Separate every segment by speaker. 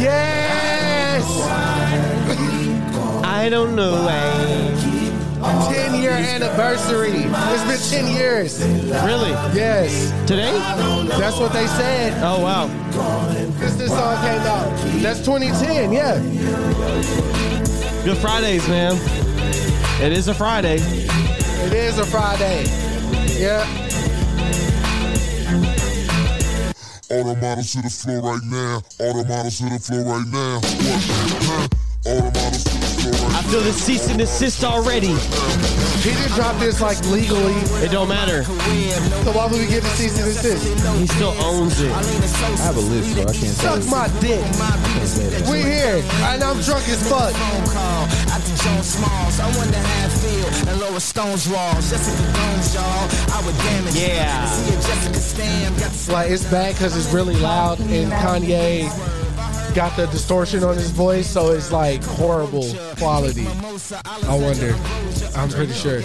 Speaker 1: Yes! I don't know eh? why.
Speaker 2: 10 year anniversary. It's been 10 years.
Speaker 1: Really?
Speaker 2: Yes.
Speaker 1: Today?
Speaker 2: That's what they said
Speaker 1: Oh, wow.
Speaker 2: since this song came out. That's 2010, yeah.
Speaker 1: Good Fridays, man. It is a Friday.
Speaker 2: It is a Friday. Yeah.
Speaker 3: All the models to the floor right now. All the models to the floor right now. What? Huh? All the models to the floor right
Speaker 1: I feel the cease and desist already.
Speaker 2: He did drop this like legally.
Speaker 1: It don't matter.
Speaker 2: So why would we give the cease and desist?
Speaker 1: He still owns it.
Speaker 4: I have a list, so I can't say
Speaker 2: Suck my dick. We here. And I'm drunk as fuck.
Speaker 5: phone call out to Joan Smalls. I wonder how it feel and lower Stone's walls. Jessica Jones, y'all. I would damage. it.
Speaker 1: Yeah.
Speaker 5: To See if Jessica Stam got the
Speaker 2: Like it's bad because it's really loud and Kanye got the distortion on his voice, so it's like horrible quality. I wonder. I'm pretty sure.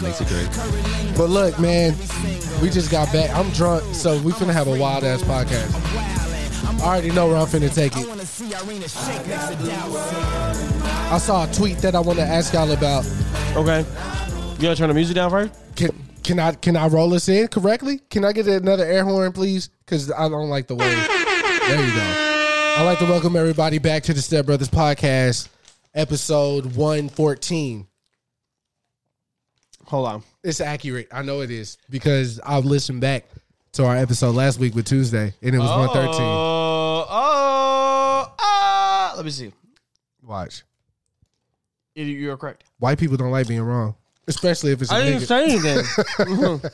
Speaker 4: makes it great.
Speaker 2: But look, man, we just got back. I'm drunk, so we finna have a wild ass podcast. I already know where I'm finna take it. I saw a tweet that I want to ask y'all about.
Speaker 1: Okay. You gotta turn the music down first?
Speaker 2: Can can I can I roll this in correctly? Can I get another air horn, please? Because I don't like the way. There you go. I'd like to welcome everybody back to the Step Brothers Podcast, episode 114.
Speaker 1: Hold on.
Speaker 2: It's accurate. I know it is because I've listened back to our episode last week with Tuesday, and it was 113.
Speaker 1: Oh, oh, oh. Let me see.
Speaker 2: Watch.
Speaker 1: You- You're correct.
Speaker 2: White people don't like being wrong, especially if it's a
Speaker 1: I didn't
Speaker 2: nigga.
Speaker 1: say anything.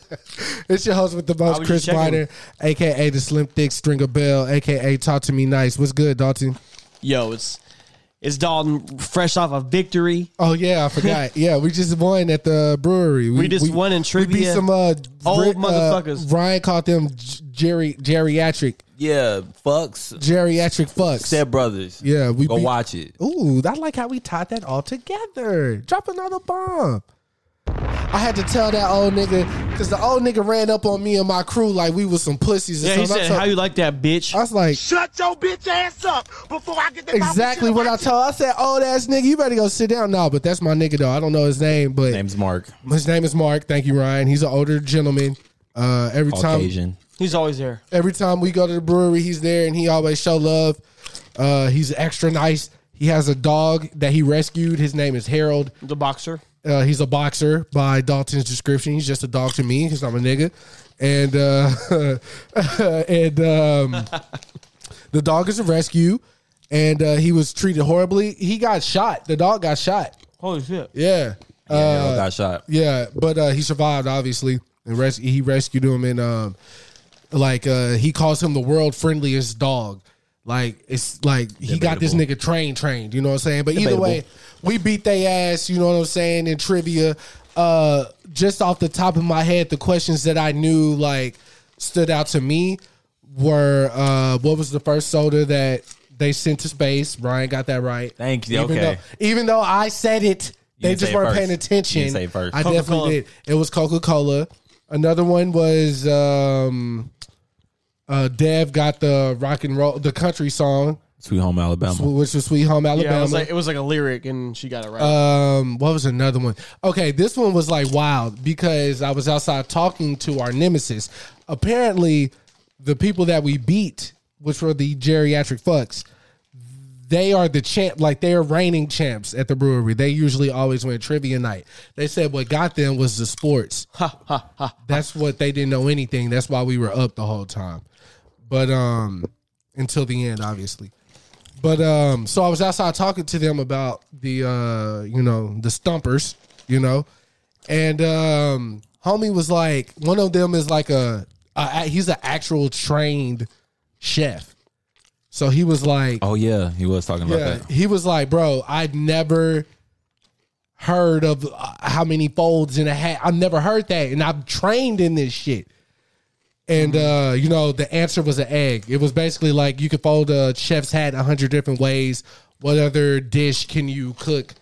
Speaker 2: It's your host with the
Speaker 1: I
Speaker 2: most,
Speaker 1: was
Speaker 2: Chris
Speaker 1: just checking.
Speaker 2: Ryder, aka the Slim Thick Stringer Bell, aka Talk to Me Nice. What's good, Dalton?
Speaker 1: Yo, it's it's Dalton fresh off a victory.
Speaker 2: Oh yeah, I forgot. yeah, we just won at the brewery.
Speaker 1: We just won in
Speaker 2: We beat
Speaker 1: trivia.
Speaker 2: some uh,
Speaker 1: Old
Speaker 2: Ri-
Speaker 1: motherfuckers.
Speaker 2: Uh, Ryan called them j- jerry geriatric
Speaker 4: Yeah, fucks.
Speaker 2: geriatric fucks.
Speaker 4: Step Brothers.
Speaker 2: Yeah, we
Speaker 4: Go
Speaker 2: beat-
Speaker 4: watch it.
Speaker 2: Ooh, I like how we tied that all together. Drop another bomb. I had to tell that old nigga because the old nigga ran up on me and my crew like we was some pussies. or
Speaker 1: Yeah, he
Speaker 2: something. I
Speaker 1: said,
Speaker 2: told-
Speaker 1: "How you like that, bitch?"
Speaker 2: I was like,
Speaker 6: Shut your bitch ass up before I get this
Speaker 2: exactly what I told. I said, old ass nigga, you better go sit down. No, but that's my nigga though. I don't know his name, but
Speaker 4: Name's Mark.
Speaker 2: his name is Mark. Thank you, Ryan. He's an older gentleman. Uh, every time,
Speaker 4: Caucasian.
Speaker 1: He's always there.
Speaker 2: every time we go to the brewery, he's there and he always show love. Uh, he's extra nice. He has a dog that he rescued. His name is Harold.
Speaker 1: The boxer.
Speaker 2: Uh, he's a boxer by Dalton's description. He's just a dog to me because I'm a nigga. And uh, and um, the dog is a rescue, and uh, he was treated horribly. He got shot. The dog got shot.
Speaker 1: Holy shit.
Speaker 2: Yeah,
Speaker 4: Yeah, Harold got shot.
Speaker 2: uh, yeah. But uh, he survived, obviously, and res- he rescued him. And um, like uh, he calls him the world friendliest dog. Like it's like he got this nigga train trained. You know what I'm saying? But either way, we beat they ass. You know what I'm saying? In trivia, uh, just off the top of my head, the questions that I knew like stood out to me were uh, what was the first soda that they sent to space? Ryan got that right.
Speaker 4: Thank you.
Speaker 2: Even
Speaker 4: Okay.
Speaker 2: though, even though I said it, they
Speaker 4: You didn't
Speaker 2: just
Speaker 4: say it
Speaker 2: weren't
Speaker 4: first.
Speaker 2: paying attention.
Speaker 4: You didn't say it first.
Speaker 2: I
Speaker 1: Coca-Cola.
Speaker 2: definitely did. It was Coca Cola. Another one was um, uh, Dev got the rock and roll, the country song,
Speaker 4: Sweet Home Alabama.
Speaker 2: which was "Sweet Home Alabama."
Speaker 1: Yeah, it was like it was like a lyric, and she got it right.
Speaker 2: um, what was another one? Okay, this one was like wild because I was outside talking to our nemesis. Apparently, the people that we beat, which were the geriatric fucks, they are the champ, like they are reigning champs at the brewery. They usually always win trivia night. They said what got them was the sports. That's what they didn't know anything. That's why we were up the whole time. But um until the end, obviously. But um so I was outside talking to them about the uh, you know, the stumpers, you know. And um homie was like one of them is like a, a he's an actual trained chef. So he was like
Speaker 4: Oh yeah, he was talking about
Speaker 2: yeah,
Speaker 4: that.
Speaker 2: he was like, bro, I've never heard of uh, how many folds in a hat. I've never heard that, and I've trained in this shit. And
Speaker 1: Mm-hmm.
Speaker 2: uh, you know, the answer was an egg. It was basically like you could fold a chef's hat a hundred different ways. What other dish can you cook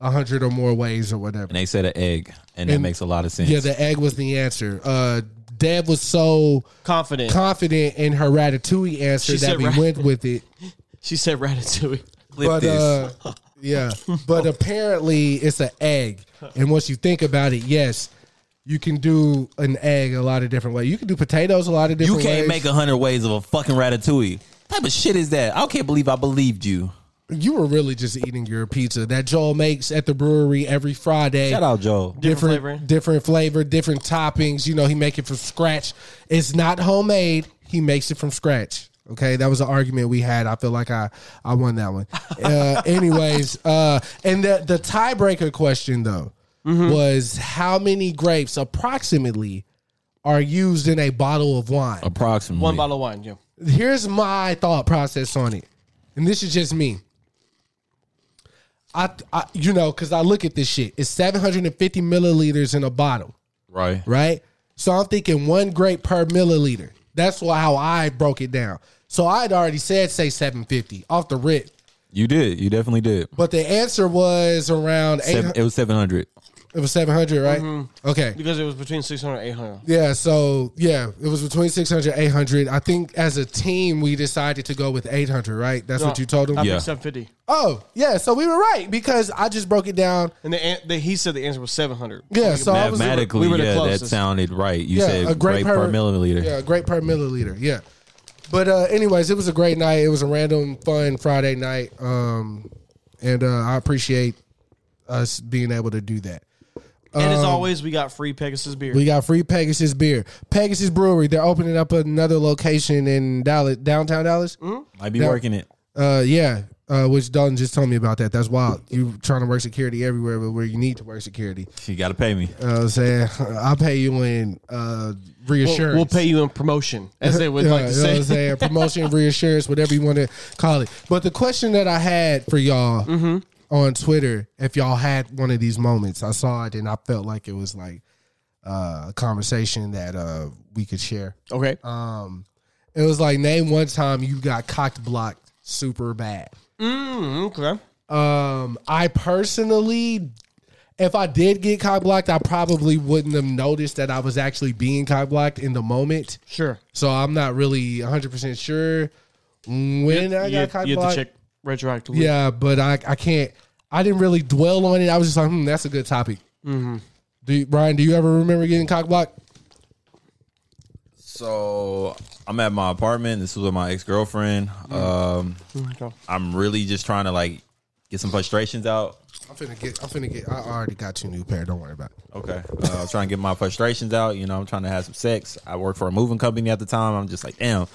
Speaker 2: a hundred or more ways or whatever?
Speaker 4: And they said an egg, and, that
Speaker 2: And-
Speaker 4: makes a lot of sense.
Speaker 2: Yeah, the egg was the answer. Uh, Deb was so
Speaker 1: Confident.
Speaker 2: confident in her ratatouille answer
Speaker 1: She
Speaker 2: that
Speaker 1: said
Speaker 2: we
Speaker 1: rat-
Speaker 2: went with it.
Speaker 1: she said ratatouille.
Speaker 4: Clip
Speaker 2: but
Speaker 4: this.
Speaker 2: uh yeah but apparently it's an egg and once you think about it yes you can do an egg a lot of different ways you can do potatoes a lot of
Speaker 4: you
Speaker 2: different
Speaker 4: can't
Speaker 2: ways
Speaker 4: make a hundred ways of a fucking ratatouille. What type of shit is that? I can't believe I believed you.
Speaker 2: you were really just eating your pizza that joel makes at the brewery every friday
Speaker 4: Shout out Joe.
Speaker 2: different
Speaker 1: Different flavor.
Speaker 2: different flavor different toppings you know he make it from scratch it's not homemade he makes it from scratch okay that was an argument we had i feel like i i won that one uh, anyways uh and the the tiebreaker question though was how many grapes approximately are used in a bottle of wine
Speaker 4: Approximately
Speaker 1: One bottle of wine, yeah.
Speaker 2: here's my thought process on it, and this is just me. I, I you know, because I look at this shit. It's 750 milliliters in a bottle,
Speaker 4: Right.
Speaker 2: right? So I'm thinking one grape per milliliter. That's why how I broke it down. So I had already said say 750 off the rip,
Speaker 4: You did. You definitely did.
Speaker 2: but the answer was around eight.
Speaker 4: Seven, it Mm-hmm. was seven hundred.
Speaker 2: It was 700, right? Okay.
Speaker 1: Because it was between 600 and 800.
Speaker 2: Yeah, so yeah, it was between 600 and 800. I think as a team we decided to go with 800, right? That's what you told him.
Speaker 1: I picked
Speaker 4: Yeah.
Speaker 1: 750.
Speaker 2: Oh, yeah. So we were right because I just broke it down.
Speaker 1: And the, an- the, he said the answer was 700.
Speaker 2: Yeah, so I was
Speaker 4: Mathematically,
Speaker 1: we were the
Speaker 4: yeah, that
Speaker 1: closest.
Speaker 4: sounded right. You
Speaker 2: yeah,
Speaker 4: said grape per, milliliter.
Speaker 2: Yeah, great per milliliter. Yeah. But uh anyways, it was a great night. It was a random fun Friday night. Um and uh I appreciate us being able to do that.
Speaker 1: And as always, we got free Pegasus beer.
Speaker 2: Um, We got free Pegasus beer. Pegasus Brewery, they're opening up another location in Dallas, downtown Dallas.
Speaker 4: Might be
Speaker 2: Now-
Speaker 4: working it.
Speaker 2: Uh, yeah. Uh, which Dalton just told me about that. That's wild. You trying to work security everywhere, but where you need to work security.
Speaker 4: You got to pay me.
Speaker 2: You know what I'm saying I'll pay you in uh,
Speaker 1: we'll,
Speaker 2: reassurance.
Speaker 1: we'll pay you in promotion, as they would like to
Speaker 2: you know what
Speaker 1: say.
Speaker 2: I'm saying? Promotion, reassurance, whatever you want to call it. But the question that I had for y'all on Twitter, if y'all had one of these moments, I saw it and I felt like it was like uh, a conversation that uh, we could share.
Speaker 1: okay.
Speaker 2: Uh, It was like name one time you got cocked blocked super bad.
Speaker 1: Mm, okay.
Speaker 2: Um, I personally, if I did get cock blocked, I probably wouldn't have noticed that I was actually being cock blocked in the moment.
Speaker 1: Sure.
Speaker 2: So I'm not really 100 percent sure when I
Speaker 1: you,
Speaker 2: got cock
Speaker 1: you have
Speaker 2: blocked.
Speaker 1: to check retroactively.
Speaker 2: Yeah, but I I can't. I didn't really dwell on it. I was just like, hmm, that's a good topic.
Speaker 1: Mm-hmm.
Speaker 2: Do you, Brian? Do you ever remember getting cock blocked?
Speaker 4: So I'm at my apartment. This was with my ex girlfriend. Um,
Speaker 1: Okay.
Speaker 4: I'm really just trying to like get some frustrations out.
Speaker 2: I'm finna get. I'm finna get. I already got you a new pair. Don't worry about it.
Speaker 4: Okay. Uh, I'm trying to get my frustrations out. You know, I'm trying to have some sex. I work for a moving company at the time. I'm just like, damn.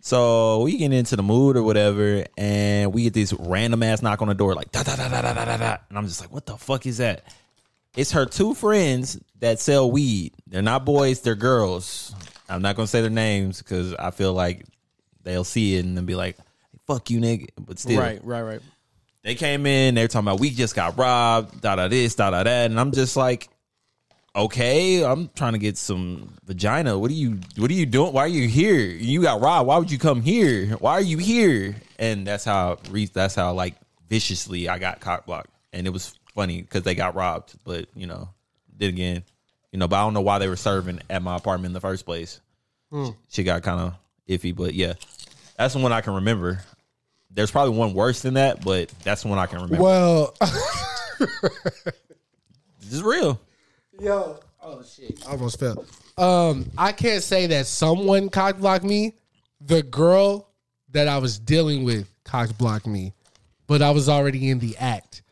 Speaker 4: So we get into the mood or whatever, and we get this random ass knock on the door, like da da da da da da da da, and I'm just like, what the fuck is that? It's her two friends that sell weed. They're not boys, they're girls. I'm not gonna say their names because I feel like they'll see it and then be like, "Fuck you, nigga." But still,
Speaker 1: Right, right, right.
Speaker 4: they came in, they're talking about we just got robbed, da da this, da da that, and I'm just like, okay, I'm trying to get some vagina. What are you? What are you doing? Why are you here? You got robbed. Why would you come here? Why are you here? And that's how re- that's how like viciously I got cock blocked, and it was funny because they got robbed, but you know, did again, you know, but I don't know why they were serving at my apartment in the first place. She got kind of iffy, but yeah, that's the one I can remember. There's probably one worse than that, but that's the one I can remember.
Speaker 2: Well,
Speaker 4: This is real.
Speaker 2: Yo. Oh shit. I almost fell. Um, I can't say that someone cock blocked me. The girl that I was dealing with cock blocked me. but I was already in the act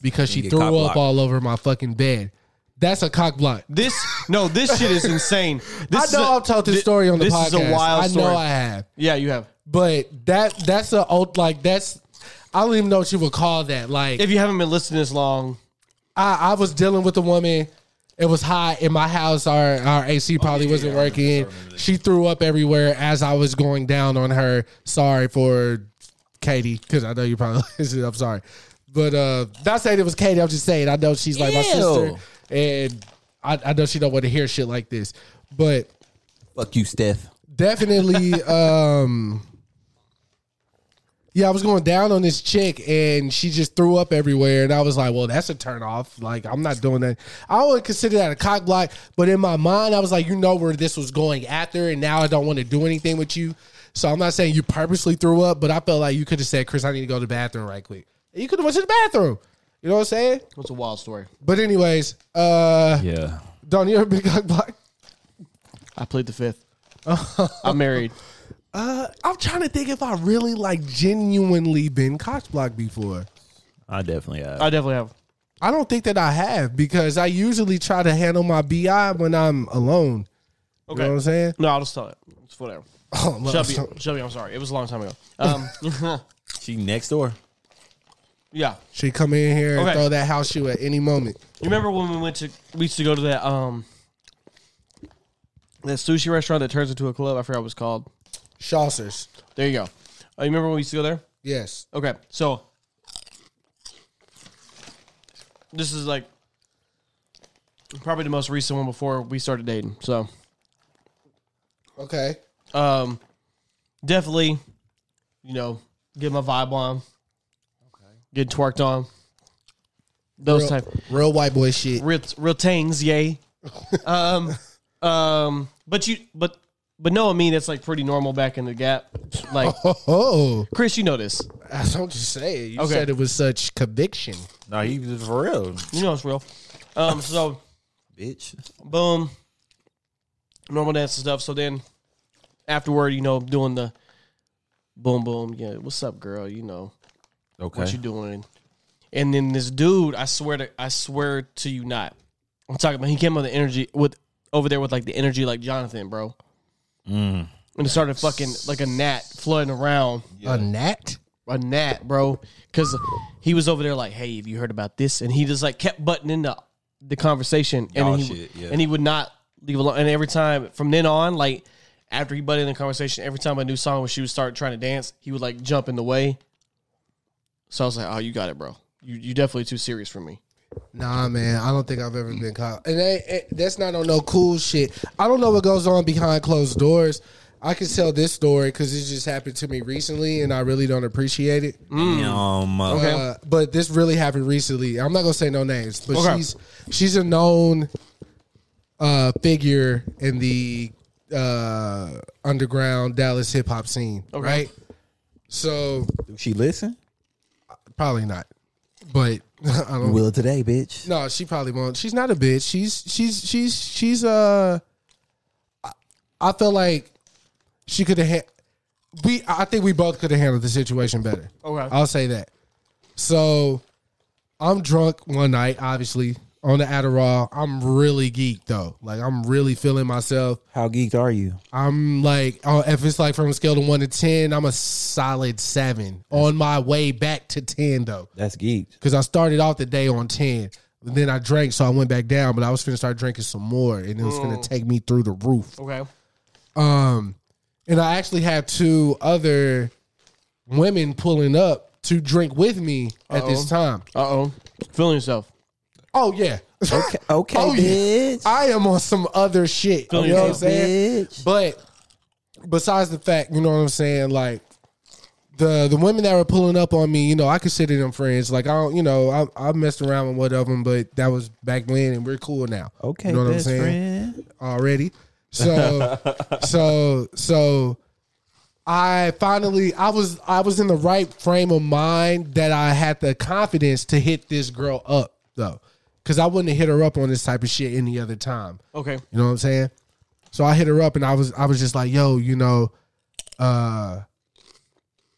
Speaker 2: because she
Speaker 4: get
Speaker 2: threw
Speaker 4: cock
Speaker 2: up
Speaker 4: blocked.
Speaker 2: all over my fucking bed. That's a cock block.
Speaker 1: This no, this shit is insane. This is
Speaker 2: I know
Speaker 1: a-
Speaker 2: I've told this
Speaker 1: thi-
Speaker 2: story on the
Speaker 1: this
Speaker 2: podcast.
Speaker 1: This is a wild
Speaker 2: I know
Speaker 1: story.
Speaker 2: I have.
Speaker 1: Yeah, you have.
Speaker 2: But that that's a old like that's I don't even know what you would call that. Like
Speaker 1: If you haven't been listening this long,
Speaker 2: I, I was dealing with a woman. It was hot in my house. Our our AC probably wasn't working. She threw up everywhere as I was going down on her. Sorry for Katie, because I know you probably listen. I'm sorry, but uh, not saying it was Katie. I'm just saying I know she's like my sister,
Speaker 4: Ew.
Speaker 2: and I, I know she don't want to hear shit like this. But
Speaker 4: Fuck you, Steph.
Speaker 2: definitely um yeah i was going down on this chick and she just threw up everywhere and i was like well that's a turn off like i'm not doing that i would consider that a cock block but in my mind i was like you know where this was going after and now i don't want to do anything with you so i'm not saying you purposely threw up but i felt like you could have said chris i need to go to the bathroom right quick And you could have went to the bathroom you know what i'm saying
Speaker 1: it's a wild story.
Speaker 2: but anyways uh
Speaker 4: Yeah.
Speaker 2: don you ever been cock blocked
Speaker 1: I played the fifth. I'm married.
Speaker 2: I'm trying to think if I really like genuinely been cock blocked before.
Speaker 4: I definitely have.
Speaker 1: I definitely have.
Speaker 2: I don't think that I have because I usually try to handle my BI when I'm alone.
Speaker 1: Okay.
Speaker 2: You know what I'm saying?
Speaker 1: No, I'll just tell it. It's whatever.
Speaker 2: Oh, well,
Speaker 1: Shelby,
Speaker 2: so-
Speaker 1: Shelby, I'm sorry. It was a long time ago. Um,
Speaker 4: she next door.
Speaker 1: yeah.
Speaker 2: She come in here and
Speaker 1: Okay.
Speaker 2: throw that house shoe at any moment.
Speaker 1: You remember when we went to we used to go to that um that sushi restaurant that turns into a club? I forgot what it's called.
Speaker 2: Chaucer's.
Speaker 1: There you go. Uh, you remember when we used to go there?
Speaker 2: Yes.
Speaker 1: Okay, so this is like probably the most recent one before we started dating. So,
Speaker 2: Okay.
Speaker 1: um, definitely, you know, get my vibe on, get twerked on, those
Speaker 2: Real,
Speaker 1: type
Speaker 2: real white boy shit.
Speaker 1: real real tangs, yay. um, um, but you, but but no, I mean it's like pretty normal back in the gap. Like
Speaker 2: Oh,
Speaker 1: Chris, you know this,
Speaker 2: that's what you say. You
Speaker 1: Okay.
Speaker 2: said it was such conviction.
Speaker 4: No, he was for real,
Speaker 1: you know it's real. Um, so
Speaker 4: bitch.
Speaker 1: boom, normal dance and stuff. So then afterward, you know, doing the boom boom, yeah, what's up, girl? You know
Speaker 4: Okay.
Speaker 1: what you doing? And then this dude, I swear to, I swear to you, not. I'm talking about he came on the energy with over there with like the energy like Jonathan, bro.
Speaker 4: Mm.
Speaker 1: And it started fucking like a gnat flooding around
Speaker 2: A gnat?
Speaker 1: a gnat, bro. Because he was over there like, "Hey, have you heard about this?" And he just like kept butting into the conversation, and
Speaker 4: Y'all
Speaker 1: he
Speaker 4: shit, yeah.
Speaker 1: and he would not leave alone. And every time from then on, like after he butted in the conversation, every time a new song when she would start trying to dance, he would like jump in the way. So I was like, "Oh, you got it, bro. You you definitely too serious for me."
Speaker 2: Nah, man, I don't think I've ever been caught. And they, eh, that's not on no cool shit. I don't know what goes on behind closed doors. I can tell this story because it just happened to me recently, and I really don't appreciate it.
Speaker 4: Um, uh,
Speaker 2: Uh, but this really happened recently. I'm not gonna say no names, but
Speaker 1: Okay.
Speaker 2: she's she's a known uh, figure in the uh, underground Dallas hip hop scene, right? So
Speaker 4: do she listen?
Speaker 2: probably not, but I don't
Speaker 4: Will today, bitch.
Speaker 2: No, she probably won't. She's not a bitch. She's she's she's she's uh. I- I feel like she could have. Ha- we I think we both could have handled the situation better.
Speaker 1: Okay.
Speaker 2: I'll say that. So, I'm drunk one night, obviously on the Adderall. I'm really geeked though. Like I'm really feeling myself.
Speaker 4: How geeked are you?
Speaker 2: I'm like, oh, if it's like from a scale of one to ten, I'm a solid seven. On my way back to ten though
Speaker 4: That's geeked.
Speaker 2: because I started off the day on 10. but Then I drank, so I went back down, but I was finna start drinking some more, and it was gonna take me through the roof.
Speaker 1: Okay,
Speaker 2: Um, and I actually had two other women pulling up to drink with me at this time.
Speaker 1: uh oh, feeling yourself.
Speaker 2: Oh yeah,
Speaker 4: Okay, okay,
Speaker 2: Oh, yeah.
Speaker 4: bitch.
Speaker 2: I am on some other shit. You
Speaker 1: Feeling
Speaker 2: know what I'm
Speaker 1: yourself.
Speaker 2: saying?
Speaker 4: Bitch.
Speaker 2: But besides the fact, you know what I'm saying, like the the women that were pulling up on me, you know, I consider them friends. Like I don't, you know, I I messed around with one of them, but that was back when, and we're cool now.
Speaker 4: Okay,
Speaker 2: you know what
Speaker 4: best
Speaker 2: I'm saying
Speaker 4: friend.
Speaker 2: already. So so so I finally I was I was in the right frame of mind that I had the confidence to hit this girl up though. Cause I wouldn't have hit her up on this type of shit any other time.
Speaker 1: Okay,
Speaker 2: You know what I'm saying? So I hit her up and I was I was just like, yo, you know, uh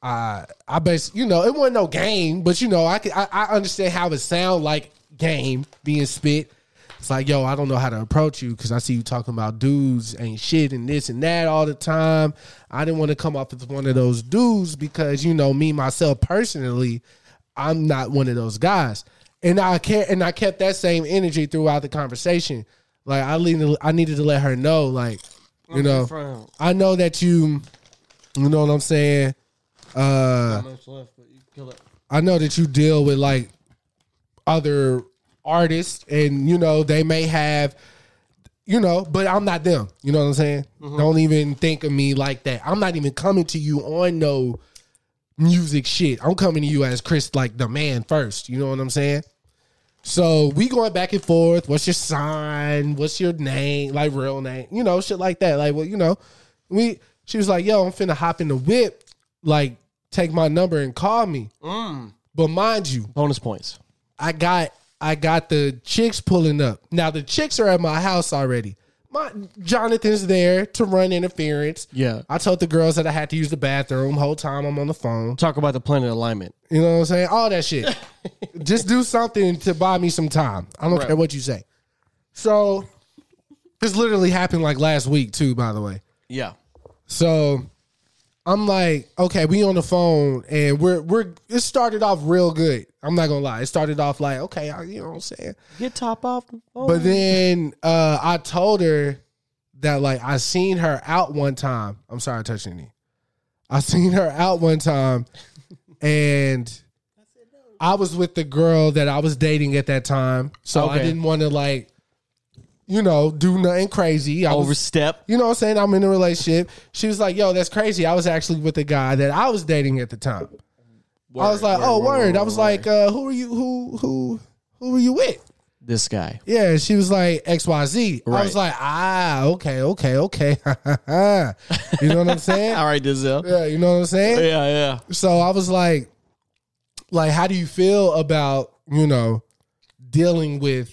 Speaker 2: I I bas you know it wasn't no game, but you know I could, I, I understand how it sound like game being spit. It's like yo, I don't know how to approach you because I see you talking about dudes ain't shit and this and that all the time. I didn't want to come off as one of those dudes because you know me myself personally, I'm not one of those guys, and I can't and I kept that same energy throughout the conversation. Like I needed I needed to let her know like you know
Speaker 1: front.
Speaker 2: I know that you you know what I'm saying. Uh,
Speaker 1: Not much left, but you kill it.
Speaker 2: I know that you deal with like other artists, and you know they may have, you know, but I'm not them. You know what I'm saying?
Speaker 1: Mm-hmm.
Speaker 2: Don't even think of me like that. I'm not even coming to you on no music shit. I'm coming to you as Chris, like the man first. You know what I'm saying? So we going back and forth. What's your sign? What's your name? Like real name? You know, shit like that. Like, well, you know, we. She was like, "Yo, I'm finna hop in the whip. Like, take my number and call me." But mind you,
Speaker 1: Bonus points.
Speaker 2: I got I got the chicks pulling up. Now the chicks are at my house already. My Jonathan's there to run interference.
Speaker 1: Yeah.
Speaker 2: I told the girls that I had to use the bathroom whole time I'm on the phone.
Speaker 1: Talk about the planet alignment.
Speaker 2: You know what I'm saying? All that shit. Just do something to buy me some time. I don't care what you say. So this literally happened like last week too, by the way.
Speaker 1: Yeah.
Speaker 2: So I'm like, okay, we on the phone and we're we're it started off real good. I'm not gonna lie. It started off like, okay, I, you know what I'm saying?
Speaker 1: Get top off. the phone.
Speaker 2: But then uh I told her that like I seen her out one time. I'm sorry I touched your knee. I seen her out one time and I was with the girl that I was dating at that time. So I
Speaker 1: Okay.
Speaker 2: didn't want to like, you know, do nothing crazy. I was
Speaker 1: overstep.
Speaker 2: you know what I'm saying? I'm in a relationship. She was like, yo, that's crazy. I was actually with a guy that I was dating at the time. I was like, oh, word. I was like, uh, who are you? Who, who, who were you with?
Speaker 1: This guy.
Speaker 2: Yeah, she was like XYZ. I was
Speaker 1: Right.
Speaker 2: like, ah, okay, okay, okay. you know what I'm saying?
Speaker 1: All right, Dizelle.
Speaker 2: yeah, you know what I'm saying?
Speaker 1: Yeah, yeah.
Speaker 2: So I was like, like, how do you feel about, you know, dealing with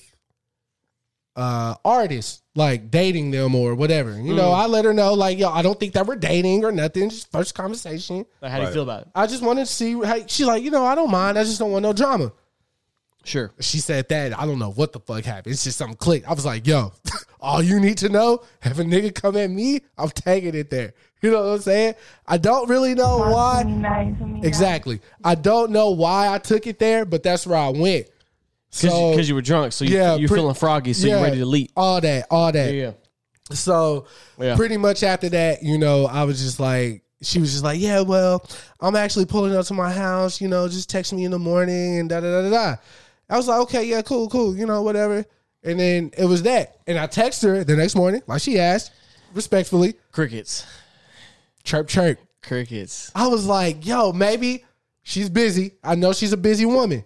Speaker 2: uh artists, like dating them or whatever? You know,
Speaker 1: Mm.
Speaker 2: I let her know, like, yo, I don't think that we're dating or nothing, just first conversation.
Speaker 1: Like, how do you feel about it?
Speaker 2: I just wanted to see how she's like, you know, I don't mind. I just don't want no drama.
Speaker 1: Sure.
Speaker 2: She said that. I don't know what the fuck happened. It's just something clicked. I was like, yo, all you need to know, if a nigga come at me, I'm tagging it there. You know what I'm saying? I don't really know why. Exactly. I don't know why I took it there, but that's where I went.
Speaker 1: Because
Speaker 2: So
Speaker 1: you, were drunk, so you,
Speaker 2: yeah,
Speaker 1: you're
Speaker 2: pre-
Speaker 1: feeling froggy, so you're ready to leap.
Speaker 2: All that, all that.
Speaker 1: Yeah.
Speaker 2: So
Speaker 1: Yeah.
Speaker 2: pretty much after that, you know, I was just like, she was just like, yeah, well, I'm actually pulling up to my house, you know, just text me in the morning and da da da da da. I was like, okay, yeah, cool, cool, you know, whatever. And then it was that. And I text her the next morning, like she asked, respectfully,
Speaker 1: Crickets.
Speaker 2: chirp, chirp.
Speaker 1: Crickets.
Speaker 2: I was like, yo, maybe she's busy. I know she's a busy woman.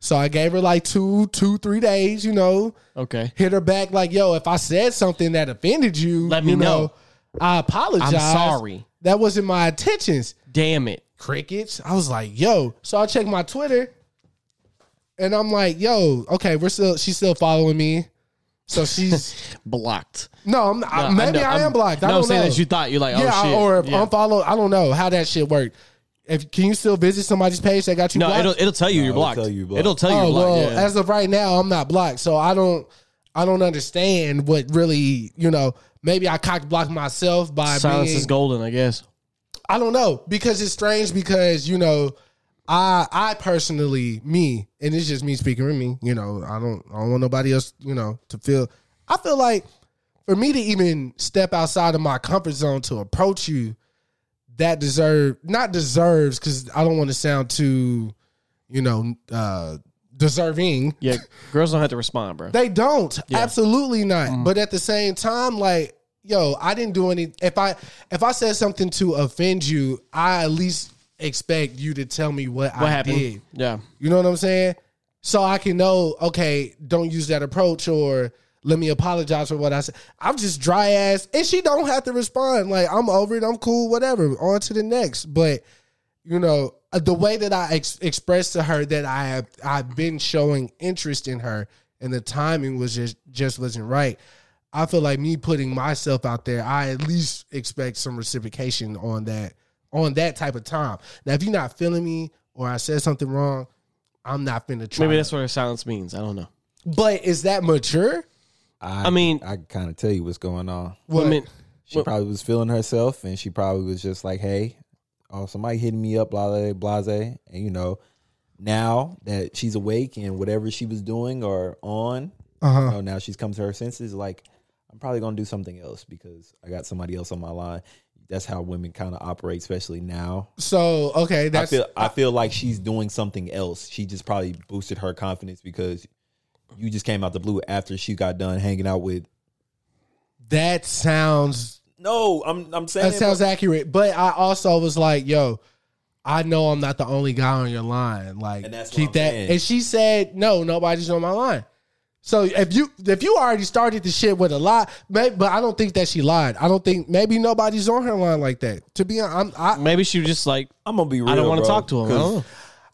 Speaker 2: So I gave her like two, two, three days, you know,
Speaker 1: Okay.
Speaker 2: hit her back like, yo, if I said something that offended you,
Speaker 1: Let me
Speaker 2: you
Speaker 1: know.
Speaker 2: I apologize.
Speaker 1: I'm sorry.
Speaker 2: That wasn't my intentions.
Speaker 1: Damn it.
Speaker 2: Crickets. I was like, yo. So I checked my Twitter and I'm like, yo, okay, we're still she's still following me. So she's
Speaker 1: Blocked.
Speaker 2: no, I'm I-
Speaker 1: No,
Speaker 2: Uh, maybe
Speaker 1: know-
Speaker 2: I, am
Speaker 1: I'm-
Speaker 2: blocked. I
Speaker 1: no,
Speaker 2: don't
Speaker 1: I'm saying
Speaker 2: know.
Speaker 1: that you thought you're like, oh
Speaker 2: yeah,
Speaker 1: shit.
Speaker 2: or if
Speaker 1: Yeah.
Speaker 2: unfollow. I don't know how that shit worked. If can you still visit somebody's page that got you?
Speaker 1: no,
Speaker 2: blocked?
Speaker 1: it'll it'll tell you you're
Speaker 4: it'll
Speaker 1: blocked.
Speaker 4: tell you you're blocked.
Speaker 1: It'll tell you
Speaker 2: oh
Speaker 1: you're blocked.
Speaker 2: well,
Speaker 1: yeah.
Speaker 2: as of right now, I'm not blocked, so I don't, I don't understand what really, you know. Maybe I cock blocked myself by
Speaker 1: Silence
Speaker 2: being,
Speaker 1: is golden, I guess.
Speaker 2: I don't know because it's strange because you know, I, I personally, me, and it's just me speaking with me. You know, I don't, I don't want nobody else, you know, to feel. I feel like for me to even step outside of my comfort zone to approach you, that deserve not deserves because I don't want to sound too, you know, uh deserving.
Speaker 1: Yeah, girls don't have to respond, bro.
Speaker 2: They don't. Absolutely not. But at the same time, like, yo, I didn't do any if I if I said something to offend you, I at least expect you to tell me what,
Speaker 1: what
Speaker 2: I
Speaker 1: happened?
Speaker 2: did.
Speaker 1: Yeah.
Speaker 2: You know what I'm saying? So I can know, okay, don't use that approach or let me apologize for what I said. I'm just dry ass and she don't have to respond. Like I'm over it, I'm cool, whatever. On to the next. But you know, uh, the way that I ex- expressed to her that I have I've been showing interest in her and the timing was just just wasn't right. I feel like me putting myself out there, I at least expect some reciprocation on that on that type of time. Now, if you're not feeling me or I said something wrong, I'm not finna try.
Speaker 1: Maybe that's what her silence means. I don't know.
Speaker 2: But is that mature?
Speaker 1: I mean-
Speaker 4: I can kind of tell you what's going on.
Speaker 2: What?
Speaker 1: I mean,
Speaker 4: She probably was feeling herself, and she probably was just like, "Hey, oh, somebody hitting me up, blase, blase." And you know, now that she's awake and whatever she was doing or on,
Speaker 2: Uh-huh.
Speaker 4: you know, now she's come to her senses. Like, I'm probably gonna do something else because I got somebody else on my line. That's how women kind of operate, especially now.
Speaker 2: so okay,
Speaker 4: I
Speaker 2: that's
Speaker 4: feel I feel like she's doing something else. She just probably boosted her confidence because you just came out the blue after she got done hanging out with.
Speaker 2: that sounds
Speaker 4: No, I'm I'm saying
Speaker 2: that sounds accurate. But I also was like, yo, I know I'm not the only guy on your line. Like
Speaker 4: And that's what
Speaker 2: keep
Speaker 4: I'm
Speaker 2: that.
Speaker 4: saying.
Speaker 2: And she said, no, nobody's on my line. So if you if you already started the shit with a lie, may but I don't think that she lied. I don't think maybe nobody's on her line like that. To be honest, I'm, I
Speaker 1: maybe she was just like,
Speaker 4: I'm gonna be real.
Speaker 1: I don't
Speaker 4: want to
Speaker 1: talk to him. I don't know.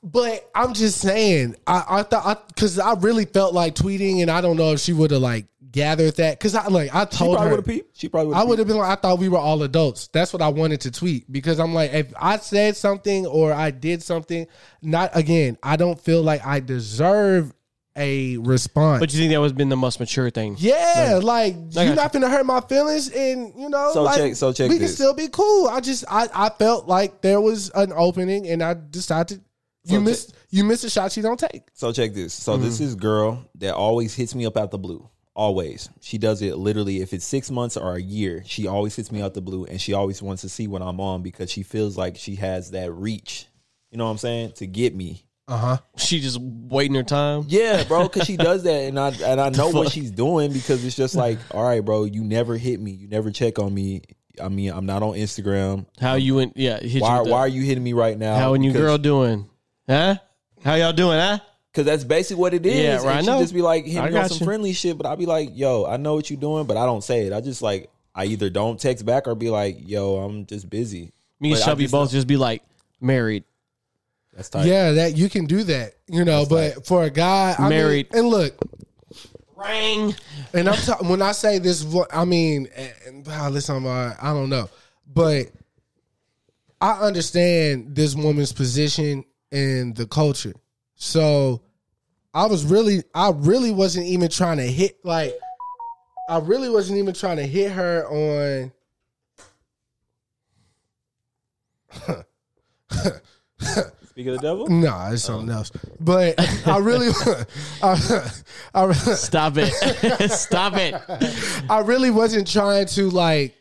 Speaker 2: But I'm just saying, I, I thought because I, really felt like tweeting, and I don't know if she would have like gathered that because I like I
Speaker 4: She
Speaker 2: told
Speaker 4: probably would
Speaker 2: her
Speaker 4: have peeped. She probably
Speaker 2: I would
Speaker 4: would've
Speaker 2: have been like I thought we were all adults. That's what I wanted to tweet because I'm like if I said something or I did something, not again. I don't feel like I deserve a response.
Speaker 1: But you think that was been the most mature thing?
Speaker 2: yeah, like,
Speaker 1: I
Speaker 2: you're not
Speaker 1: got
Speaker 2: gonna hurt my feelings, and you know,
Speaker 4: So
Speaker 2: like,
Speaker 4: check- so check
Speaker 2: we
Speaker 4: this.
Speaker 2: can still be cool. I just I I felt like there was an opening, and I decided. You
Speaker 4: So
Speaker 2: miss you miss a shot you don't take.
Speaker 4: So check this. So
Speaker 2: Mm.
Speaker 4: this is girl that always hits me up out the blue. Always. She does it literally if it's six months or a year, she always hits me out the blue and she always wants to see what I'm on because she feels like she has that reach. You know what I'm saying? To get me.
Speaker 1: She just waiting her time.
Speaker 4: Yeah, bro, because she does that, and I and I know what she's doing because it's just like, all right, bro, you never hit me, you never check on me. I mean, I'm not on Instagram.
Speaker 1: How you went? Yeah. Hit
Speaker 4: Why
Speaker 1: you with
Speaker 4: why
Speaker 1: the-
Speaker 4: are you hitting me right now?
Speaker 1: How and you girl doing? Huh? How y'all doing? Huh?
Speaker 4: Because that's basically what it is.
Speaker 1: Yeah, right, I
Speaker 4: And
Speaker 1: know.
Speaker 4: she just be like
Speaker 1: I
Speaker 4: hitting me on
Speaker 1: got
Speaker 4: some
Speaker 1: you.
Speaker 4: friendly shit, but I be like, yo, I know what you're doing, but I don't say it. I just like I either don't text back or be like, yo, I'm just busy.
Speaker 1: Me and
Speaker 4: But I
Speaker 1: Shelby
Speaker 4: just-
Speaker 1: both just be like married.
Speaker 4: That's tight.
Speaker 2: Yeah, that you can do that, you know. but for a guy, I mean-
Speaker 1: Married.
Speaker 2: and look,
Speaker 1: Ring.
Speaker 2: and I'm ta- when I say this, vo- I mean, and, and, ah, listen, I'm, uh, I don't know, but I understand this woman's position in the culture. So I was really, I really wasn't even trying to hit like, I really wasn't even trying to hit her on.
Speaker 4: Speak of the devil.
Speaker 2: No, nah, it's something else. But I really, I, I, really-
Speaker 1: Stop it. Stop it.
Speaker 2: I really wasn't trying to like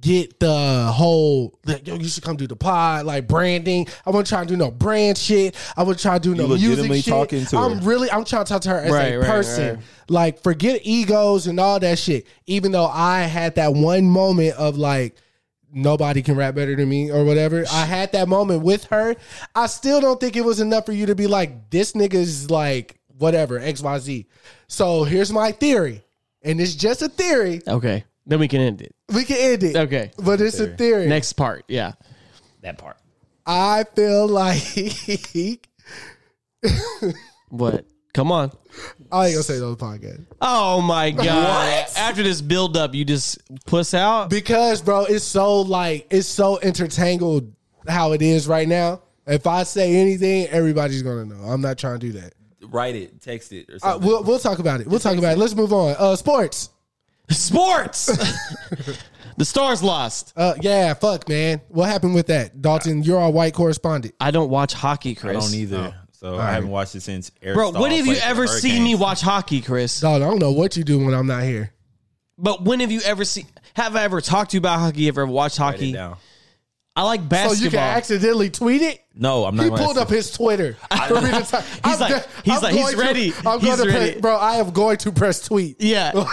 Speaker 2: get the whole like, yo, you should come do the pod, like branding. I wasn't trying to do no brand shit. I wasn't trying to do no music
Speaker 4: legitimately
Speaker 2: shit.
Speaker 4: talking to her.
Speaker 2: I'm really I'm trying to talk to her as
Speaker 1: Right,
Speaker 2: a
Speaker 1: right,
Speaker 2: person.
Speaker 1: right.
Speaker 2: Like forget egos and all that shit. Even though I had that one moment of like nobody can rap better than me or whatever. I had that moment with her. I still don't think it was enough for you to be like, this nigga's like whatever, XYZ. So here's my theory. And it's just a theory.
Speaker 1: Okay. Then we can end it.
Speaker 2: We can end it.
Speaker 1: Okay.
Speaker 2: But it's a theory.
Speaker 1: Next part. Yeah.
Speaker 2: I feel like
Speaker 1: What? Come on.
Speaker 2: I ain't gonna say those podcast.
Speaker 1: Oh my god. After this build up, you just puss out.
Speaker 2: Because bro, it's so like it's so intertangled how it is right now. If I say anything, everybody's gonna know. I'm not trying to do that.
Speaker 4: Write it, text it, or
Speaker 2: Uh,
Speaker 4: something.
Speaker 2: we'll, we'll talk about it. We'll talk about it. Let's move on. Uh, sports.
Speaker 1: Sports. the stars lost.
Speaker 2: Uh, yeah, fuck, man. What happened with that, Dalton? You're our white correspondent.
Speaker 1: I don't watch hockey,
Speaker 4: I
Speaker 1: Chris. Oh.
Speaker 4: don't either. So I haven't watched it since. Eric
Speaker 1: Bro,
Speaker 4: Stahl
Speaker 1: when have you
Speaker 4: played for
Speaker 1: ever seen me
Speaker 4: Hurricanes.
Speaker 1: watch hockey, Chris?
Speaker 2: Dog, I don't know what you do when I'm not here.
Speaker 1: But when have you ever seen? Have I ever talked to you about hockey? Ever watched
Speaker 4: Write it
Speaker 1: hockey?
Speaker 4: down.
Speaker 1: I like
Speaker 2: So
Speaker 1: basketball.
Speaker 2: you can accidentally tweet it.
Speaker 4: No, I'm not.
Speaker 2: He
Speaker 4: gonna-
Speaker 2: pulled up his Twitter for me to type. I'm
Speaker 1: like-
Speaker 2: go-
Speaker 1: he's like, he's
Speaker 2: going to-
Speaker 1: ready.
Speaker 2: I'm
Speaker 1: He's
Speaker 2: going to
Speaker 1: ready.
Speaker 2: press- bro. I am going to press tweet.
Speaker 1: Yeah.
Speaker 4: No,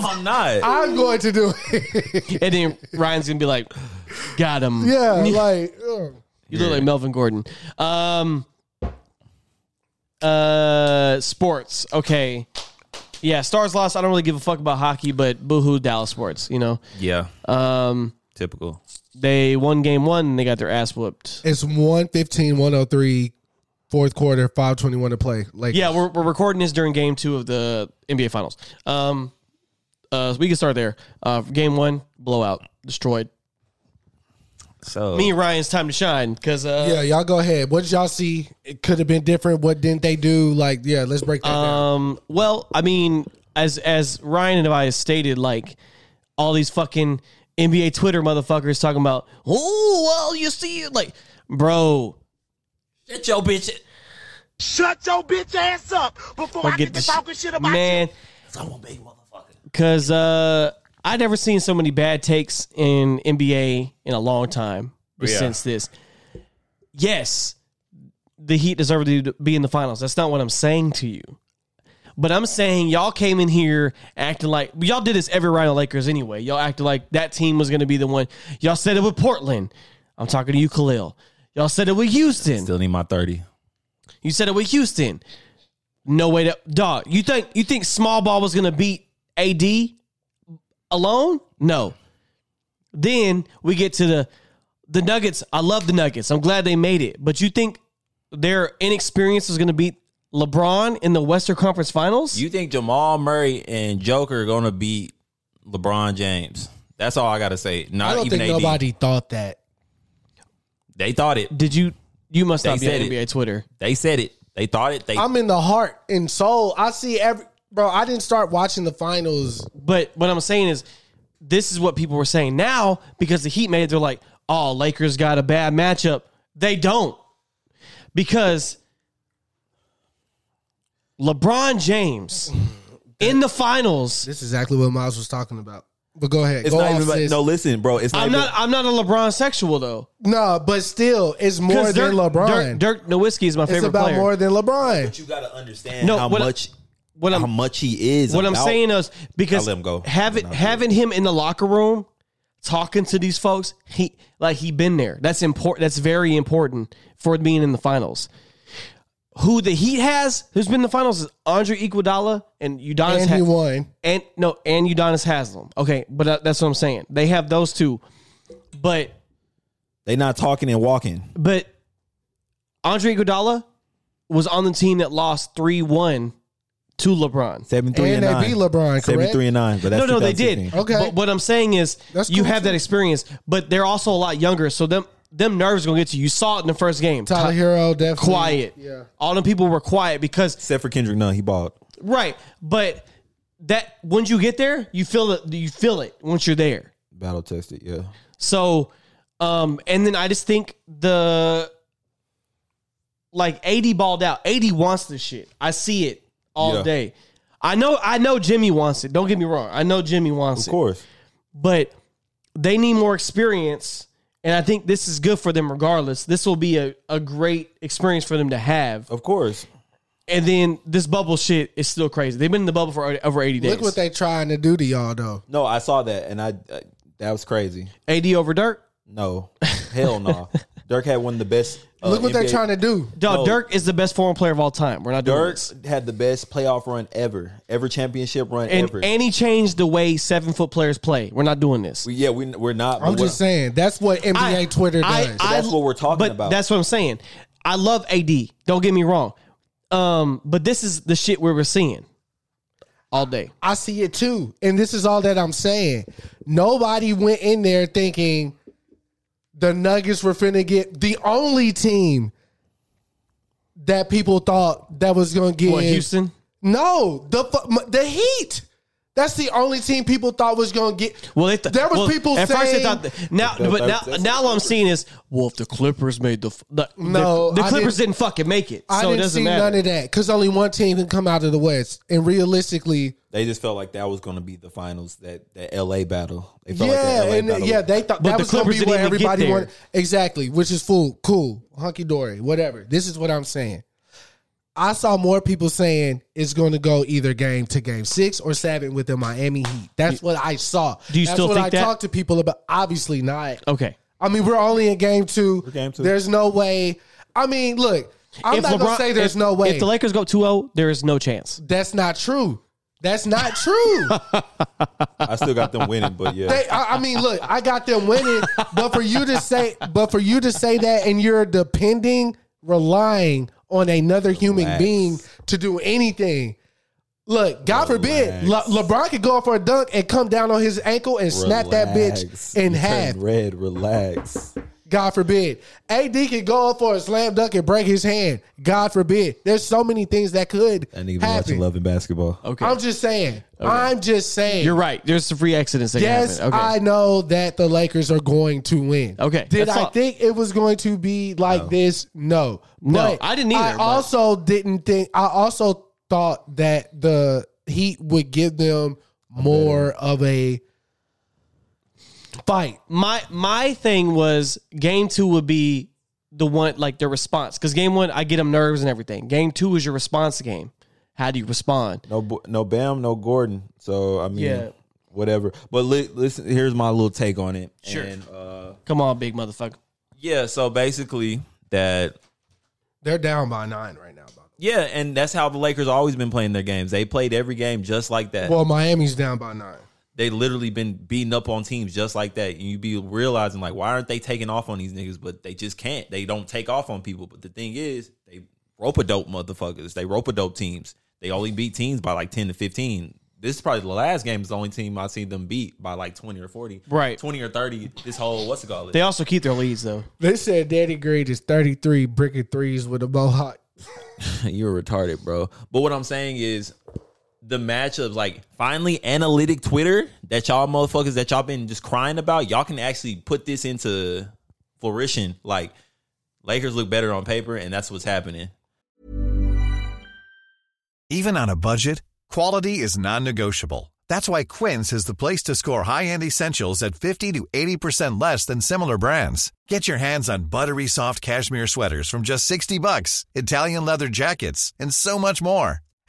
Speaker 4: I'm not.
Speaker 2: I'm going to do it.
Speaker 1: and then Ryan's gonna be like, "Got him."
Speaker 2: yeah, like ugh.
Speaker 1: you look like Melvin Gordon. Um, uh, sports. Okay, yeah, Stars lost. I don't really give a fuck about hockey, but boohoo, Dallas sports. You know,
Speaker 4: yeah,
Speaker 1: um,
Speaker 4: typical.
Speaker 1: they won game one and they got their ass whooped.
Speaker 2: it's 115, 103, fourth quarter, 521 to play. Like
Speaker 1: Yeah, we're, we're recording this during game two of the NBA Finals. Um, uh, so we can start there. Uh, game one, blowout, destroyed.
Speaker 4: So
Speaker 1: Me and Ryan's time to shine because uh,
Speaker 2: yeah, y'all go ahead. What did y'all see? It could have been different. What didn't they do? Like, yeah, let's break that down.
Speaker 1: um, well, I mean, as as Ryan and I stated, like all these fucking NBA Twitter motherfuckers talking about, oh well, you see, like, bro,
Speaker 4: get your bitch.
Speaker 6: Shut your bitch ass up before I
Speaker 1: Like,
Speaker 6: get to
Speaker 1: sh-
Speaker 6: talking shit about
Speaker 1: man. Cause uh, I never seen so many bad takes in NBA in a long time since this. Yes, the Heat deserve to be in the finals. That's not what I'm saying to you. But I'm saying y'all came in here acting like y'all did this every round of Lakers anyway. Y'all acted like that team was going to be the one. Y'all said it with Portland. I'm talking to you, Khalil. Y'all said it with Houston.
Speaker 4: Still need my thirty.
Speaker 1: You said it with Houston. No way to dog. You think you think small ball was gonna beat AD alone? No. Then we get to the the Nuggets. I love the Nuggets. I'm glad they made it. But you think their inexperience is gonna beat LeBron in the Western Conference Finals?
Speaker 4: You think Jamal Murray and Joker are gonna beat LeBron James? That's all I gotta say. Not
Speaker 2: I don't
Speaker 4: even
Speaker 2: think
Speaker 4: AD.
Speaker 2: nobody thought that.
Speaker 4: They thought it.
Speaker 1: Did you? You must
Speaker 4: They
Speaker 1: not be on
Speaker 4: said it.
Speaker 1: NBA Twitter.
Speaker 4: They said it. They thought it. They
Speaker 2: I'm in the heart and soul. I see every bro. I didn't start watching the finals.
Speaker 1: But what I'm saying is, this is what people were saying now because the Heat made it. They're like, oh, Lakers got a bad matchup. They don't because LeBron James in the finals.
Speaker 2: This is exactly what Miles was talking about. But go ahead.
Speaker 4: it's
Speaker 2: go
Speaker 4: not
Speaker 2: off,
Speaker 4: even about,
Speaker 2: sis.
Speaker 4: no. Listen, bro. It's not.
Speaker 1: I'm
Speaker 4: even,
Speaker 1: not. I'm not a LeBron sexual though.
Speaker 2: no, but still, it's more
Speaker 1: Because
Speaker 2: than LeBron.
Speaker 1: Dirk, Dirk Nowitzki is my
Speaker 2: it's
Speaker 1: favorite
Speaker 2: about
Speaker 1: player.
Speaker 2: more than LeBron.
Speaker 4: But you gotta understand
Speaker 1: No,
Speaker 4: how
Speaker 1: what I-
Speaker 4: much
Speaker 1: what
Speaker 4: how
Speaker 1: I'm
Speaker 4: much he is.
Speaker 1: what I'm
Speaker 4: about-
Speaker 1: saying is because
Speaker 4: I'll let him go.
Speaker 1: having
Speaker 4: I'll
Speaker 1: having him in the locker room talking to these folks, he like he been there. That's important. That's very important for being in the finals. Who the Heat has? Who's been in the finals is Andre Iguodala and Udonis.
Speaker 2: And
Speaker 1: Ha-
Speaker 2: he won.
Speaker 1: and no, and Udonis Haslam. Okay, but that- that's what I'm saying. They have those two, but
Speaker 4: they not talking and walking.
Speaker 1: but Andre Iguodala was on the team that lost three one to LeBron.
Speaker 4: Seven three
Speaker 2: And
Speaker 4: and,
Speaker 2: they
Speaker 4: nine.
Speaker 2: beat LeBron,
Speaker 4: Seven
Speaker 2: correct?
Speaker 4: three and nine. But that's
Speaker 1: no, no, they
Speaker 4: 2016.
Speaker 1: did.
Speaker 2: Okay.
Speaker 1: But what I'm saying is,
Speaker 2: That's
Speaker 1: you
Speaker 2: cool,
Speaker 1: have that
Speaker 2: too.
Speaker 1: experience, but they're also a lot younger. So them them nerves gonna get you. You saw it in the first game.
Speaker 2: Tyler
Speaker 1: Ty-
Speaker 2: Hero definitely
Speaker 1: quiet.
Speaker 2: Yeah.
Speaker 1: All them people were quiet because
Speaker 4: Except for Kendrick Nunn, he balled.
Speaker 1: right, but that once you get there, you feel it. You feel it once you're there.
Speaker 4: Battle tested. Yeah.
Speaker 1: So, um, and then I just think the like AD balled out. AD wants this shit. I see it all
Speaker 4: Yeah.
Speaker 1: day. I know. I know Jimmy wants it. Don't get me wrong. I know Jimmy wants
Speaker 4: Of
Speaker 1: it.
Speaker 4: course.
Speaker 1: but they need more experience. And I think this is good for them regardless. This will be a, a great experience for them to have.
Speaker 4: Of course.
Speaker 1: And then this bubble shit is still crazy. They've been in the bubble for over 80 days.
Speaker 2: Look what they trying to do to y'all though.
Speaker 4: No, I saw that and I, I that was crazy.
Speaker 1: AD over Dirk.
Speaker 4: No. Hell no. Dirk had one of the best uh,
Speaker 2: Look what they
Speaker 4: NBA
Speaker 2: trying to do.
Speaker 1: Dog,
Speaker 4: No.
Speaker 1: Dirk is the best foreign player of all time. We're not doing
Speaker 4: Dirk
Speaker 1: this.
Speaker 4: had the best playoff run ever. Ever championship run
Speaker 1: And,
Speaker 4: ever.
Speaker 1: and he changed the way seven foot players play. We're not doing this.
Speaker 4: We- yeah, we we're not
Speaker 2: I'm
Speaker 4: but we're-
Speaker 2: just saying that's what NBA
Speaker 1: I-
Speaker 2: Twitter
Speaker 1: I-
Speaker 2: does.
Speaker 1: I-
Speaker 4: that's what we're talking
Speaker 1: but
Speaker 4: about.
Speaker 1: That's what I'm saying. I love AD. Don't get me wrong. Um, but this is the shit we were seeing all day.
Speaker 2: I see it too. And this is all that I'm saying. Nobody went in there thinking the Nuggets were finna get the only team that people thought that was gonna get
Speaker 1: What, Houston?
Speaker 2: No, the fu- the Heat. That's the only team people thought was gonna get.
Speaker 1: Well, they th-
Speaker 2: there was
Speaker 1: well,
Speaker 2: people
Speaker 1: at
Speaker 2: saying
Speaker 1: first they thought that, now,
Speaker 4: That-
Speaker 1: but
Speaker 4: that-
Speaker 1: now,
Speaker 4: that's-
Speaker 1: now all I'm seeing is, well, if the Clippers made the f- the,
Speaker 2: No,
Speaker 1: the, the
Speaker 2: I
Speaker 1: Clippers
Speaker 2: didn't-
Speaker 1: didn't, fucking make it,
Speaker 2: I
Speaker 1: so it
Speaker 2: didn't
Speaker 1: doesn't
Speaker 2: see
Speaker 1: matter.
Speaker 2: none of that because only one team can come out of the West, and realistically,
Speaker 4: they just felt like that was going to be the finals that that LA battle. They felt like
Speaker 2: yeah,
Speaker 4: that LA
Speaker 2: and uh,
Speaker 4: battle.
Speaker 2: yeah, they thought that
Speaker 1: But the
Speaker 2: was going to
Speaker 1: Clippers
Speaker 2: be
Speaker 1: didn't
Speaker 2: where
Speaker 1: even get
Speaker 2: everybody
Speaker 1: there.
Speaker 2: wanted. Exactly, which is fool, cool, hunky dory, whatever. This is what I'm saying. I saw more people saying it's going to go either game to game six or seven with the Miami Heat. That's what I saw.
Speaker 1: Do you
Speaker 2: That's
Speaker 1: still
Speaker 2: what
Speaker 1: think
Speaker 2: I
Speaker 1: that? Oh.
Speaker 2: talked to people about? Obviously not.
Speaker 1: Okay,
Speaker 2: I mean, we're only in game 2
Speaker 4: game two.
Speaker 2: There's no way. I mean, look, I'm not going to say there's
Speaker 1: if-
Speaker 2: no way.
Speaker 1: If the Lakers go 2-0, there is no chance.
Speaker 2: That's not true. That's not true.
Speaker 4: I still got them winning, but yeah.
Speaker 2: They, I, I mean, look, I got them winning, but for you to say, but for you to say that, and you're depending, relying on another human
Speaker 4: Relax.
Speaker 2: being to do anything. Look, God forbid, Le- LeBron could go for a dunk and come down on his ankle and snap that bitch
Speaker 4: Relax.
Speaker 2: in
Speaker 4: You
Speaker 2: half.
Speaker 4: turned Red, relax.
Speaker 2: God forbid. AD could go up for a slam dunk and break his hand. God forbid. There's so many things that could
Speaker 4: That nigga been watching
Speaker 2: happen.
Speaker 4: Love and Basketball.
Speaker 1: Okay.
Speaker 2: I'm just saying. I'm just saying.
Speaker 1: You're right. There's some free accidents that can
Speaker 2: Yes,
Speaker 1: happen. Okay.
Speaker 2: I know that the Lakers are going to win.
Speaker 1: Okay,
Speaker 2: Did
Speaker 1: that's
Speaker 2: I
Speaker 1: all.
Speaker 2: think it was going to be like this? No.
Speaker 1: No, I didn't either,
Speaker 2: I
Speaker 1: but-
Speaker 2: also didn't think I also thought that the Heat would give them more of a fight.
Speaker 1: my my thing was game two would be the one like their response because game one I get them nerves and everything. Game two is your response game. How do you respond?
Speaker 4: No, Bo- no Bam, no Gordon. So I mean,
Speaker 1: Yeah.
Speaker 4: whatever. But li- listen, here's my little take on it.
Speaker 1: Sure.
Speaker 4: And, uh,
Speaker 1: Come on, big motherfucker.
Speaker 4: yeah. So basically, that
Speaker 2: They're down by nine right now. By
Speaker 4: yeah, and that's how the Lakers always been playing their games. They played every game just like that.
Speaker 2: the way. Well, Miami's down by nine.
Speaker 4: they literally been beating up on teams just like that. And you be realizing like, why aren't they taking off on these niggas? But they just can't. They don't take off on people. But the thing is, they rope a dope motherfuckers. They rope a dope teams. They only beat teams by like ten to fifteen. This is probably the last game is the only team I've seen them beat by like twenty or forty.
Speaker 1: Right.
Speaker 4: Twenty or thirty this whole what's it called?
Speaker 1: They also keep their leads though.
Speaker 2: They said Daddy Green is 33 bricking threes with a mohawk.
Speaker 4: You're retarded, bro. But what I'm saying is the matchups, like finally analytic Twitter that y'all motherfuckers that y'all been just crying about, y'all can actually put this into fruition. Like Lakers look better on paper, and that's what's happening.
Speaker 7: Even on a budget, quality is non-negotiable. That's why Quince is the place to score high-end essentials at 50 to 80% less than similar brands. Get your hands on buttery soft cashmere sweaters from just 60 bucks, Italian leather jackets, and so much more.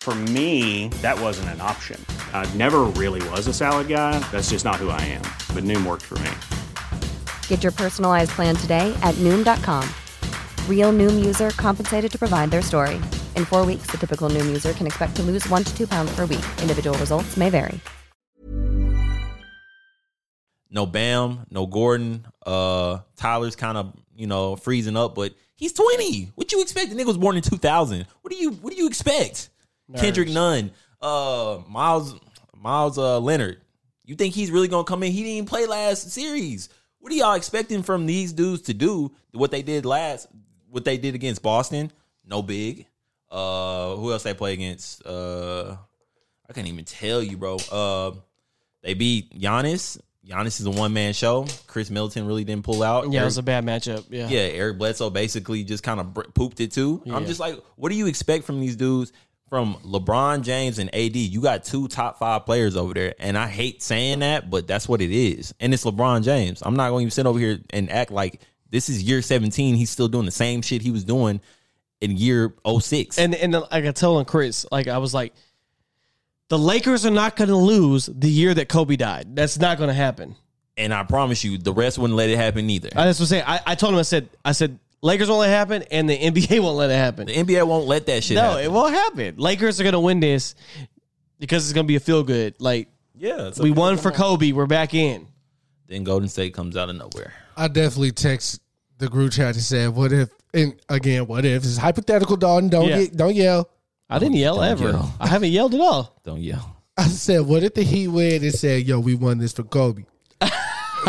Speaker 8: For me, that wasn't an option. I never really was a salad guy. That's just not who I am. But Noom worked for me.
Speaker 9: Get your personalized plan today at Noom.com. Real Noom user compensated to provide their story. In four weeks, the typical Noom user can expect to lose one to two pounds per week. Individual results may vary.
Speaker 4: No Bam, no Gordon. Uh Tyler's kind of, you know, freezing up, but he's 20. What you expect? The nigga was born in 2000. What do you what do you expect? Kendrick Nunn, uh Miles Miles uh Leonard. You think he's really going to come in? He didn't even play last series. What are y'all expecting from these dudes to do what they did last what they did against Boston? No big. Uh who else they play against? Uh I can't even tell you, bro. Uh they beat Giannis. Giannis is a one man show. Chris Middleton really didn't pull out.
Speaker 1: Yeah, it
Speaker 4: Eric-
Speaker 1: was a bad matchup. Yeah.
Speaker 4: yeah, Eric Bledsoe basically just kind of br- pooped it too. I'm
Speaker 1: Yeah.
Speaker 4: just like, what do you expect from these dudes? From LeBron James and AD, you got two top five players over there, and I hate saying that, but that's what it is. And it's LeBron James. I'm not going to even sit over here and act like this is year 17. He's still doing the same shit he was doing in year 06.
Speaker 1: And and like I telling Chris, like I was like, the Lakers are not going to lose the year that Kobe died. That's not going to happen.
Speaker 4: and I promise you, the rest wouldn't let it happen either.
Speaker 1: I, that's what I'm saying. I, I told him. I said. I said Lakers won't let it happen, and the NBA won't let it happen.
Speaker 4: the NBA won't let that shit
Speaker 1: no,
Speaker 4: happen.
Speaker 1: it won't happen. Lakers are going to win this because it's going to be a feel good. Like
Speaker 4: yeah, so
Speaker 1: we won for Kobe. We're back in.
Speaker 4: then Golden State comes out of nowhere.
Speaker 2: I definitely text the group chat and said, "What if?" And again, what if? It's hypothetical, Don. Don't
Speaker 1: Yeah.
Speaker 2: get, don't yell.
Speaker 1: I didn't yell
Speaker 4: don't
Speaker 1: ever.
Speaker 4: yell.
Speaker 1: I haven't yelled at all.
Speaker 4: Don't yell.
Speaker 2: I said, "What if the Heat win?" And said, "Yo, we won this for Kobe."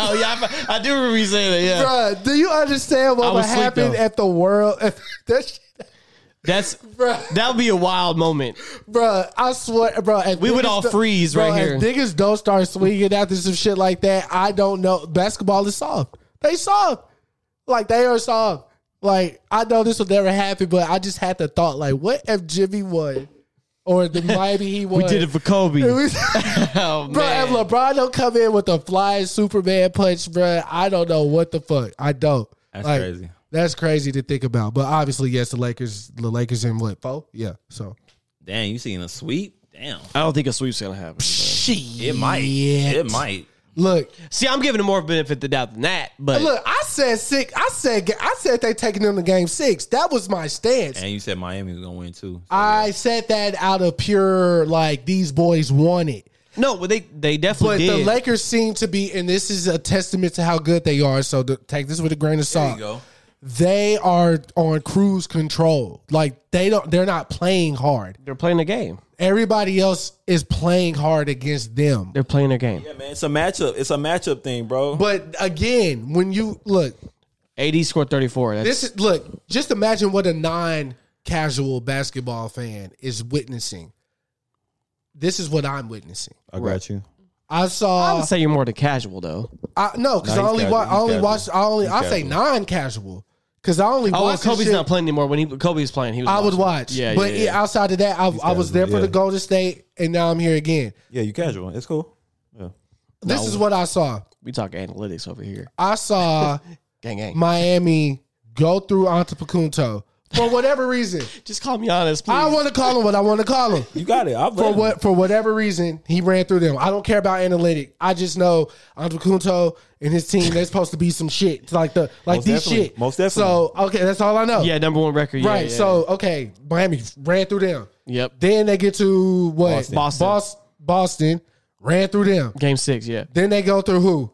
Speaker 1: Oh yeah, I, I do remember you saying that. Yeah,
Speaker 2: Bruh, do you understand
Speaker 1: I
Speaker 2: what would
Speaker 1: was asleep,
Speaker 2: happen
Speaker 1: though.
Speaker 2: if the world? If that shit,
Speaker 1: that's
Speaker 2: Bruh.
Speaker 1: that would be a wild moment.
Speaker 2: bruh, I swear, bro.
Speaker 1: We would all freeze right
Speaker 2: If niggas don't start swinging after some shit like that, I don't know. Basketball is soft. They soft. Like they are soft. Like I know this will never happen, but I just had the thought, like, what if Jimmy won, or the Miami he won?
Speaker 1: We did it for Kobe.
Speaker 2: It was-
Speaker 1: Oh,
Speaker 2: bro,
Speaker 1: man.
Speaker 2: if LeBron don't come in with a flying Superman punch, bro, I don't know what the fuck. I don't.
Speaker 4: That's crazy.
Speaker 2: That's crazy to think about. But obviously, yes, the Lakers, the Lakers in what four? Yeah. So
Speaker 4: Damn, you seen a sweep? Damn.
Speaker 1: I don't think a sweep's gonna happen. but-
Speaker 4: It might. It might.
Speaker 2: look,
Speaker 1: See, I'm giving him more benefit of the doubt than that, but
Speaker 2: look. I said six. I said I said they taking them to game six. That was my stance.
Speaker 4: And you said Miami was gonna win too.
Speaker 2: I said that out of pure like these boys want it.
Speaker 1: No, but they they definitely
Speaker 2: But the
Speaker 1: did.
Speaker 2: Lakers seem to be, and this is a testament to how good they are. So to, take this with a grain of
Speaker 4: There
Speaker 2: salt.
Speaker 4: you go.
Speaker 2: They are on cruise control. Like they don't. They're not playing hard.
Speaker 1: They're playing the game.
Speaker 2: Everybody else is playing hard against them.
Speaker 1: They're playing their game.
Speaker 4: Yeah, man. It's a matchup. It's a matchup thing, bro.
Speaker 2: But again, when you look,
Speaker 1: AD scored 34. That's,
Speaker 2: this is look. Just imagine what a non-casual basketball fan is witnessing. This is what I'm witnessing.
Speaker 4: I got you.
Speaker 2: I
Speaker 1: I
Speaker 2: saw.
Speaker 1: would say you're more to casual though.
Speaker 2: I, no, because
Speaker 4: No,
Speaker 2: I
Speaker 4: he's
Speaker 2: only
Speaker 4: casual.
Speaker 2: wa- I
Speaker 4: He's
Speaker 2: only
Speaker 4: casual.
Speaker 2: watched. I only.
Speaker 4: He's
Speaker 2: I say
Speaker 4: casual.
Speaker 2: non-casual because I only.
Speaker 1: Oh, well,
Speaker 2: watched this
Speaker 1: Kobe's
Speaker 2: shit-
Speaker 1: not playing anymore. When he Kobe was playing, he was.
Speaker 2: I would
Speaker 1: watching.
Speaker 2: watch.
Speaker 1: Yeah,
Speaker 2: but
Speaker 1: yeah, yeah.
Speaker 2: outside of that, I, I was there for
Speaker 4: yeah.
Speaker 2: the Golden State, and now I'm here again.
Speaker 4: Yeah, you casual. It's cool. Yeah.
Speaker 2: This is what I saw.
Speaker 1: we talk analytics over here.
Speaker 2: I saw
Speaker 1: Gang, gang.
Speaker 2: Miami go through Antetokounmpo for whatever reason.
Speaker 1: Just call me honest, please.
Speaker 2: I want to call him what I want to call him.
Speaker 4: You got it. I
Speaker 2: For what for whatever reason he ran through them. I don't care about analytic. I just know Antetokounmpo and his team. They're supposed to be some shit It's like the like
Speaker 4: Most
Speaker 2: these
Speaker 4: definitely.
Speaker 2: shit.
Speaker 4: Most definitely.
Speaker 2: So okay, that's all I know.
Speaker 1: yeah, number one record. Yeah,
Speaker 2: right.
Speaker 1: yeah,
Speaker 2: so okay, Miami ran through them.
Speaker 1: yep,
Speaker 2: Then they get to what
Speaker 4: Boston.
Speaker 2: Boston. Boston. Boston ran through them.
Speaker 1: game six. Yeah,
Speaker 2: Then they go through who?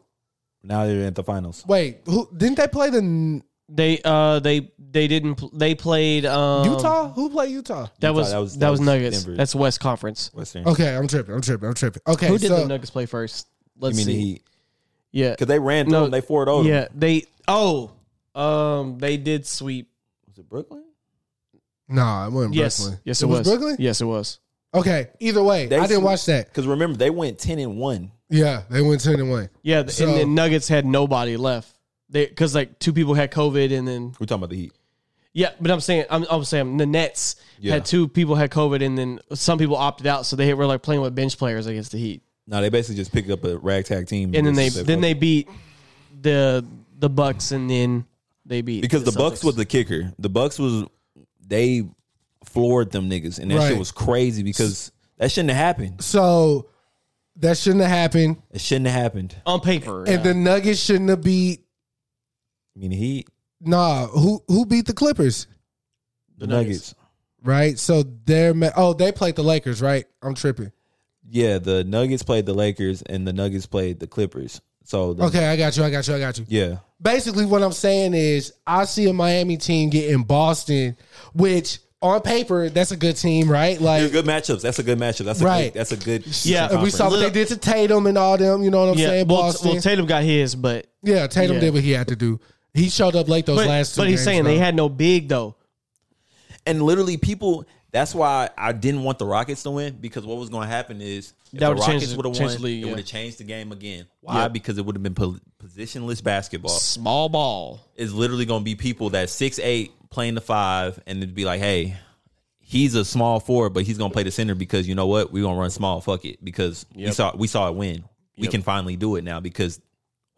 Speaker 4: Now they're at the finals.
Speaker 2: Wait, who didn't they play the N-
Speaker 1: they uh they they didn't pl- they played um,
Speaker 2: Utah? Who played Utah?
Speaker 1: That
Speaker 4: Utah,
Speaker 1: was that
Speaker 4: that
Speaker 1: was,
Speaker 4: was-
Speaker 1: that
Speaker 4: that
Speaker 1: was
Speaker 4: was
Speaker 1: Nuggets.
Speaker 4: Denver.
Speaker 1: That's West Conference.
Speaker 4: Western.
Speaker 2: Okay, I'm tripping. I'm tripping. I'm tripping. Okay,
Speaker 1: Who did
Speaker 2: so
Speaker 1: the Nuggets play first?
Speaker 4: You
Speaker 1: Let's
Speaker 4: mean the
Speaker 1: see.
Speaker 4: Heat?
Speaker 1: Yeah,
Speaker 4: Because they ran through
Speaker 1: No.
Speaker 4: them. They forward over.
Speaker 1: yeah, they oh um they did sweep.
Speaker 4: Was it Brooklyn?
Speaker 2: nah, it wasn't
Speaker 1: Yes,
Speaker 2: Brooklyn.
Speaker 1: yes, it, was.
Speaker 2: Brooklyn.
Speaker 1: Yes, it was.
Speaker 2: Okay, either way, I didn't watch that.
Speaker 4: Because remember, they went ten and one.
Speaker 2: Yeah, they went ten and one.
Speaker 1: Yeah, th-
Speaker 2: So-
Speaker 1: and then Nuggets had nobody left. They because like two people had COVID, and then
Speaker 4: We're talking about the Heat.
Speaker 1: yeah, but I'm saying I'm, I'm saying the Nets
Speaker 4: Yeah.
Speaker 1: had two people had COVID, and then some people opted out, so they were like playing with bench players against the Heat,
Speaker 4: No, they basically just picked up a ragtag team.
Speaker 1: and then they
Speaker 4: just-
Speaker 1: then they beat the the Bucks, and then they beat
Speaker 4: because the Bucks
Speaker 1: Celtics.
Speaker 4: was the kicker. The Bucks was they floored them niggas, and that
Speaker 2: Right.
Speaker 4: shit was crazy because that shouldn't have happened.
Speaker 2: So that shouldn't have happened,
Speaker 4: It shouldn't have happened.
Speaker 1: on paper, yeah.
Speaker 2: and the Nuggets shouldn't have beat.
Speaker 4: I mean, the Heat,
Speaker 2: Nah, who who beat the Clippers?
Speaker 4: the,
Speaker 1: The Nuggets.
Speaker 4: Nuggets.
Speaker 2: Right. So they're ma- oh they played the Lakers. Right. I'm tripping.
Speaker 4: Yeah, the Nuggets played the Lakers, and the Nuggets played the Clippers. So the,
Speaker 2: Okay, I got you. I got you. I got you.
Speaker 4: yeah,
Speaker 2: basically what I'm saying is I see a Miami team getting Boston, which on paper that's a good team, right?
Speaker 4: They're
Speaker 2: Like
Speaker 4: good matchups. That's a good matchup. That's a
Speaker 2: Right.
Speaker 4: good, that's a good
Speaker 1: Yeah.
Speaker 2: and we saw what they did to Tatum and all them. You know what I'm
Speaker 1: yeah,
Speaker 2: saying?
Speaker 1: well,
Speaker 2: Boston.
Speaker 1: well, Tatum got his, but
Speaker 2: yeah, Tatum
Speaker 1: yeah.
Speaker 2: did what he had to do. He showed up late those
Speaker 1: but,
Speaker 2: last two.
Speaker 1: but he's
Speaker 2: games,
Speaker 1: saying
Speaker 2: bro.
Speaker 1: they had no big though.
Speaker 4: and literally people. That's why I didn't want the Rockets to win because what was going to happen is if
Speaker 1: That
Speaker 4: the
Speaker 1: would've changed
Speaker 4: Rockets
Speaker 1: the-
Speaker 4: would have
Speaker 1: changed
Speaker 4: won,
Speaker 1: the league,
Speaker 4: it
Speaker 1: yeah.
Speaker 4: would have changed the game again. Why? Because it would have been po- positionless basketball.
Speaker 1: Small ball.
Speaker 4: It's literally going to be people that six eight playing the five, and it'd be like, hey, he's a small forward, but he's going to play the center because you know what? We're going to run small. Fuck it, because we
Speaker 1: Yep.
Speaker 4: saw we saw it win. We can finally do it now because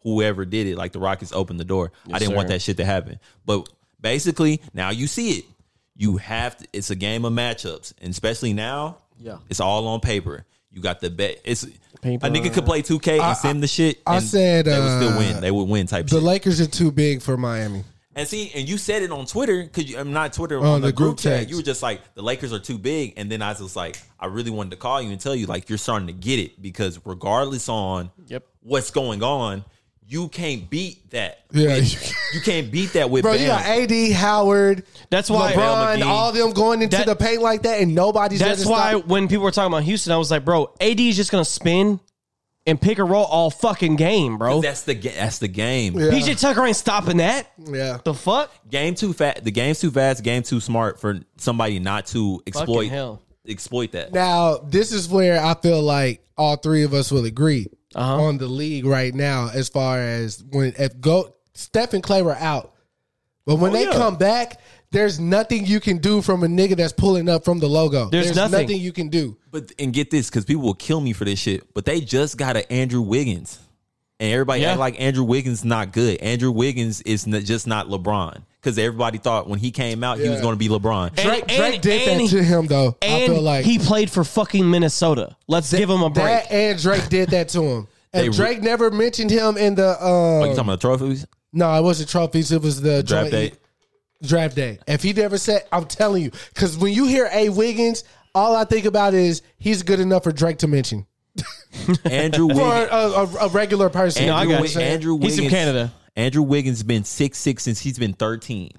Speaker 4: whoever did it, like the Rockets opened the door. I didn't want
Speaker 1: sir.
Speaker 4: that shit to happen. But basically, now you see it. You have to, it's a game of matchups, and especially now,
Speaker 1: Yeah.
Speaker 4: it's all on paper. You got the bet. It's
Speaker 1: Paper.
Speaker 4: a nigga could play two K and send the shit.
Speaker 2: I
Speaker 4: and
Speaker 2: said,
Speaker 4: they would
Speaker 2: uh,
Speaker 4: still win. They would win type
Speaker 2: the
Speaker 4: shit.
Speaker 2: Lakers are too big for Miami.
Speaker 4: And see, and you said it on Twitter because I'm not Twitter on,
Speaker 2: On
Speaker 4: the,
Speaker 2: the
Speaker 4: group,
Speaker 2: group
Speaker 4: chat.
Speaker 2: text.
Speaker 4: You were just like the Lakers are too big, and then I was like, I really wanted to call you and tell you like you're starting to get it because regardless on
Speaker 1: Yep.
Speaker 4: what's going on, you can't beat that.
Speaker 2: Yeah.
Speaker 4: With- you can't beat that with
Speaker 2: Bro,
Speaker 4: Bam.
Speaker 2: you got AD Howard.
Speaker 1: That's why-
Speaker 2: LeBron,
Speaker 4: Bell McGee.
Speaker 2: all them going into
Speaker 1: That-
Speaker 2: the paint like that, and nobody's
Speaker 1: That's
Speaker 2: there to
Speaker 1: why
Speaker 2: stop.
Speaker 1: when people were talking about Houston, I was like, bro, AD is just gonna spin and pick and roll all fucking game, bro.
Speaker 4: that's the ga- that's the game.
Speaker 1: PJ Tucker ain't stopping that.
Speaker 2: Yeah,
Speaker 1: The fuck?
Speaker 4: Game too fast. The game's too fast. Game too smart for somebody not to exploit
Speaker 1: hell.
Speaker 4: exploit that.
Speaker 2: Now, this is where I feel like all three of us will agree
Speaker 1: Uh-huh.
Speaker 2: on the league right now as far as when if go Steph and Clay were out. But
Speaker 1: Oh,
Speaker 2: when they
Speaker 4: yeah.
Speaker 2: come back, there's nothing you can do from a nigga that's pulling up from the logo.
Speaker 1: There's nothing.
Speaker 2: you can do.
Speaker 4: But and get this, because people will kill me for this shit. But they just got an Andrew Wiggins, and everybody
Speaker 1: Yeah.
Speaker 4: act like Andrew Wiggins not good. Andrew Wiggins is n- just not LeBron because everybody thought when he came out he was
Speaker 2: Yeah.
Speaker 4: going to be LeBron.
Speaker 1: And-
Speaker 2: Drake,
Speaker 1: and-
Speaker 2: Drake did
Speaker 1: and
Speaker 2: that
Speaker 1: he-
Speaker 2: to him though. I
Speaker 1: And
Speaker 2: feel like
Speaker 1: he played for fucking Minnesota. Let's give him a break.
Speaker 2: that and Drake did that to him.
Speaker 4: They
Speaker 2: And
Speaker 4: re-
Speaker 2: Drake never mentioned him in the
Speaker 4: Are
Speaker 2: um,
Speaker 4: you talking about trophies?
Speaker 2: No, it wasn't trophies. It was the
Speaker 4: Draft
Speaker 2: joint- E-
Speaker 4: day.
Speaker 2: Draft day. If he never said, I'm telling you, because when you hear A Wiggins, all I think about is he's good enough for Drake to mention.
Speaker 4: Andrew
Speaker 2: Or
Speaker 4: Wiggins.
Speaker 2: a, a, a regular person.
Speaker 4: Andrew,
Speaker 2: You know what I'm
Speaker 4: Wi-
Speaker 2: saying?
Speaker 4: Andrew Wiggins. Andrew Wiggins been six six since he's been thirteen,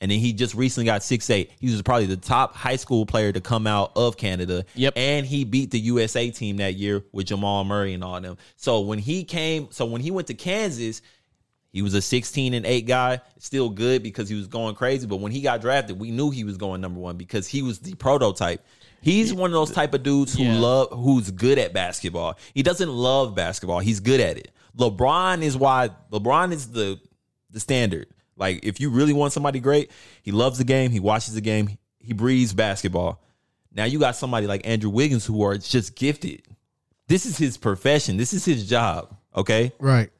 Speaker 4: and then he just recently got six eight. He was probably the top high school player to come out of Canada. Yep, and he beat the USA team that year with Jamal Murray and all them. So when he came, so when he went to Kansas. He was a 16 and 8 guy, still good because he was going crazy. But when he got drafted, we knew he was going number one because he was the prototype. He's one of those type of dudes who love who's good at basketball. He doesn't love basketball. He's good at it. LeBron is why LeBron is the the standard. Like if you really want somebody great, he loves the game, he watches the game, he breathes basketball. Now you got somebody like Andrew Wiggins who are just gifted. This is his profession. This is his job. Okay.
Speaker 2: Right.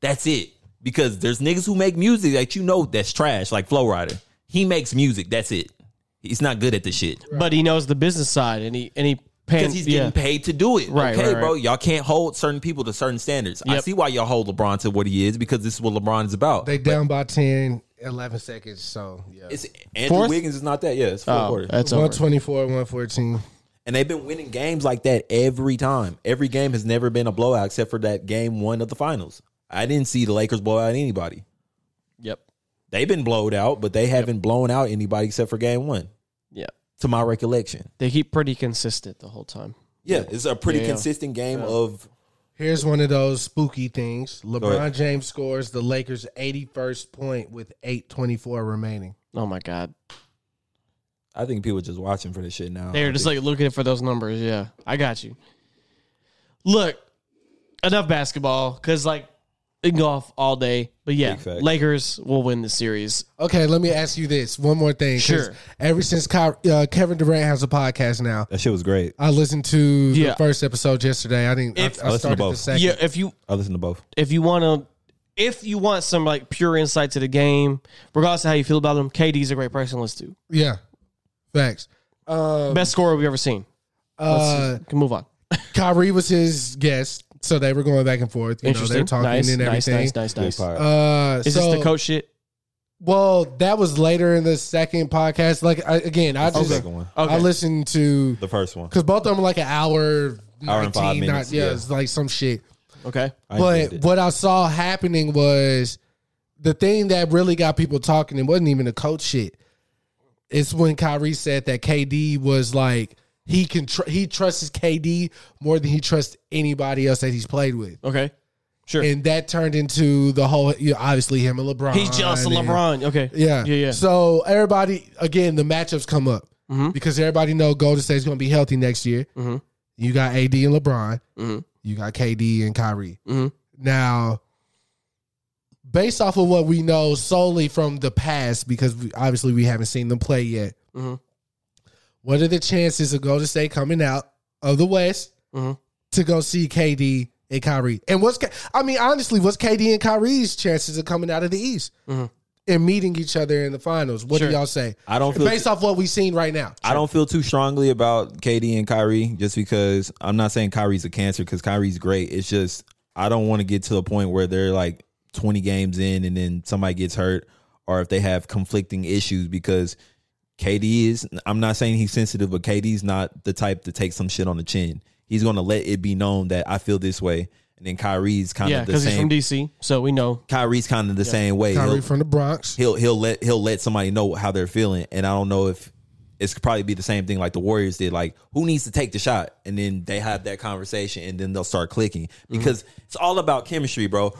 Speaker 4: That's it. Because there's niggas who make music that you know that's trash, like Flow Rider. He makes music. That's it. He's not good at the shit.
Speaker 1: But he knows the business side, and he and he pans,
Speaker 4: Because he's
Speaker 1: yeah.
Speaker 4: getting paid to do it.
Speaker 1: Right,
Speaker 4: okay,
Speaker 1: right, right.
Speaker 4: bro. Y'all can't hold certain people to certain standards. I see why y'all hold LeBron to what he is because this is what LeBron is about.
Speaker 2: They down by 10, 11 seconds. So, yeah.
Speaker 4: It's Andrew
Speaker 2: Fourth? Oh,
Speaker 4: Wiggins is not that. Yeah, it's fourth quarter.
Speaker 2: 124, 114.
Speaker 4: And they've been winning games like that every time. Every game has never been a blowout except for that game one of the finals. I didn't see the Lakers blow out anybody.
Speaker 1: Yep.
Speaker 4: They've been blowed out, but they haven't blown out anybody except for game one.
Speaker 1: Yeah.
Speaker 4: To my recollection.
Speaker 1: They keep pretty consistent the whole time.
Speaker 4: Yeah, it's a pretty consistent game of
Speaker 2: Here's one of those spooky things. LeBron
Speaker 4: ahead.
Speaker 2: James scores the Lakers' 81st point with 824 remaining.
Speaker 1: Oh my god.
Speaker 4: I think people just watching for this shit now.
Speaker 1: They're just like looking for those numbers. Yeah, I got you. Look, enough basketball because like it can go off all day. But yeah, Lakers will win the series.
Speaker 2: Okay, let me ask you this one more thing. 'cause
Speaker 1: Sure.
Speaker 2: Ever since Ky- uh, Kevin Durant has a podcast now,
Speaker 4: that shit was great.
Speaker 2: I listened to
Speaker 1: Yeah.
Speaker 2: the first episode yesterday. I didn't.
Speaker 1: If-
Speaker 2: I, I started the second.
Speaker 1: Yeah, if you
Speaker 4: I listen to both.
Speaker 1: if you want to, if you want some like pure insight to the game, regardless of how you feel about him, KD's a great person. Let's do
Speaker 2: Yeah. Facts. Um,
Speaker 1: best scorer we've ever seen.
Speaker 2: Uh,
Speaker 1: Let's just- can move on.
Speaker 2: Kyrie was his guest, so they were going back and forth. You know, they were
Speaker 1: Interesting.
Speaker 2: talking
Speaker 1: Nice,
Speaker 2: and
Speaker 1: nice,
Speaker 2: everything.
Speaker 1: nice, nice, nice.
Speaker 2: Uh,
Speaker 1: Is
Speaker 2: so,
Speaker 1: this the coach shit?
Speaker 2: Well, that was later in the second podcast. Like I, again, I
Speaker 4: It's the
Speaker 2: just
Speaker 4: Oh, second one.
Speaker 2: I
Speaker 4: Okay.
Speaker 2: listened to
Speaker 4: The first one.
Speaker 2: because both of them were like an hour,
Speaker 4: Hour and five
Speaker 2: 19,
Speaker 4: minutes,
Speaker 2: Not, yeah,
Speaker 4: yeah.
Speaker 2: it's like some shit.
Speaker 1: Okay,
Speaker 2: but what I saw happening was the thing that really got people talking. It wasn't even the coach shit. It's when Kyrie said that KD was like he can tr- he trusts KD more than he trusts anybody else that he's played with.
Speaker 1: Okay, sure.
Speaker 2: And that turned into the whole you know, obviously him and LeBron.
Speaker 1: He's jealous of
Speaker 2: and-
Speaker 1: LeBron. Okay,
Speaker 2: yeah.
Speaker 1: yeah, Mm-hmm. yeah.
Speaker 2: So everybody again, the matchups come up because everybody know Golden State's going to be healthy next year.
Speaker 1: Mm-hmm.
Speaker 2: You got AD and LeBron. You got KD and Kyrie.
Speaker 1: Mm-hmm.
Speaker 2: Now, based off of what we know solely from the past, because we, obviously we haven't seen them play yet.
Speaker 1: Mhm.
Speaker 2: What are the chances of Golden State coming out of the West
Speaker 1: Mm-hmm.
Speaker 2: to go see KD and Kyrie? And what's K- I mean, honestly, what's KD and Kyrie's chances of coming out of the East? and meeting each other in the finals. What
Speaker 4: Mm-hmm. Sure.
Speaker 2: do y'all say?
Speaker 4: I don't feel-
Speaker 2: based off what we've seen right now.
Speaker 4: I don't feel too strongly about KD and Kyrie just because I'm not saying Kyrie's a cancer because Kyrie's great. It's just I don't want to get to a point where they're like 20 games in and then somebody gets hurt or if they have conflicting issues because KD is I'm not saying he's sensitive, but KD's not the type to take some shit on the chin. He's gonna let it be known that I feel this way. And then Kyrie's kind
Speaker 1: yeah,
Speaker 4: of the
Speaker 1: because he's
Speaker 4: same
Speaker 1: from DC, so we know.
Speaker 4: Kyrie's kind of the same way.
Speaker 2: Kyrie
Speaker 4: He'll-
Speaker 2: from the Bronx.
Speaker 4: he'll he'll let he'll let somebody know how they're feeling. And I don't know if it's probably be the same thing like the Warriors did. Like who needs to take the shot, and then they have that conversation, and then they'll start clicking
Speaker 1: Mm-hmm.
Speaker 4: because it's all about chemistry, bro.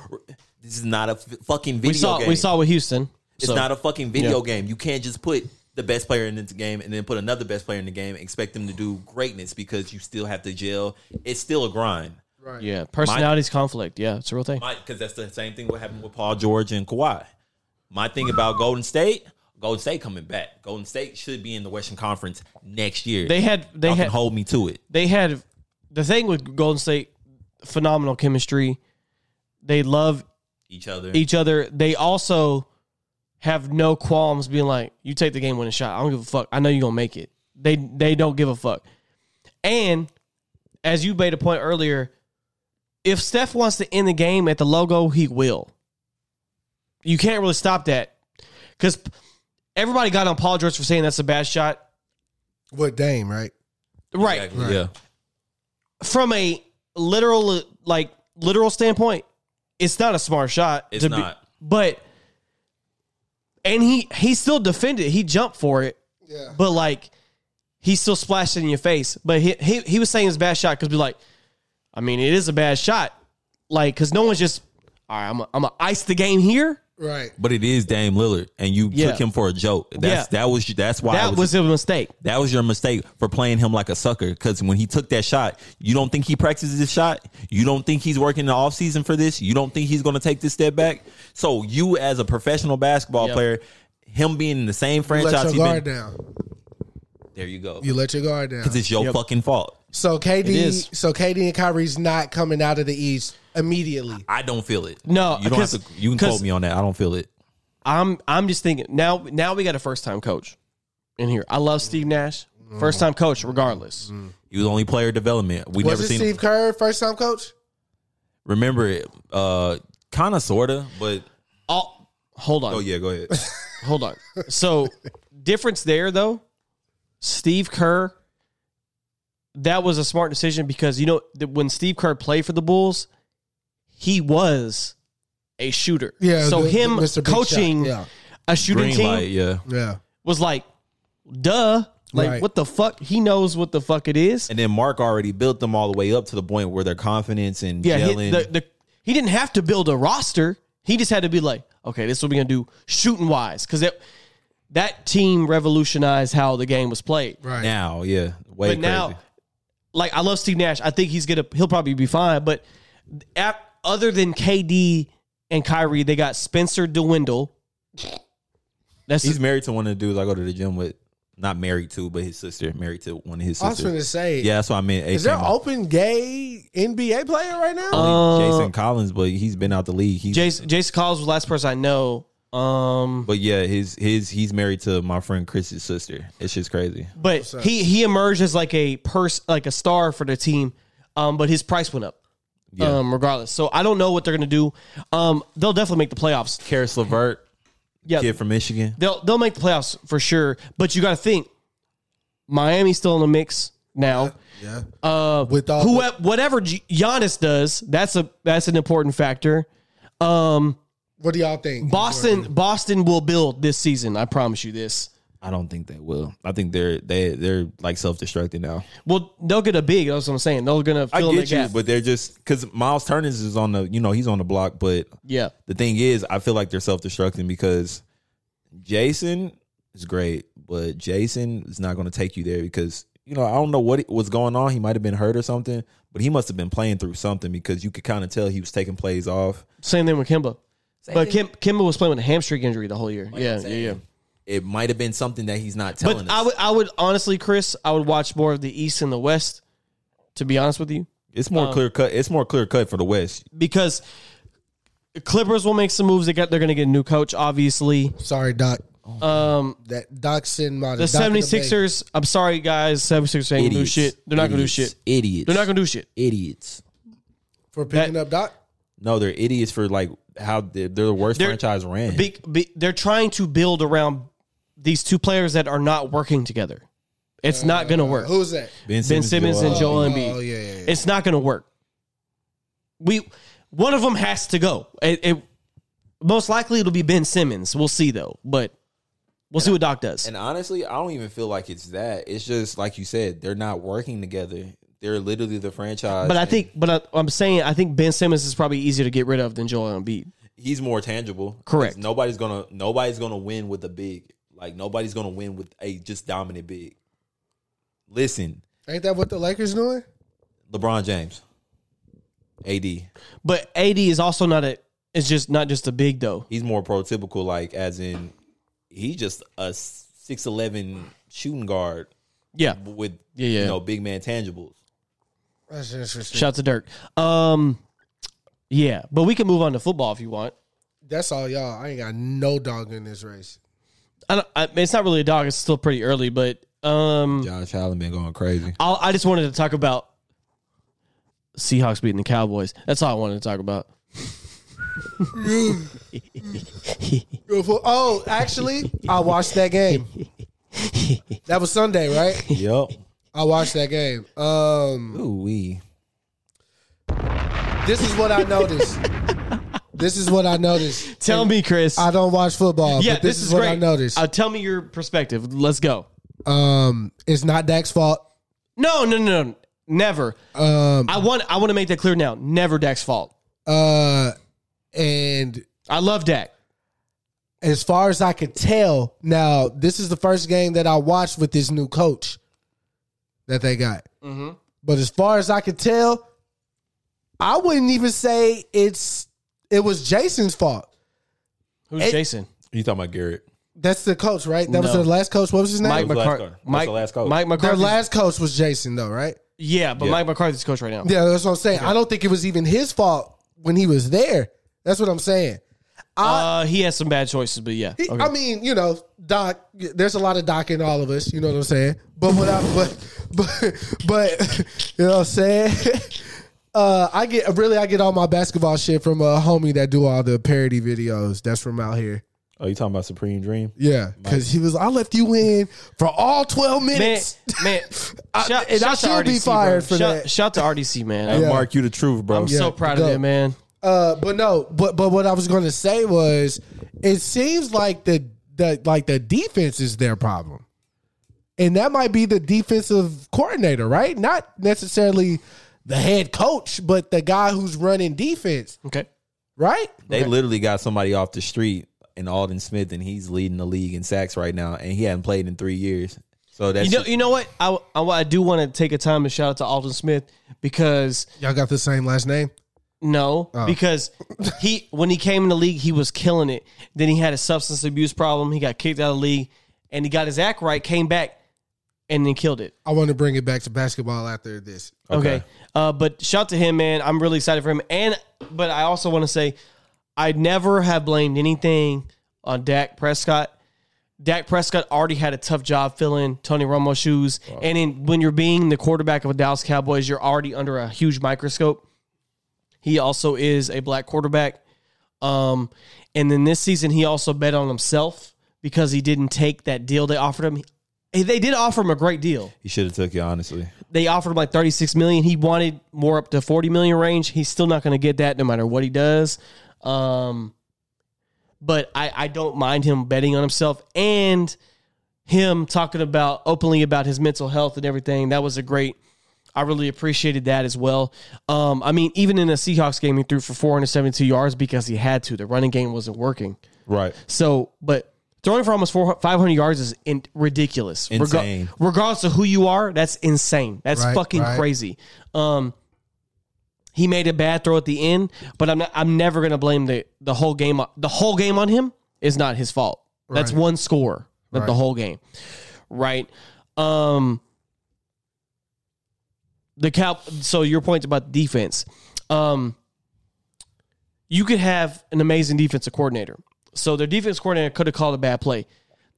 Speaker 4: This is not a f- fucking video
Speaker 1: we saw
Speaker 4: game.
Speaker 1: we saw with Houston.
Speaker 4: it's
Speaker 1: so-
Speaker 4: not a fucking video
Speaker 1: Yeah.
Speaker 4: game. You can't just put the best player in the game and then put another best player in the game and expect them to do greatness because you still have to gel. It's still a grind.
Speaker 2: Right.
Speaker 1: Yeah, personalities conflict. Yeah, it's a real thing.
Speaker 4: Because that's the same thing what happened with Paul George and Kawhi. My thing about Golden State, Golden State coming back. Golden State should be in the Western Conference next year.
Speaker 1: They had- they
Speaker 4: Y'all can
Speaker 1: had-
Speaker 4: hold me to it.
Speaker 1: they had the thing with Golden State, phenomenal chemistry. They love
Speaker 4: Each other.
Speaker 1: each other. They also have no qualms being like, "You take the game winning shot. I don't give a fuck. I know you're gonna make it." They they don't give a fuck. And as you made a point earlier, if Steph wants to end the game at the logo, he will. you can't really stop that because everybody got on Paul George for saying that's a bad shot.
Speaker 2: What Dame, right?
Speaker 1: Right.
Speaker 4: Yeah.
Speaker 1: From a literal, like literal standpoint, it's not a smart shot.
Speaker 4: It's not.
Speaker 1: but and he he still defended. He jumped for it. Yeah. But like he still splashed it in your face. But he he, he was saying it's a bad shot because be like, I mean, it is a bad shot. Like because no one's just all right. I'm a, I'm gonna ice the game here.
Speaker 2: Right.
Speaker 4: But it is Dame Lillard, and you
Speaker 1: Yeah.
Speaker 4: took him for a joke. That's
Speaker 1: Yeah.
Speaker 4: that was that's why I
Speaker 1: that was a mistake.
Speaker 4: that was your mistake for playing him like a sucker. Because when he took that shot, you don't think he practices this shot. You don't think he's working the offseason for this. You don't think he's going to take this step back. So you, as a professional basketball
Speaker 2: Yep.
Speaker 4: player, him being in the same
Speaker 2: You
Speaker 4: franchise,
Speaker 2: let
Speaker 4: he's
Speaker 2: your guard
Speaker 4: been,
Speaker 2: down.
Speaker 4: there you go.
Speaker 2: You let your guard down.
Speaker 4: Because it's your fucking fault.
Speaker 2: So
Speaker 4: It is.
Speaker 2: KD, so KD and Kyrie's not coming out of the East immediately.
Speaker 4: I don't feel it.
Speaker 1: No,
Speaker 4: you don't
Speaker 1: 'cause-
Speaker 4: have to. You can
Speaker 1: 'cause-
Speaker 4: quote me on that. I don't feel it.
Speaker 1: I'm I'm just thinking now. Now we got a first time coach in here. I love Steve Nash, first time coach, regardless.
Speaker 4: He was only player development. We
Speaker 2: was
Speaker 4: never
Speaker 2: it
Speaker 4: seen.
Speaker 2: Steve Kerr first time coach?
Speaker 4: Remember it? Uh, kind of, sorta, but
Speaker 1: All, hold on.
Speaker 4: Oh yeah, go ahead.
Speaker 1: Hold on. So difference there though, Steve Kerr. That was a smart decision because you know that when Steve Kerr played for the Bulls, he was a shooter.
Speaker 2: Yeah,
Speaker 1: So
Speaker 2: the- the
Speaker 1: him
Speaker 2: Mr. Big Shot,
Speaker 1: coaching
Speaker 2: yeah.
Speaker 1: a shooting
Speaker 4: Green
Speaker 1: team
Speaker 4: light, yeah.
Speaker 2: Yeah.
Speaker 1: was like, duh. Like
Speaker 4: Right.
Speaker 1: what the fuck? He knows what the fuck it is.
Speaker 4: And then Mark already built them all the way up to the point where their confidence and
Speaker 1: Yeah,
Speaker 4: gelling.
Speaker 1: he, the, the, he didn't have to build a roster. He just had to be like, okay, this is what we're gonna do shooting wise, because that that team revolutionized how the game was played.
Speaker 2: Right
Speaker 4: now, yeah, way
Speaker 1: but
Speaker 4: crazy.
Speaker 1: now, like I love Steve Nash. I think he's gonna he'll probably be fine. But at, other than KD and Kyrie, they got Spencer Dwindle. That's
Speaker 4: he's married to one of the dudes I go to the gym with. Not married to, but his sister married to one of his
Speaker 2: I was
Speaker 4: sisters.
Speaker 2: gonna say,
Speaker 4: yeah, that's what I meant.
Speaker 2: Is there open gay NBA player right now?
Speaker 4: Only Jason Collins, but he's been out the league. He's,
Speaker 1: Jason Jason Collins was the last person I know. Um,
Speaker 4: but yeah, his his he's married to my friend Chris's sister. It's just crazy.
Speaker 1: but he he emerged as like a pers- like a star for the team. Um, but his price went up. Um, regardless, so I don't know what they're gonna do. Um, they'll definitely make the playoffs.
Speaker 4: Karis LeVert,
Speaker 1: yeah,
Speaker 4: kid from Michigan.
Speaker 1: They'll they'll make the playoffs for sure. But you got to think, Miami's still in the mix now.
Speaker 2: Yeah.
Speaker 1: Uh,
Speaker 2: With all
Speaker 1: who whatever G- Giannis does, that's a that's an important factor. Um,
Speaker 2: What do y'all think?
Speaker 1: Boston Boston will build this season. I promise you this.
Speaker 4: I don't think they will. I think they're they they're like self destructing now.
Speaker 1: Well, they'll get a big. That's what I'm saying. They're gonna
Speaker 4: I
Speaker 1: fill in the
Speaker 4: get you,
Speaker 1: gap.
Speaker 4: but they're just because Miles Turners is on the you know he's on the block, but
Speaker 1: yeah,
Speaker 4: the thing is, I feel like they're self destructing because Jason is great, but Jason is not going to take you there because you know I don't know what was going on. He might have been hurt or something, but he must have been playing through something because you could kind of tell he was taking plays off.
Speaker 1: same thing with Kimba.
Speaker 4: Same
Speaker 1: but
Speaker 4: thing.
Speaker 1: Kim, Kimba was playing with a hamstring injury the whole year. yeah,
Speaker 4: I'm
Speaker 1: yeah,
Speaker 4: saying.
Speaker 1: yeah.
Speaker 4: It might have been something that he's not
Speaker 1: But
Speaker 4: telling us.
Speaker 1: I would, I would honestly, Chris, I would watch more of the East and the West. To be honest with you,
Speaker 4: it's more
Speaker 1: um,
Speaker 4: clear cut. It's more clear cut for the West.
Speaker 1: because Clippers will make some moves. They got they're going to get a new coach, obviously.
Speaker 2: Sorry, Doc.
Speaker 1: Um,
Speaker 2: That Doc Sin
Speaker 1: the 76ers, I'm sorry, guys. 76ers ain't going to do
Speaker 4: Idiots.
Speaker 1: shit. They're not going to do shit.
Speaker 4: Idiots.
Speaker 1: They're not going to do shit.
Speaker 4: Idiots.
Speaker 2: for picking up Doc.
Speaker 4: No, they're idiots for like how they're, they're the worst
Speaker 1: They're-
Speaker 4: franchise ran.
Speaker 1: Be, be, they're trying to build around these two players that are not working together. It's not going to work.
Speaker 2: Who's that?
Speaker 4: ben
Speaker 1: Ben Simmons and Joel
Speaker 2: Oh,
Speaker 1: Embiid.
Speaker 2: oh, yeah, yeah, yeah.
Speaker 1: It's not going to work. We one of them has to go. It, it- most likely it'll be Ben Simmons. We'll see though, but we'll see what Doc does.
Speaker 4: And honestly, I don't even feel like it's that. It's just like you said, they're not working together. They're literally the franchise.
Speaker 1: But I
Speaker 4: and
Speaker 1: think, but I, I'm saying, I think Ben Simmons is probably easier to get rid of than Joel Embiid.
Speaker 4: he's more tangible.
Speaker 1: Correct.
Speaker 4: 'Cause Nobody's gonna nobody's gonna win with a big. Like nobody's gonna win with a just dominant big. Listen,
Speaker 2: Ain't that what the Lakers doing?
Speaker 4: LeBron James, AD.
Speaker 1: But AD is also not a. It's just not just a big though.
Speaker 4: He's more prototypical. Like as in, he's just a six eleven shooting guard
Speaker 1: Yeah.
Speaker 4: with
Speaker 1: Yeah, yeah.
Speaker 4: you know big man tangibles.
Speaker 2: That's interesting.
Speaker 1: Shout to Dirk. Um, yeah. But we can move on to football if you want.
Speaker 2: That's all y'all. I ain't got no dog in this race.
Speaker 1: I don't. I, it's not really a dog. It's still pretty early, but um,
Speaker 4: Josh Allen been going crazy.
Speaker 1: I'll, I just wanted to talk about Seahawks beating the Cowboys. That's all I wanted to talk about.
Speaker 2: Beautiful. Oh, actually, I watched that game. That was Sunday, right?
Speaker 4: Yep.
Speaker 2: I watched that game. Um,
Speaker 4: Ooh wee.
Speaker 2: This is what I noticed. this is what I noticed.
Speaker 1: Tell me, Chris.
Speaker 2: I don't watch football.
Speaker 1: yeah,
Speaker 2: but this, is, what
Speaker 1: great.
Speaker 2: I noticed.
Speaker 1: Uh, tell me your perspective. Let's go.
Speaker 2: Um, it's not Dak's fault.
Speaker 1: No, no, no, no. never.
Speaker 2: Um,
Speaker 1: I want. I want to make that clear now. Never Dak's fault.
Speaker 2: Uh, and
Speaker 1: I love Dak.
Speaker 2: as far as I could tell, now this is the first game that I watched with this new coach that they got.
Speaker 1: Mm-hmm.
Speaker 2: But as far as I could tell, I wouldn't even say it's it was Jason's fault.
Speaker 1: Who's
Speaker 2: It-
Speaker 1: Jason?
Speaker 4: You talking about Garrett?
Speaker 2: That's the coach, right? That was
Speaker 1: No.
Speaker 2: their last coach. What was his name?
Speaker 1: Mike
Speaker 4: That was the last
Speaker 1: McCar-
Speaker 4: coach. That's
Speaker 1: Mike-
Speaker 4: the last coach.
Speaker 1: Mike
Speaker 2: their
Speaker 1: McCarthy.
Speaker 2: last coach was Jason, though, right?
Speaker 1: yeah, but
Speaker 4: Yeah.
Speaker 1: Mike McCarthy's coach right now.
Speaker 2: Yeah, that's what I'm saying. I don't think it was even his fault when he was there. That's what I'm saying. I
Speaker 1: uh, he has some bad choices, but yeah.
Speaker 2: He-
Speaker 1: Okay.
Speaker 2: I mean, you know, Doc. There's a lot of Doc in all of us. You know what I'm saying? But what I, but but but you know what I'm saying. Uh, I get really, I get all my basketball shit from a homie that do all the parody videos. That's from out here.
Speaker 4: Oh, you talking about Supreme Dream?
Speaker 2: Yeah, because he was, I left you in for all 12
Speaker 1: man,
Speaker 2: minutes.
Speaker 1: man.
Speaker 2: I-
Speaker 1: shout,
Speaker 2: and I
Speaker 1: shout to
Speaker 2: should be
Speaker 1: RDC,
Speaker 2: fired
Speaker 1: bro.
Speaker 2: for
Speaker 1: shout,
Speaker 2: that.
Speaker 1: Shout to RDC, man.
Speaker 4: Hey,
Speaker 2: Yeah.
Speaker 4: Mark, you the truth, bro.
Speaker 1: I'm so proud of
Speaker 2: dope.
Speaker 1: him, man.
Speaker 2: Uh, but no, but but what I was going to say was, it seems like the the like the defense is their problem, and that might be the defensive coordinator, right? Not necessarily the head coach, but the guy who's running defense,
Speaker 1: Okay.
Speaker 2: right?
Speaker 4: They literally got somebody off the street in Alden Smith, and he's leading the league in sacks right now, and he hadn't played in three years. So that's
Speaker 1: You know, you know what? I, I, I do want to take a time to shout out to Alden Smith because
Speaker 2: Y'all got the same last name.
Speaker 1: No,
Speaker 2: Oh.
Speaker 1: because he when he came in the league, he was killing it. Then he had a substance abuse problem. He got kicked out of the league, and he got his act right, came back, and then killed it.
Speaker 2: I want to bring it back to basketball after this.
Speaker 1: Okay,
Speaker 4: Okay.
Speaker 1: Uh, but shout out to him, man. I'm really excited for him. And but I also want to say, I never have blamed anything on Dak Prescott. Dak Prescott already had a tough job filling Tony Romo's shoes, and in, when you're being the quarterback of the Dallas Cowboys, you're already under a huge microscope. He also is a black quarterback. Um, and then this season, he also bet on himself because he didn't take that deal they offered him. Hey, They did offer him a great deal.
Speaker 4: he should have took you honestly.
Speaker 1: They offered him like 36 million. He wanted more up to 40 million range. He's still not going to get that no matter what he does. Um, but I, I don't mind him betting on himself and him talking about openly about his mental health and everything. That was a great. I really appreciated that as well. Um, I mean, even in the Seahawks game, he threw for 472 yards because he had to. The running game wasn't working.
Speaker 4: Right.
Speaker 1: So, but throwing for almost 400, 500 yards is in, ridiculous. Rega-
Speaker 4: Insane.
Speaker 1: regardless of who you are, that's insane. That's
Speaker 2: Right,
Speaker 1: fucking
Speaker 2: right.
Speaker 1: crazy. Um, he made a bad throw at the end, but I'm not, I'm never gonna blame the the whole game. The whole game on him is not his fault. That's
Speaker 2: Right.
Speaker 1: one score. That the
Speaker 2: Right.
Speaker 1: whole game, right? Um, the cow. So your point about defense. Um, you could have an amazing defensive coordinator. So their defense coordinator could have called a bad play.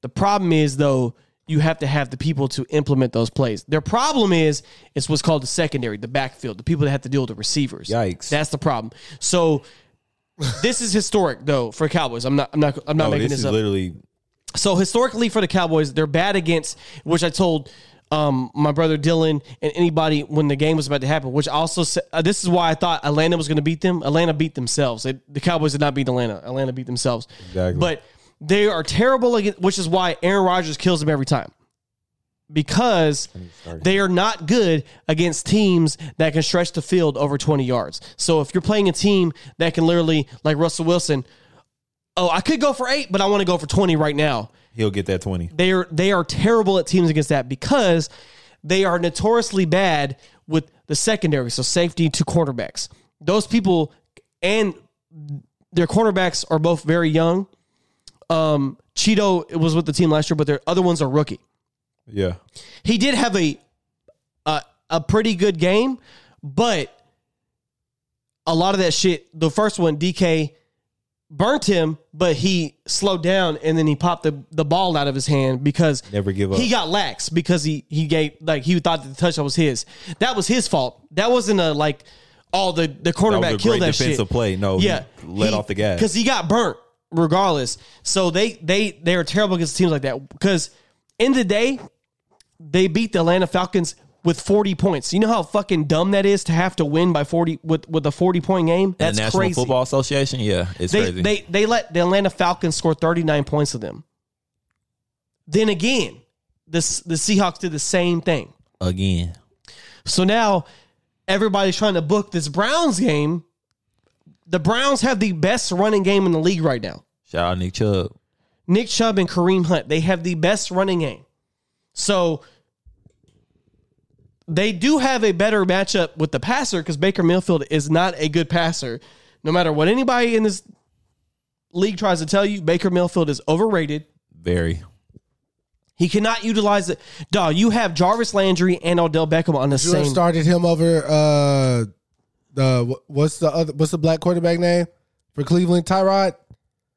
Speaker 1: The problem is though, you have to have the people to implement those plays. Their problem is it's what's called the secondary, the backfield, the people that have to deal with the receivers.
Speaker 4: Yikes.
Speaker 1: That's the problem. So this is historic though for Cowboys. I'm not I'm not I'm not
Speaker 4: No,
Speaker 1: making
Speaker 4: Oh, this
Speaker 1: this,
Speaker 4: is
Speaker 1: up.
Speaker 4: literally
Speaker 1: So historically for the Cowboys, they're bad against, which I told um, my brother Dylan and anybody when the game was about to happen. Which also sa- uh, this is why I thought Atlanta was going to beat them. Atlanta beat themselves. They, the Cowboys did not beat Atlanta. Atlanta beat themselves.
Speaker 4: Exactly.
Speaker 1: But they are terrible against, which is why Aaron Rodgers kills them every time because they are not good against teams that can stretch the field over 20 yards. So if you're playing a team that can literally, like Russell Wilson, oh, I could go for eight, but I want to go for 20 right now.
Speaker 4: he'll get that twenty.
Speaker 1: They are they are terrible at teams against that because they are notoriously bad with the secondary, so safety to cornerbacks. Those people and their cornerbacks are both very young. Um, Cheeto was with the team last year, but their other ones are rookie
Speaker 4: Yeah.
Speaker 1: he did have a a, a pretty good game, but a lot of that shit. The first one, DK burnt him, but he slowed down and then he popped the, the ball out of his hand because
Speaker 4: Never give up.
Speaker 1: he got lax because he he gave like he thought that the touchdown was his. That was his fault. That wasn't a like oh, the the quarterback
Speaker 4: That was a
Speaker 1: killed
Speaker 4: great
Speaker 1: that
Speaker 4: defensive
Speaker 1: shit.
Speaker 4: play. No, Oh, he
Speaker 1: yeah,
Speaker 4: let off the gas.
Speaker 1: because he got burnt regardless. So they they they are terrible against teams like that because in the day they beat the Atlanta Falcons with 40 points. You know how fucking dumb that is to have to win by 40 with with a 40 point game.
Speaker 4: The
Speaker 1: That's
Speaker 4: National
Speaker 1: crazy.
Speaker 4: Football Association. Yeah, it's
Speaker 1: they,
Speaker 4: crazy.
Speaker 1: They they let the Atlanta Falcons score 39 points to them. Then again, the the Seahawks did the same thing.
Speaker 4: Again,
Speaker 1: So now everybody's trying to book this Browns game. The Browns have the best running game in the league right now.
Speaker 4: shout out Nick Chubb.
Speaker 1: Nick Chubb and Kareem Hunt, they have the best running game. So they do have a better matchup with the passer because Baker Mayfield is not a good passer. No matter what anybody in this league tries to tell you, Baker Mayfield is overrated.
Speaker 4: Very.
Speaker 1: He cannot utilize it. Dog, you have Jarvis Landry and Odell Beckham on the
Speaker 2: You have
Speaker 1: same.
Speaker 2: started him over uh the wh- what's the other what's the black quarterback name for Cleveland? Tyrod.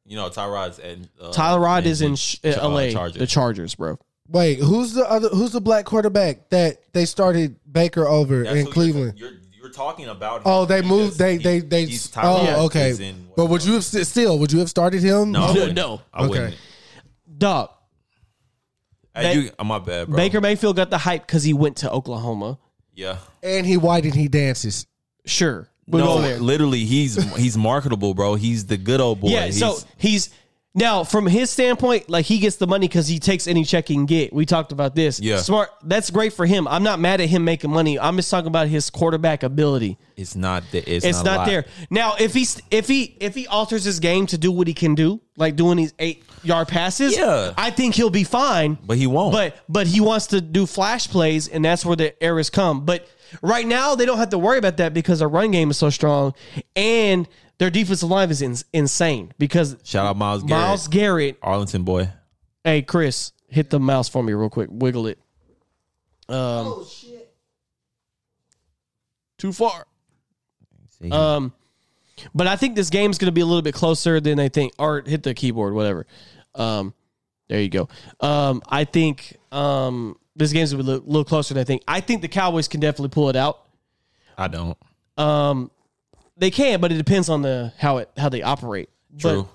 Speaker 4: You know, Tyrod's and uh,
Speaker 1: Tyler Rod is in
Speaker 4: and
Speaker 1: sh-
Speaker 4: Ch- uh,
Speaker 1: LA,
Speaker 4: Chargers.
Speaker 1: the Chargers, bro.
Speaker 2: Wait, who's the other? Who's the black quarterback that they started Baker over
Speaker 4: That's
Speaker 2: in
Speaker 4: who
Speaker 2: Cleveland?
Speaker 4: You're, you're you're talking about.
Speaker 2: Oh, they
Speaker 4: He
Speaker 2: moved.
Speaker 4: just-
Speaker 2: they
Speaker 4: he-
Speaker 2: they they.
Speaker 4: he's Tyler Rod.
Speaker 2: Oh,
Speaker 4: He's
Speaker 2: okay.
Speaker 4: in-
Speaker 2: But would you have st- still? Would you have started him?
Speaker 4: No,
Speaker 1: No,
Speaker 4: I wouldn't.
Speaker 1: no.
Speaker 4: I wouldn't.
Speaker 2: Okay.
Speaker 1: Dog,
Speaker 4: Hey,
Speaker 1: Ba-
Speaker 4: you- oh, my bad, bro.
Speaker 1: Baker Mayfield got the hype because he went to Oklahoma.
Speaker 4: Yeah.
Speaker 2: And he white and he dances.
Speaker 1: Sure. We'll
Speaker 4: No,
Speaker 1: go there.
Speaker 4: literally, he's he's marketable, bro. He's the good old boy.
Speaker 1: yeah,
Speaker 4: he's,
Speaker 1: so he's now from his standpoint, like he gets the money because he takes any check he can get. We talked about this.
Speaker 4: Yeah.
Speaker 1: Smart. That's great for him. I'm not mad at him making money. I'm just talking about his quarterback ability.
Speaker 4: it's not the, it's,
Speaker 1: It's,
Speaker 4: not,
Speaker 1: not,
Speaker 4: a lot.
Speaker 1: there. Now, if he's if he if he alters his game to do what he can do, like doing these eight yard passes,
Speaker 4: Yeah.
Speaker 1: I think he'll be fine.
Speaker 4: but he won't.
Speaker 1: But but he wants to do flash plays, and that's where the errors come. But right now, they don't have to worry about that because their run game is so strong, and their defensive line is in, insane. Because
Speaker 4: shout out Miles Garrett,
Speaker 1: Miles Garrett,
Speaker 4: Arlington boy.
Speaker 1: hey Chris, hit the mouse for me real quick, wiggle it. Um, Too far.
Speaker 4: See,
Speaker 1: Um, but I think this game's going to be a little bit closer than they think. Or hit the keyboard, whatever. Um, there you go. Um, I think um, this game's going to be a little, little closer than I think. I think the Cowboys can definitely pull it out.
Speaker 4: I don't.
Speaker 1: Um, they can, but it depends on the how it how they operate. But-
Speaker 4: True.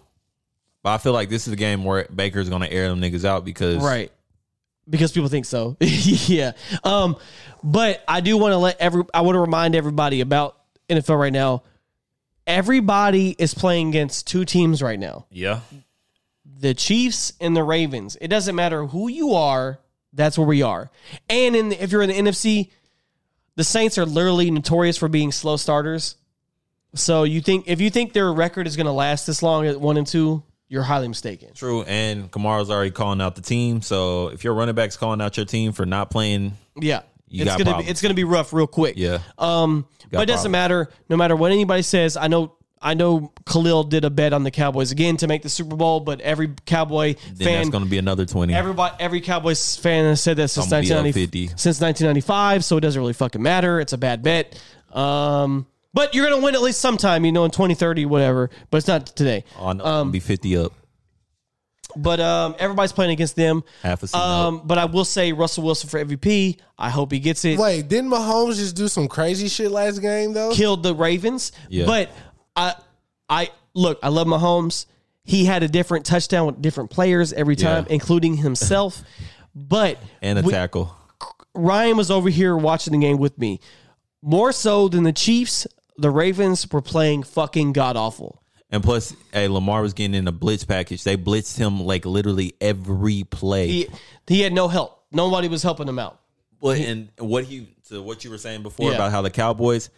Speaker 4: But, I feel like this is a game where Baker's gonna air them niggas out because
Speaker 1: right? Because people think so. yeah. Um, but I do want to let every I want to remind everybody about NFL right now. Everybody is playing against two teams right now.
Speaker 4: Yeah.
Speaker 1: the Chiefs and the Ravens. It doesn't matter who you are, that's where we are. And in the, if you're in the NFC, the Saints are literally notorious for being slow starters. So you think if you think their record is going to last this long at one and two, you're highly mistaken.
Speaker 4: True. And Kamara's already calling out the team. So if your running back's calling out your team for not playing,
Speaker 1: Yeah,
Speaker 4: You
Speaker 1: it's
Speaker 4: got
Speaker 1: gonna
Speaker 4: problems.
Speaker 1: be, it's gonna be rough real quick.
Speaker 4: yeah.
Speaker 1: Um, but it doesn't
Speaker 4: problems.
Speaker 1: matter. No matter what anybody says, I know. I know Khalil did a bet on the Cowboys again to make the Super Bowl, but every Cowboy
Speaker 4: Then
Speaker 1: fan
Speaker 4: that's gonna be another twenty.
Speaker 1: Everybody, every Cowboys fan has said that since
Speaker 4: I'm gonna be up
Speaker 1: 1990,
Speaker 4: 50.
Speaker 1: since 1995. So it doesn't really fucking matter. It's a bad bet. Um, but you're gonna win at least sometime, you know, in 2030, whatever. But it's not today.
Speaker 4: on
Speaker 1: Um,
Speaker 4: be fifty up.
Speaker 1: But um, everybody's playing against them.
Speaker 4: Half a season up.
Speaker 1: Um, but I will say Russell Wilson for MVP. I hope he gets it.
Speaker 2: Wait, didn't Mahomes just do some crazy shit last game though?
Speaker 1: Killed the Ravens.
Speaker 4: Yeah.
Speaker 1: But I, I look. I love Mahomes. He had a different touchdown with different players every time,
Speaker 4: Yeah.
Speaker 1: including himself. But
Speaker 4: And a
Speaker 1: we-
Speaker 4: tackle.
Speaker 1: Ryan was over here watching the game with me. More so than the Chiefs, the Ravens were playing fucking god awful.
Speaker 4: And plus, hey, Lamar was getting in a blitz package. They blitzed him like literally every play.
Speaker 1: He he had no help. Nobody was helping him out.
Speaker 4: Well, and what he to what you were saying before
Speaker 1: Yeah.
Speaker 4: about how the Cowboys,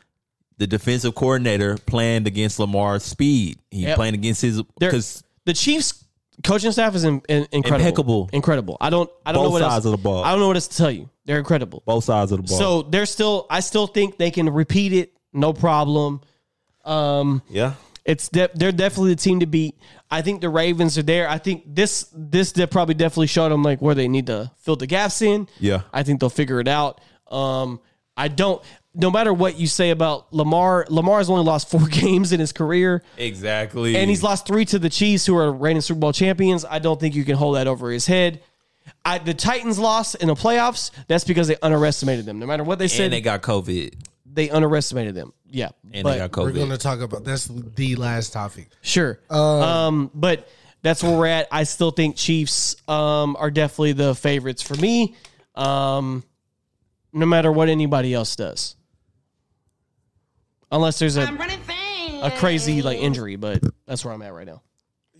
Speaker 4: the defensive coordinator planned against Lamar's speed. He
Speaker 1: Yep.
Speaker 4: playing against his
Speaker 1: They're-
Speaker 4: because
Speaker 1: The Chiefs coaching staff is in, in- incredible.
Speaker 4: Impeccable.
Speaker 1: Incredible. I don't I don't
Speaker 4: Both
Speaker 1: know what
Speaker 4: sides
Speaker 1: else,
Speaker 4: of the ball.
Speaker 1: I don't know what else to tell you. They're incredible.
Speaker 4: both sides of the ball.
Speaker 1: So they're still I still think they can repeat it, no problem. Um
Speaker 4: yeah,
Speaker 1: It's de- they're definitely the team to beat. I think the Ravens are there. I think this this de- probably definitely showed them like where they need to fill the gaps in.
Speaker 4: Yeah.
Speaker 1: I think they'll figure it out. Um, I don't. No matter what you say about Lamar, Lamar's only lost four games in his career,
Speaker 4: exactly.
Speaker 1: and he's lost three to the Chiefs, who are reigning Super Bowl champions. I don't think you can hold that over his head. I, the Titans lost in the playoffs. That's because they underestimated them. No matter what they said,
Speaker 4: and they got COVID.
Speaker 1: they underestimated them. Yeah,
Speaker 4: And
Speaker 1: but
Speaker 4: they got
Speaker 2: We're
Speaker 4: COVID.
Speaker 2: going to talk about that's the last topic.
Speaker 1: Sure. um, but that's where we're at. I still think Chiefs um, are definitely the favorites for me. Um, no matter what anybody else does, unless there's a a crazy like injury, but that's where I'm at right now.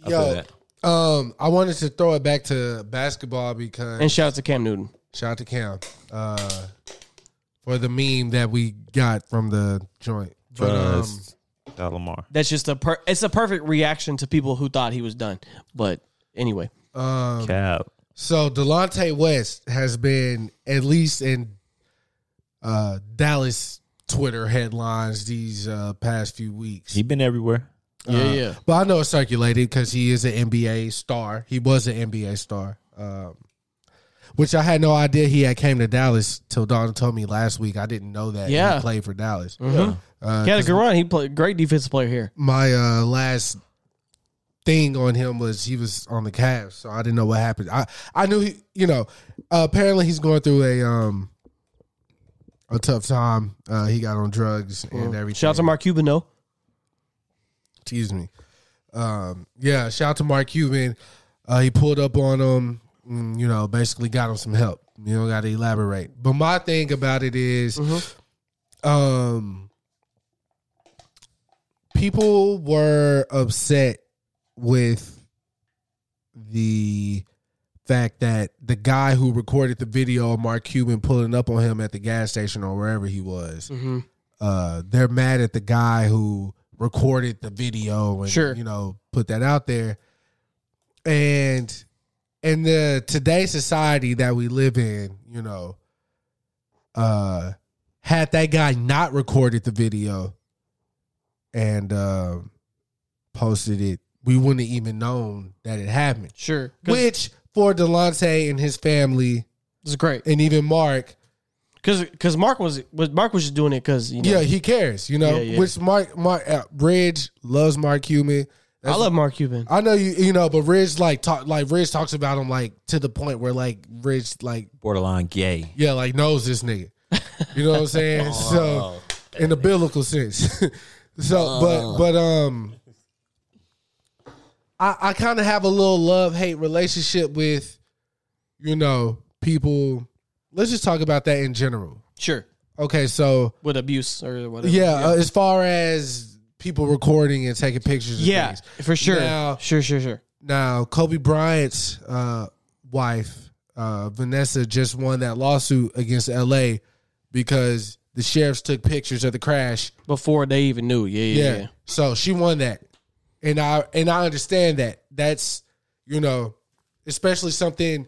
Speaker 2: Yo, um, I wanted to throw it back to basketball because
Speaker 1: And shout out to Cam Newton.
Speaker 2: Shout out to Cam uh, for the meme that we got from the joint. But um,
Speaker 4: That Lamar.
Speaker 1: That's just a per- it's a perfect reaction to people who thought he was done. But anyway,
Speaker 2: um,
Speaker 4: Cap.
Speaker 2: so Delonte West has been at least in uh, Dallas Twitter headlines these uh, past few weeks.
Speaker 4: He been everywhere.
Speaker 1: yeah,
Speaker 2: Uh,
Speaker 1: yeah.
Speaker 2: But I know it circulated because he is an NBA star. He was an NBA star, um, which I had no idea he had came to Dallas till Don told me last week. I didn't know that.
Speaker 1: Yeah.
Speaker 2: he played for Dallas.
Speaker 1: Mhm.
Speaker 2: Uh,
Speaker 1: He had a
Speaker 2: 'cause
Speaker 1: good run. He played great defensive player here.
Speaker 2: my uh, last thing on him was he was on the Cavs, so I didn't know what happened. I I knew he, you know, uh, apparently he's going through a um a tough time. Uh, he got on drugs and everything.
Speaker 1: Shout out to Mark Cuban though.
Speaker 2: excuse me. Um, yeah, shout out to Mark Cuban. Uh, he pulled up on him, mm, you know, basically got him some help. You don't got to elaborate. But my thing about it is, um, people were upset with the fact that the guy who recorded the video of Mark Cuban pulling up on him at the gas station or wherever he was,
Speaker 4: Mm-hmm.
Speaker 1: Mhm.
Speaker 2: uh, they're mad at the guy who recorded the video and
Speaker 1: Sure.
Speaker 2: you know put that out there. And in the today's society that we live in, you know, uh, had that guy not recorded the video and um posted it, we wouldn't even known that it happened.
Speaker 1: Sure, 'Cause
Speaker 2: Which for Delonte and his family
Speaker 1: this is great
Speaker 2: and even Mark,
Speaker 1: because because Mark was was Mark was just doing it because you know,
Speaker 2: yeah, he cares. You know,
Speaker 1: Yeah, yeah.
Speaker 2: which Mark Mark uh, Ridge loves Mark Cuban.
Speaker 1: I love Mark Cuban.
Speaker 2: I know you, you know, but Ridge like talk like Ridge talks about him like to the point where like Ridge like
Speaker 4: Borderline gay.
Speaker 2: yeah like knows this nigga. You know what I'm saying?
Speaker 1: Oh.
Speaker 2: so in the biblical sense. so but but um I I kind of have a little love hate relationship with you know people. Let's just talk about that in general.
Speaker 1: Sure,
Speaker 2: Okay, so
Speaker 1: with abuse or whatever.
Speaker 2: yeah, Uh, as far as people recording and taking pictures. and
Speaker 1: yeah,
Speaker 2: things.
Speaker 1: for sure,
Speaker 2: Now-
Speaker 1: sure, sure, sure.
Speaker 2: Now, Kobe Bryant's uh, wife, uh, Vanessa, just won that lawsuit against LA because the sheriffs took pictures of the crash.
Speaker 1: Before they even knew, yeah, yeah, yeah.
Speaker 2: So she won that, and I and I understand that. That's you know, especially something.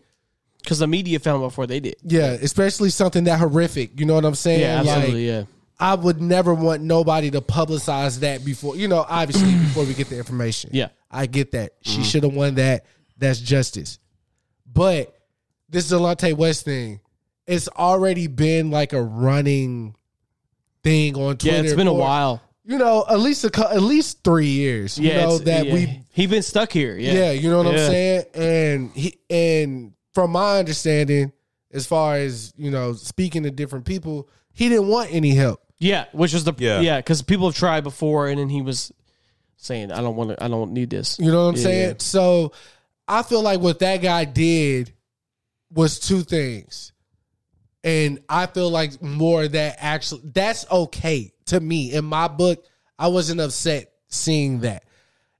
Speaker 1: Because the media found before they did.
Speaker 2: Yeah, especially something that horrific. You know what I'm saying?
Speaker 1: Yeah, absolutely, yeah.
Speaker 2: I would never want nobody to publicize that before, you know, obviously before we get the information.
Speaker 1: Yeah.
Speaker 2: I get that.
Speaker 1: Mm.
Speaker 2: She should have won that. That's justice. But this Delonte West thing, it's already been like a running thing on Twitter.
Speaker 1: Yeah, it's been a
Speaker 2: for,
Speaker 1: while.
Speaker 2: You know, at least a, cou- at least three years.
Speaker 1: Yeah,
Speaker 2: You know,
Speaker 1: it's-
Speaker 2: that
Speaker 1: yeah.
Speaker 2: we
Speaker 1: he been stuck here. Yeah,
Speaker 2: yeah. you know what
Speaker 1: Yeah.
Speaker 2: I'm saying? And he and from my understanding, as far as, you know, speaking to different people, he didn't want any help.
Speaker 1: Yeah, which was the
Speaker 4: Yeah.
Speaker 1: yeah because people have tried before, and then he was saying, "I don't want to, I don't need this."
Speaker 2: You know what I'm
Speaker 1: Yeah,
Speaker 2: saying?
Speaker 1: yeah.
Speaker 2: So I feel like what that guy did was two things. And I feel like more of that actually that's okay to me. In my book, I wasn't upset seeing that.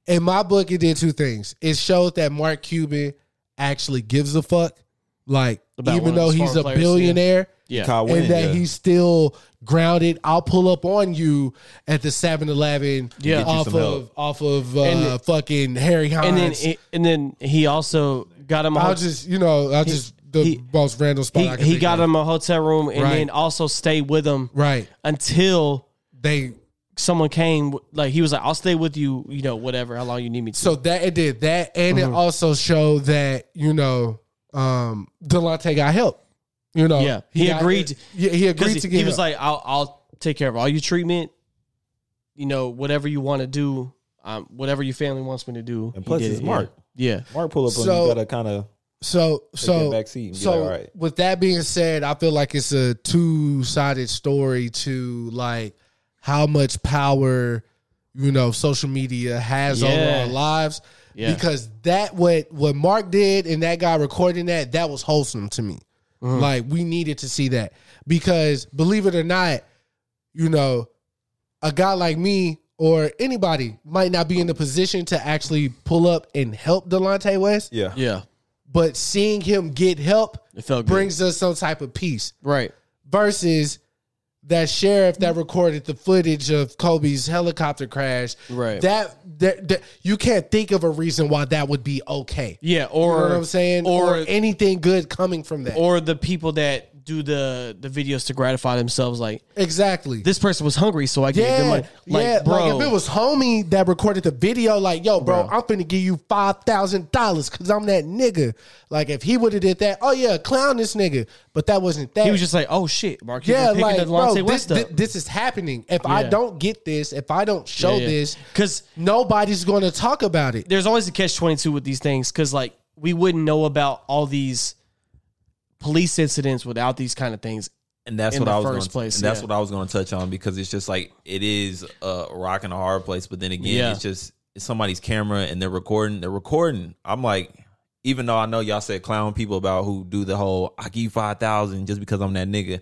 Speaker 2: In my book, it did two things. It showed that Mark Cuban actually gives a fuck. Like
Speaker 1: About one
Speaker 2: even
Speaker 1: of
Speaker 2: though
Speaker 1: his
Speaker 2: he's
Speaker 1: foreign
Speaker 2: a
Speaker 1: players, yeah.
Speaker 2: billionaire,
Speaker 1: Yeah,
Speaker 4: Kyle Wynn,
Speaker 2: and that
Speaker 4: yeah.
Speaker 2: he's still grounded. I'll pull up on you at the 7-Eleven
Speaker 1: Yeah. Get you
Speaker 2: off
Speaker 4: some
Speaker 2: of
Speaker 4: help.
Speaker 2: off of uh,
Speaker 1: And it-
Speaker 2: fucking Harry Hines.
Speaker 1: and then it, and then he also got him. a
Speaker 2: I'll
Speaker 1: whole-
Speaker 2: just you know I'll
Speaker 1: He-
Speaker 2: just the
Speaker 1: he-
Speaker 2: most random spot.
Speaker 1: he,
Speaker 2: I can
Speaker 1: he
Speaker 2: think
Speaker 1: got
Speaker 2: of.
Speaker 1: him a hotel room, and
Speaker 2: Right.
Speaker 1: then also stay with him
Speaker 2: right.
Speaker 1: until
Speaker 2: They
Speaker 1: someone came. Like he was like, "I'll stay with you," you know, whatever, how long you need me to.
Speaker 2: so that it did that, and
Speaker 1: Mm-hmm.
Speaker 2: it also showed that you know um Delonte got help. You know,
Speaker 1: Yeah, he
Speaker 2: got-
Speaker 1: agreed.
Speaker 2: Yeah, he
Speaker 1: Because
Speaker 2: agreed
Speaker 1: he,
Speaker 2: to get.
Speaker 1: he was
Speaker 2: help.
Speaker 1: like, I'll, I'll take care of all your treatment, you know, whatever you want to do, um, whatever your family wants me to do.
Speaker 4: And
Speaker 1: he
Speaker 4: plus
Speaker 1: did
Speaker 4: it's
Speaker 1: it,
Speaker 4: Mark.
Speaker 1: Yeah.
Speaker 4: Mark pull up
Speaker 2: So-
Speaker 4: on you gotta kinda
Speaker 2: So
Speaker 4: Take
Speaker 2: so
Speaker 4: that back seat and be
Speaker 2: so
Speaker 4: like, "All right."
Speaker 2: with that being said, I feel like it's a two sided story to like how much power you know social media has over
Speaker 1: Yeah.
Speaker 2: our lives
Speaker 1: Yeah.
Speaker 2: because that what what Mark did and that guy recording that that was wholesome to me.
Speaker 4: Mm-hmm.
Speaker 1: Mhm.
Speaker 2: Like we needed to see that because believe it or not, you know, a guy like me or anybody might not be in the position to actually pull up and help Delonte West
Speaker 4: Yeah.
Speaker 1: Yeah.
Speaker 2: but seeing him get help
Speaker 1: It felt good.
Speaker 2: brings us some type of peace.
Speaker 1: Right.
Speaker 2: Versus that sheriff that recorded the footage of Kobe's helicopter crash.
Speaker 1: Right.
Speaker 2: That, that, that- you can't think of a reason why that would be okay.
Speaker 1: Yeah, or
Speaker 2: you know what I'm saying,
Speaker 1: or-
Speaker 2: or, anything good coming from that.
Speaker 1: Or the people that do the the videos to gratify themselves, like
Speaker 2: exactly.
Speaker 1: this person was hungry, so I gave
Speaker 2: yeah,
Speaker 1: them money. Like,
Speaker 2: yeah.
Speaker 1: bro,
Speaker 2: Like if it was homie that recorded the video, like, yo, bro, I'm finna give you five thousand dollars because I'm that nigga. Like, if he would have did that, oh yeah, clown this nigga. But that wasn't that.
Speaker 1: he was just like, "Oh shit, Mark, you
Speaker 2: yeah,
Speaker 1: picking
Speaker 2: like
Speaker 1: the
Speaker 2: bro,
Speaker 1: Delonte
Speaker 2: this,
Speaker 1: West up."
Speaker 2: thi- this is happening. If I
Speaker 1: Yeah.
Speaker 2: don't get this, if I don't show
Speaker 1: Yeah, yeah.
Speaker 2: this,
Speaker 1: 'Cause-
Speaker 2: nobody's going to talk about it.
Speaker 1: there's always a catch 22 with these things because like we wouldn't know about all these police incidents without these kind of things
Speaker 4: and that's
Speaker 1: in
Speaker 4: what
Speaker 1: the
Speaker 4: I was
Speaker 1: first
Speaker 4: gonna,
Speaker 1: place,
Speaker 4: And that's
Speaker 1: yeah.
Speaker 4: what I was going to touch on because it's just like it is a rock and a hard place, but then again,
Speaker 1: Yeah.
Speaker 4: it's just it's somebody's camera and they're recording. They're recording. I'm like, even though I know y'all said clown people about who do the whole I give you five thousand just because I'm that nigga.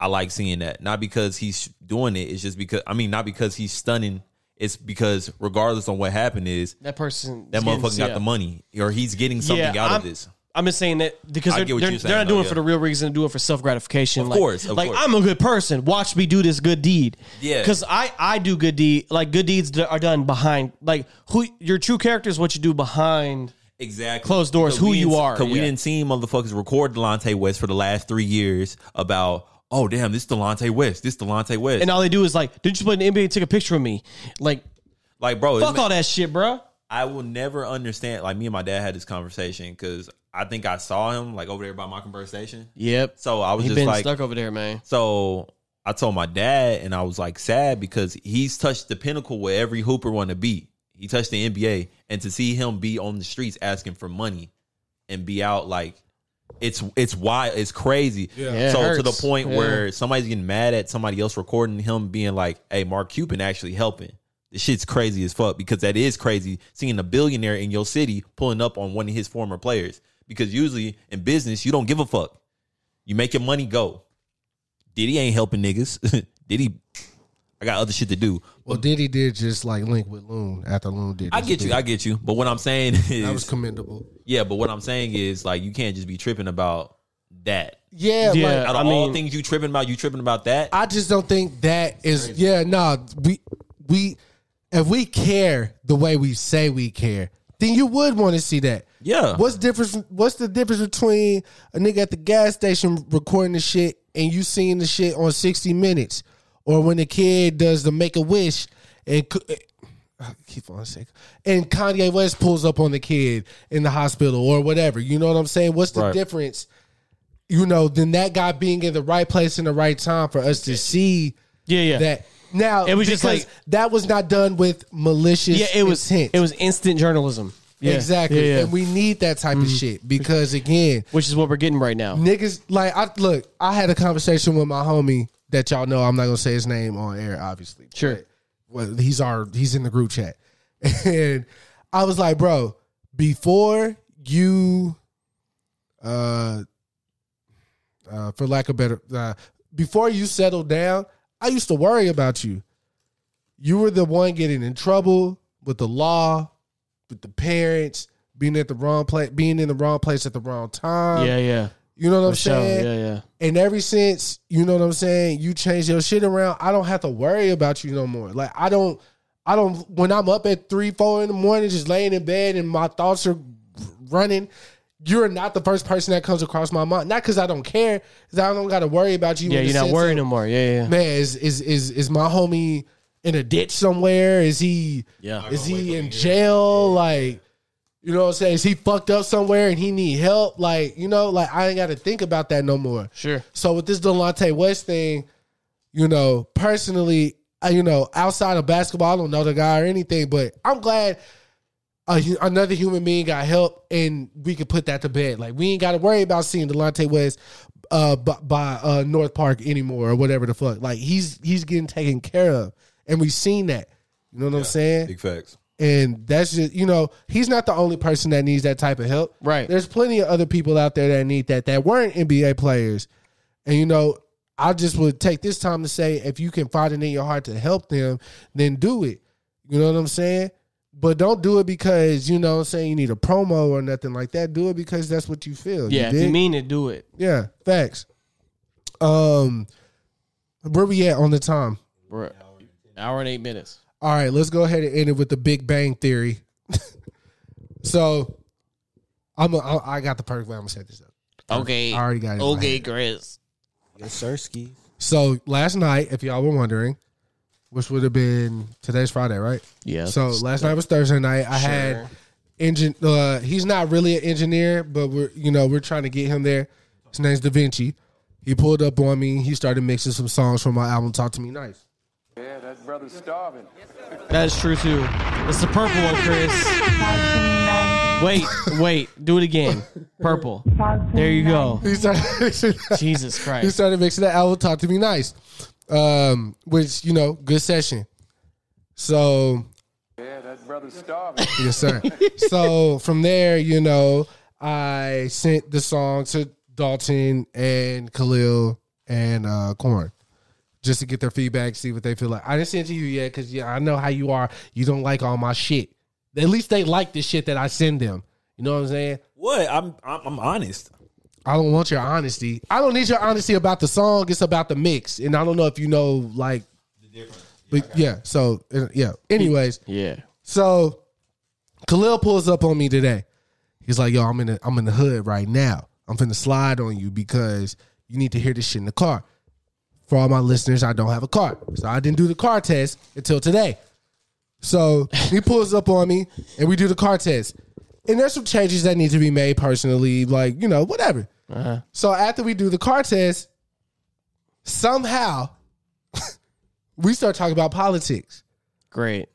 Speaker 4: I like seeing that, not because he's doing it. It's just because I mean, not because he's stunning. It's because regardless on what happened is
Speaker 1: that person
Speaker 4: that motherfucker got the money or he's getting something out of this.
Speaker 1: I'm just saying that because
Speaker 4: I
Speaker 1: they're,
Speaker 4: get what
Speaker 1: they're,
Speaker 4: you're
Speaker 1: they're
Speaker 4: saying,
Speaker 1: not doing
Speaker 4: though,
Speaker 1: it for
Speaker 4: yeah.
Speaker 1: the real reason. They're doing it for self gratification.
Speaker 4: Of
Speaker 1: like,
Speaker 4: course, of
Speaker 1: like
Speaker 4: course.
Speaker 1: I'm a good person. Watch me do this good deed.
Speaker 4: Yeah.
Speaker 1: because I I do good deed. Like good deeds that are done behind. Like who your true character is what you do behind.
Speaker 4: Exactly.
Speaker 1: Closed doors, who
Speaker 4: we
Speaker 1: you
Speaker 4: didn't-
Speaker 1: are,
Speaker 4: Cause we
Speaker 1: yeah.
Speaker 4: didn't see motherfuckers record Delonte West for the last three years about, oh damn, this Delonte West, this Delonte West.
Speaker 1: And uh, all they do is like, didn't you play in the NBA? and Take a picture of me. Like
Speaker 4: like, bro, it
Speaker 1: fuck
Speaker 4: ma-
Speaker 1: all that shit, bro.
Speaker 4: I will never understand. Like, me and my dad had this conversation because I think I saw him like over there by Mockingbird Station.
Speaker 1: Yep.
Speaker 4: So I was
Speaker 1: He
Speaker 4: just
Speaker 1: been
Speaker 4: like,
Speaker 1: stuck over there, man.
Speaker 4: So I told my dad, and I was like sad because he's touched the pinnacle where every hooper want to be. He touched the NBA, and to see him be on the streets asking for money and be out like it's it's wild, it's crazy.
Speaker 1: Yeah, it
Speaker 4: so to the
Speaker 1: hurts.
Speaker 4: point
Speaker 1: Yeah.
Speaker 4: where somebody's getting mad at somebody else recording him being like, "Hey, Mark Cuban actually helping." This shit's crazy as fuck because that is crazy seeing a billionaire in your city pulling up on one of his former players. Because usually in business, you don't give a fuck. You make your money go. Diddy ain't helping niggas. Diddy, I got other shit to do.
Speaker 2: Well, Diddy did just like link with Loon after Loon did.
Speaker 4: I
Speaker 2: his
Speaker 4: get you.
Speaker 2: thing.
Speaker 4: I get you. But what I'm saying
Speaker 2: that was
Speaker 4: is,
Speaker 2: commendable.
Speaker 4: yeah. But what I'm saying is, like, you can't just be tripping about that.
Speaker 2: Yeah,
Speaker 1: Yeah.
Speaker 2: like
Speaker 4: Out of
Speaker 1: I
Speaker 4: all
Speaker 1: mean-
Speaker 4: things you tripping about, you tripping about that.
Speaker 2: I just don't think that is. Yeah, no, we we if we care the way we say we care, then you would want to see that.
Speaker 4: Yeah.
Speaker 2: What's difference? What's the difference between a nigga at the gas station recording the shit and you seeing the shit on sixty minutes, or when the kid does the Make a Wish and c- eh, I keep on saying and Kanye West pulls up on the kid in the hospital or whatever. You know what I'm saying? What's the
Speaker 4: Right.
Speaker 2: difference? You know, than that guy being in the right place in the right time for us to see
Speaker 1: Yeah, yeah.
Speaker 2: that. Now
Speaker 1: It was just
Speaker 2: because
Speaker 1: like-
Speaker 2: that was not done with malicious.
Speaker 1: yeah, it was
Speaker 2: intent.
Speaker 1: it was instant journalism. Yeah.
Speaker 2: exactly,
Speaker 1: Yeah, Mm-hmm. yeah.
Speaker 2: and we need that type of shit because again,
Speaker 1: which is what we're getting right now.
Speaker 2: niggas like I look. I had a conversation with my homie that y'all know. I'm not gonna say his name on air, obviously.
Speaker 1: Sure.
Speaker 2: But, well, he's our he's in the group chat, and I was like, bro, before you, uh, uh for lack of better, uh, before you settled down, I used to worry about you. You were the one getting in trouble with the law, with the parents. Being at the wrong place, being in the wrong place at the wrong time.
Speaker 1: yeah, yeah.
Speaker 2: Um, You know what I'm
Speaker 1: For sure.
Speaker 2: saying?
Speaker 1: Yeah, yeah.
Speaker 2: And ever since, you know what I'm saying, you change your shit around, I don't have to worry about you no more. Like I don't I don't when I'm up at three, four in the morning, just laying in bed and my thoughts are running. You're not the first person that comes across my mind. Not because I don't care, because I don't gotta worry about you.
Speaker 1: Yeah,
Speaker 2: in the
Speaker 1: you're not
Speaker 2: sense
Speaker 1: worried
Speaker 2: of,
Speaker 1: no more. Yeah, yeah.
Speaker 2: Man, is is is is my homie in a ditch somewhere? Is he
Speaker 1: Yeah.
Speaker 2: is he in jail? Like, you know what I'm saying? Is he fucked up somewhere and he need help? Like, you know, like I ain't got to think about that no more.
Speaker 1: Sure.
Speaker 2: So with this Delonte West thing, you know, personally, I, you know, outside of basketball, I don't know the guy or anything, but I'm glad a, hu- another human being got help, and we could put that to bed. Like we ain't got to worry about seeing Delonte West uh, by, by uh, North Park anymore or whatever the fuck. Like he's he's getting taken care of, and we've seen that. You know what I'm saying?
Speaker 4: Big facts.
Speaker 2: And that's just you know he's not the only person that needs that type of help. Right. There's plenty of other people out there that need that that weren't NBA players, and you know I just would take this time to say if you can find it in your heart to help them, then do it. You know what I'm saying? But don't do it because you know what I'm saying you need a promo or nothing like that. Do it because that's what you feel.
Speaker 1: Yeah, if you
Speaker 2: dig?
Speaker 1: mean it, do it.
Speaker 2: Yeah, facts. Um, where we at on the time?
Speaker 1: Bro. An hour and eight minutes.
Speaker 2: All right, let's go ahead and end it with the Big Bang Theory. so, I'm a, I, I got the perfect way I'm gonna set this up.
Speaker 1: Okay.
Speaker 2: I already got it. in my head.
Speaker 1: Chris.
Speaker 10: Yes, Sirski.
Speaker 2: So last night, if y'all were wondering, which would have been today's Friday, right?
Speaker 10: Yeah.
Speaker 2: So last night was Thursday night. I had
Speaker 10: Sure.
Speaker 2: engine. Uh, he's not really an engineer, but we're you know we're trying to get him there. His name's Da Vinci. He pulled up on me. He started mixing some songs from my album "Talk to Me Nice."
Speaker 11: Yeah, that brother's starving.
Speaker 1: That is true too. It's the purple one, Chris. Wait, wait. Do it again. Purple. There you go.
Speaker 2: He started mixing
Speaker 1: Jesus Christ.
Speaker 2: He started mixing that album "Talk to Me Nice," um, which you know, good session. So
Speaker 11: Yeah, that brother's starving.
Speaker 2: Yes, sir. so from there, you know, I sent the song to Dalton and Khalil and uh Corn just to get their feedback, see what they feel like. I didn't send it to you yet because yeah, I know how you are. You don't like all my shit. At least they like the shit that I send them. You know what I'm saying?
Speaker 4: What? I'm I'm, I'm honest.
Speaker 2: I don't want your honesty. I don't need your honesty about the song. It's about the mix, and I don't know if you know like the difference. But yeah, so uh, yeah. Anyways,
Speaker 1: yeah.
Speaker 2: So Khalil pulls up on me today. He's like, "Yo, I'm in the I'm in the hood right now. I'm finna slide on you because you need to hear this shit in the car." For all my listeners, I don't have a car, so I didn't do the car test until today. So he pulls up on me, and we do the car test. And there's some changes that need to be made personally, like you know, whatever. So after we do the car test, somehow we start talking about politics.
Speaker 1: Great.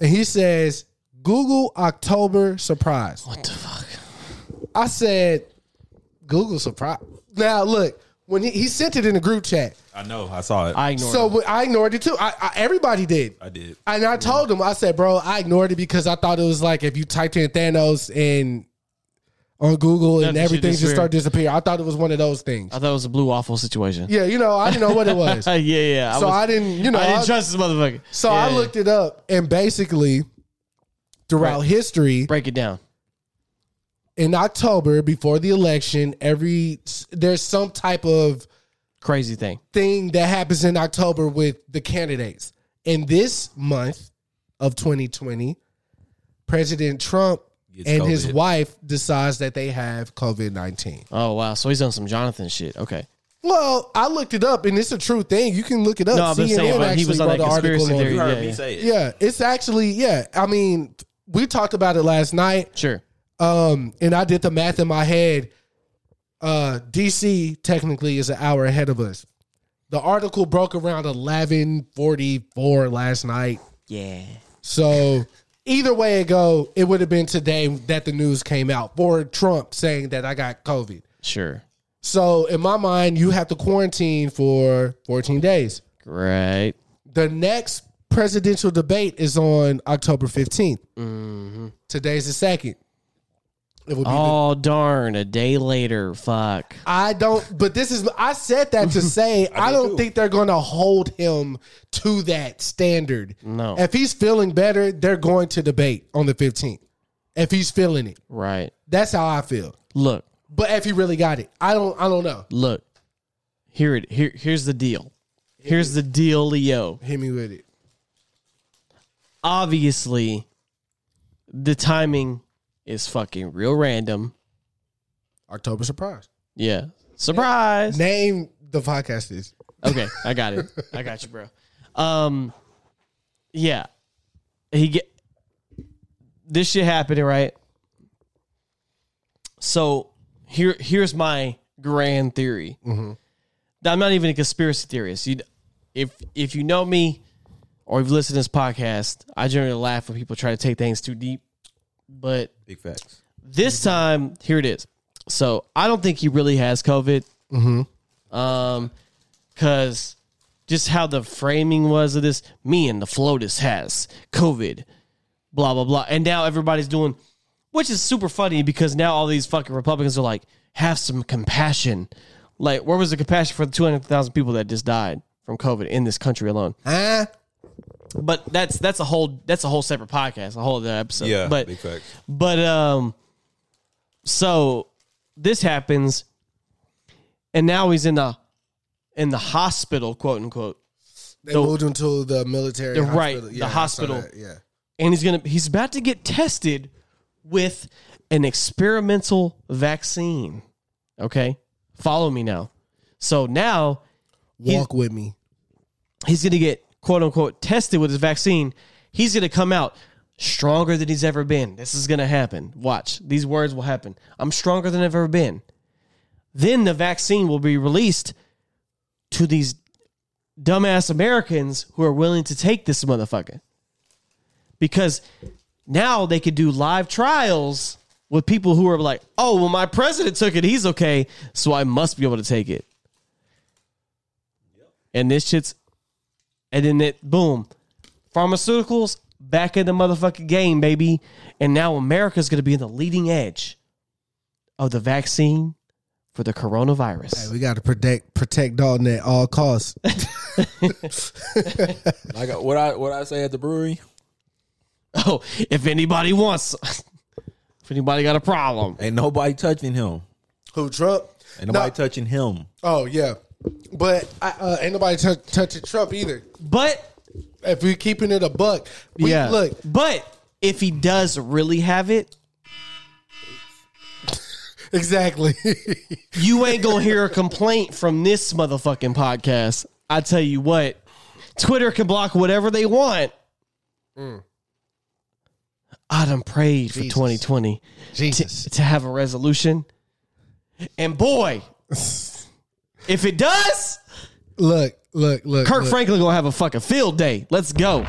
Speaker 2: And he says, Google October surprise. What
Speaker 1: the fuck?
Speaker 2: I said, Google surprise. Now look, when he, he sent it in the group chat.
Speaker 4: I know. I saw it.
Speaker 1: I
Speaker 2: so when- I ignored it too. I, I everybody did.
Speaker 4: I did.
Speaker 2: And I told him, I said, bro, I ignored it because I thought it was like if you typed in Thanos and on Google and
Speaker 1: Nothing should
Speaker 2: everything just
Speaker 1: disappear.
Speaker 2: start disappearing. I thought it was one of those things.
Speaker 1: I thought it was a blue waffle situation. Uh,
Speaker 2: Yeah, you know, I didn't know what it was.
Speaker 1: yeah, yeah.
Speaker 2: So
Speaker 1: was-
Speaker 2: I didn't, you know,
Speaker 1: I didn't
Speaker 2: I-
Speaker 1: trust this motherfucker.
Speaker 2: So I
Speaker 1: Yeah.
Speaker 2: looked it up, and basically, throughout history,
Speaker 1: break it down.
Speaker 2: In October, before the election, every there's some type of
Speaker 1: crazy thing
Speaker 2: thing that happens in October with the candidates. In this month of 2020, President Trump
Speaker 1: Gets
Speaker 2: and his
Speaker 1: COVID.
Speaker 2: wife decides that they have COVID nineteen.
Speaker 1: Oh wow. So he's on some Jonathan shit. Okay.
Speaker 2: Well, I looked it up, and it's a true thing. You can look it up.
Speaker 1: No, I've been saying, but he was on
Speaker 2: wrote
Speaker 1: that
Speaker 2: an
Speaker 1: conspiracy
Speaker 2: article on
Speaker 1: theory.
Speaker 2: it.
Speaker 1: You heard Yeah, me yeah. say it.
Speaker 2: Yeah, it's actually yeah. I mean, we talked about it last night.
Speaker 1: Sure.
Speaker 2: Um, and I did the math in my head. Uh, DC technically is an hour ahead of us. The article broke around eleven forty four last night.
Speaker 1: Yeah.
Speaker 2: So either way it go, it would have been today that the news came out for Trump saying that I got COVID.
Speaker 1: Sure.
Speaker 2: So in my mind, you have to quarantine for 14 days.
Speaker 1: Right.
Speaker 2: The next presidential debate is on October 15th.
Speaker 1: Mhm.
Speaker 2: Today's the second. It will be the-
Speaker 1: Oh darn! A day later. Fuck.
Speaker 2: I don't, but this is, I said that to say, I, don't think they're going to hold him to that standard.
Speaker 1: No.
Speaker 2: If he's feeling better, they're going to debate on the 15th. If he's feeling it.
Speaker 1: Right.
Speaker 2: That's how I feel.
Speaker 1: Look.
Speaker 2: But if he really got it, I don't, I don't know.
Speaker 1: Look. Here it. Here. Here's the deal. Here's the deal, Leo.
Speaker 2: Hit me with it.
Speaker 1: obviously the timing is fucking real random.
Speaker 2: October surprise.
Speaker 1: Yeah. Surprise.
Speaker 2: Name the podcast is.
Speaker 1: Okay, I got it. I got you, bro. Um yeah. He get this shit happening, right? So here here's my grand theory.
Speaker 2: Mm-hmm.
Speaker 1: I'm not even a conspiracy theorist. You, if if you know me or you've listened to this podcast, I generally laugh when people try to take things too deep. But
Speaker 4: Big facts.
Speaker 1: this time, here it is. So I don't think he really has COVID. Mm-hmm. Um, cause just how the framing was of this, me and the floatus has COVID, blah blah blah, and now everybody's doing, which is super funny because now all these fucking Republicans are like, have some compassion. Like, where was the compassion for the two hundred thousand people that just died from COVID in this country alone?
Speaker 2: Huh?
Speaker 1: But that's that's a whole that's a whole separate podcast, a whole other episode.
Speaker 4: Yeah,
Speaker 1: but
Speaker 4: big facts.
Speaker 1: but um, so this happens, and now he's in the in the hospital, quote unquote.
Speaker 2: They
Speaker 1: The-
Speaker 2: moved him to the military.
Speaker 1: the
Speaker 2: hospital.
Speaker 1: right,
Speaker 2: Yeah,
Speaker 1: the
Speaker 2: I saw
Speaker 1: hospital.
Speaker 2: that, Yeah.
Speaker 1: and he's gonna he's about to get tested with an experimental vaccine. Okay, follow me now. So now he's-
Speaker 2: Walk with me.
Speaker 1: he's going to get quote unquote tested with his vaccine. He's going to come out stronger than he's ever been. This is going to happen. Watch. These words will happen. I'm stronger than I've ever been. Then the vaccine will be released to these dumbass Americans who are willing to take this motherfucker. Because now they could do live trials with people who are like, oh, well, my president took it. He's okay. So I must be able to take it. And this shit's and then it boom, pharmaceuticals back in the motherfucking game, baby. And now America's gonna be in the leading edge of the vaccine for the
Speaker 2: Hey,
Speaker 1: coronavirus.
Speaker 2: we got to protect protect Dalton at all costs.
Speaker 4: Like uh, what I what I say at the brewery.
Speaker 1: Oh, if anybody wants, if anybody got a problem,
Speaker 4: Ain't nobody touching him.
Speaker 2: Who Trump?
Speaker 4: Ain't nobody
Speaker 2: No.
Speaker 4: touching him.
Speaker 2: Oh yeah, but I, uh, ain't nobody touch, touching Trump either.
Speaker 1: but
Speaker 2: If we're keeping it a buck, we,
Speaker 1: yeah,
Speaker 2: Look,
Speaker 1: but if he does really have it,
Speaker 2: exactly.
Speaker 1: you ain't gonna hear a complaint from this motherfucking podcast. I tell you what, Twitter can block whatever they want. I done prayed for
Speaker 2: Jesus.
Speaker 1: 2020
Speaker 2: Jesus.
Speaker 1: to have a resolution, and boy, if it does,
Speaker 2: Look, look, look.
Speaker 1: Kirk
Speaker 2: look,
Speaker 1: Franklin gonna have a fucking field day. Let's go.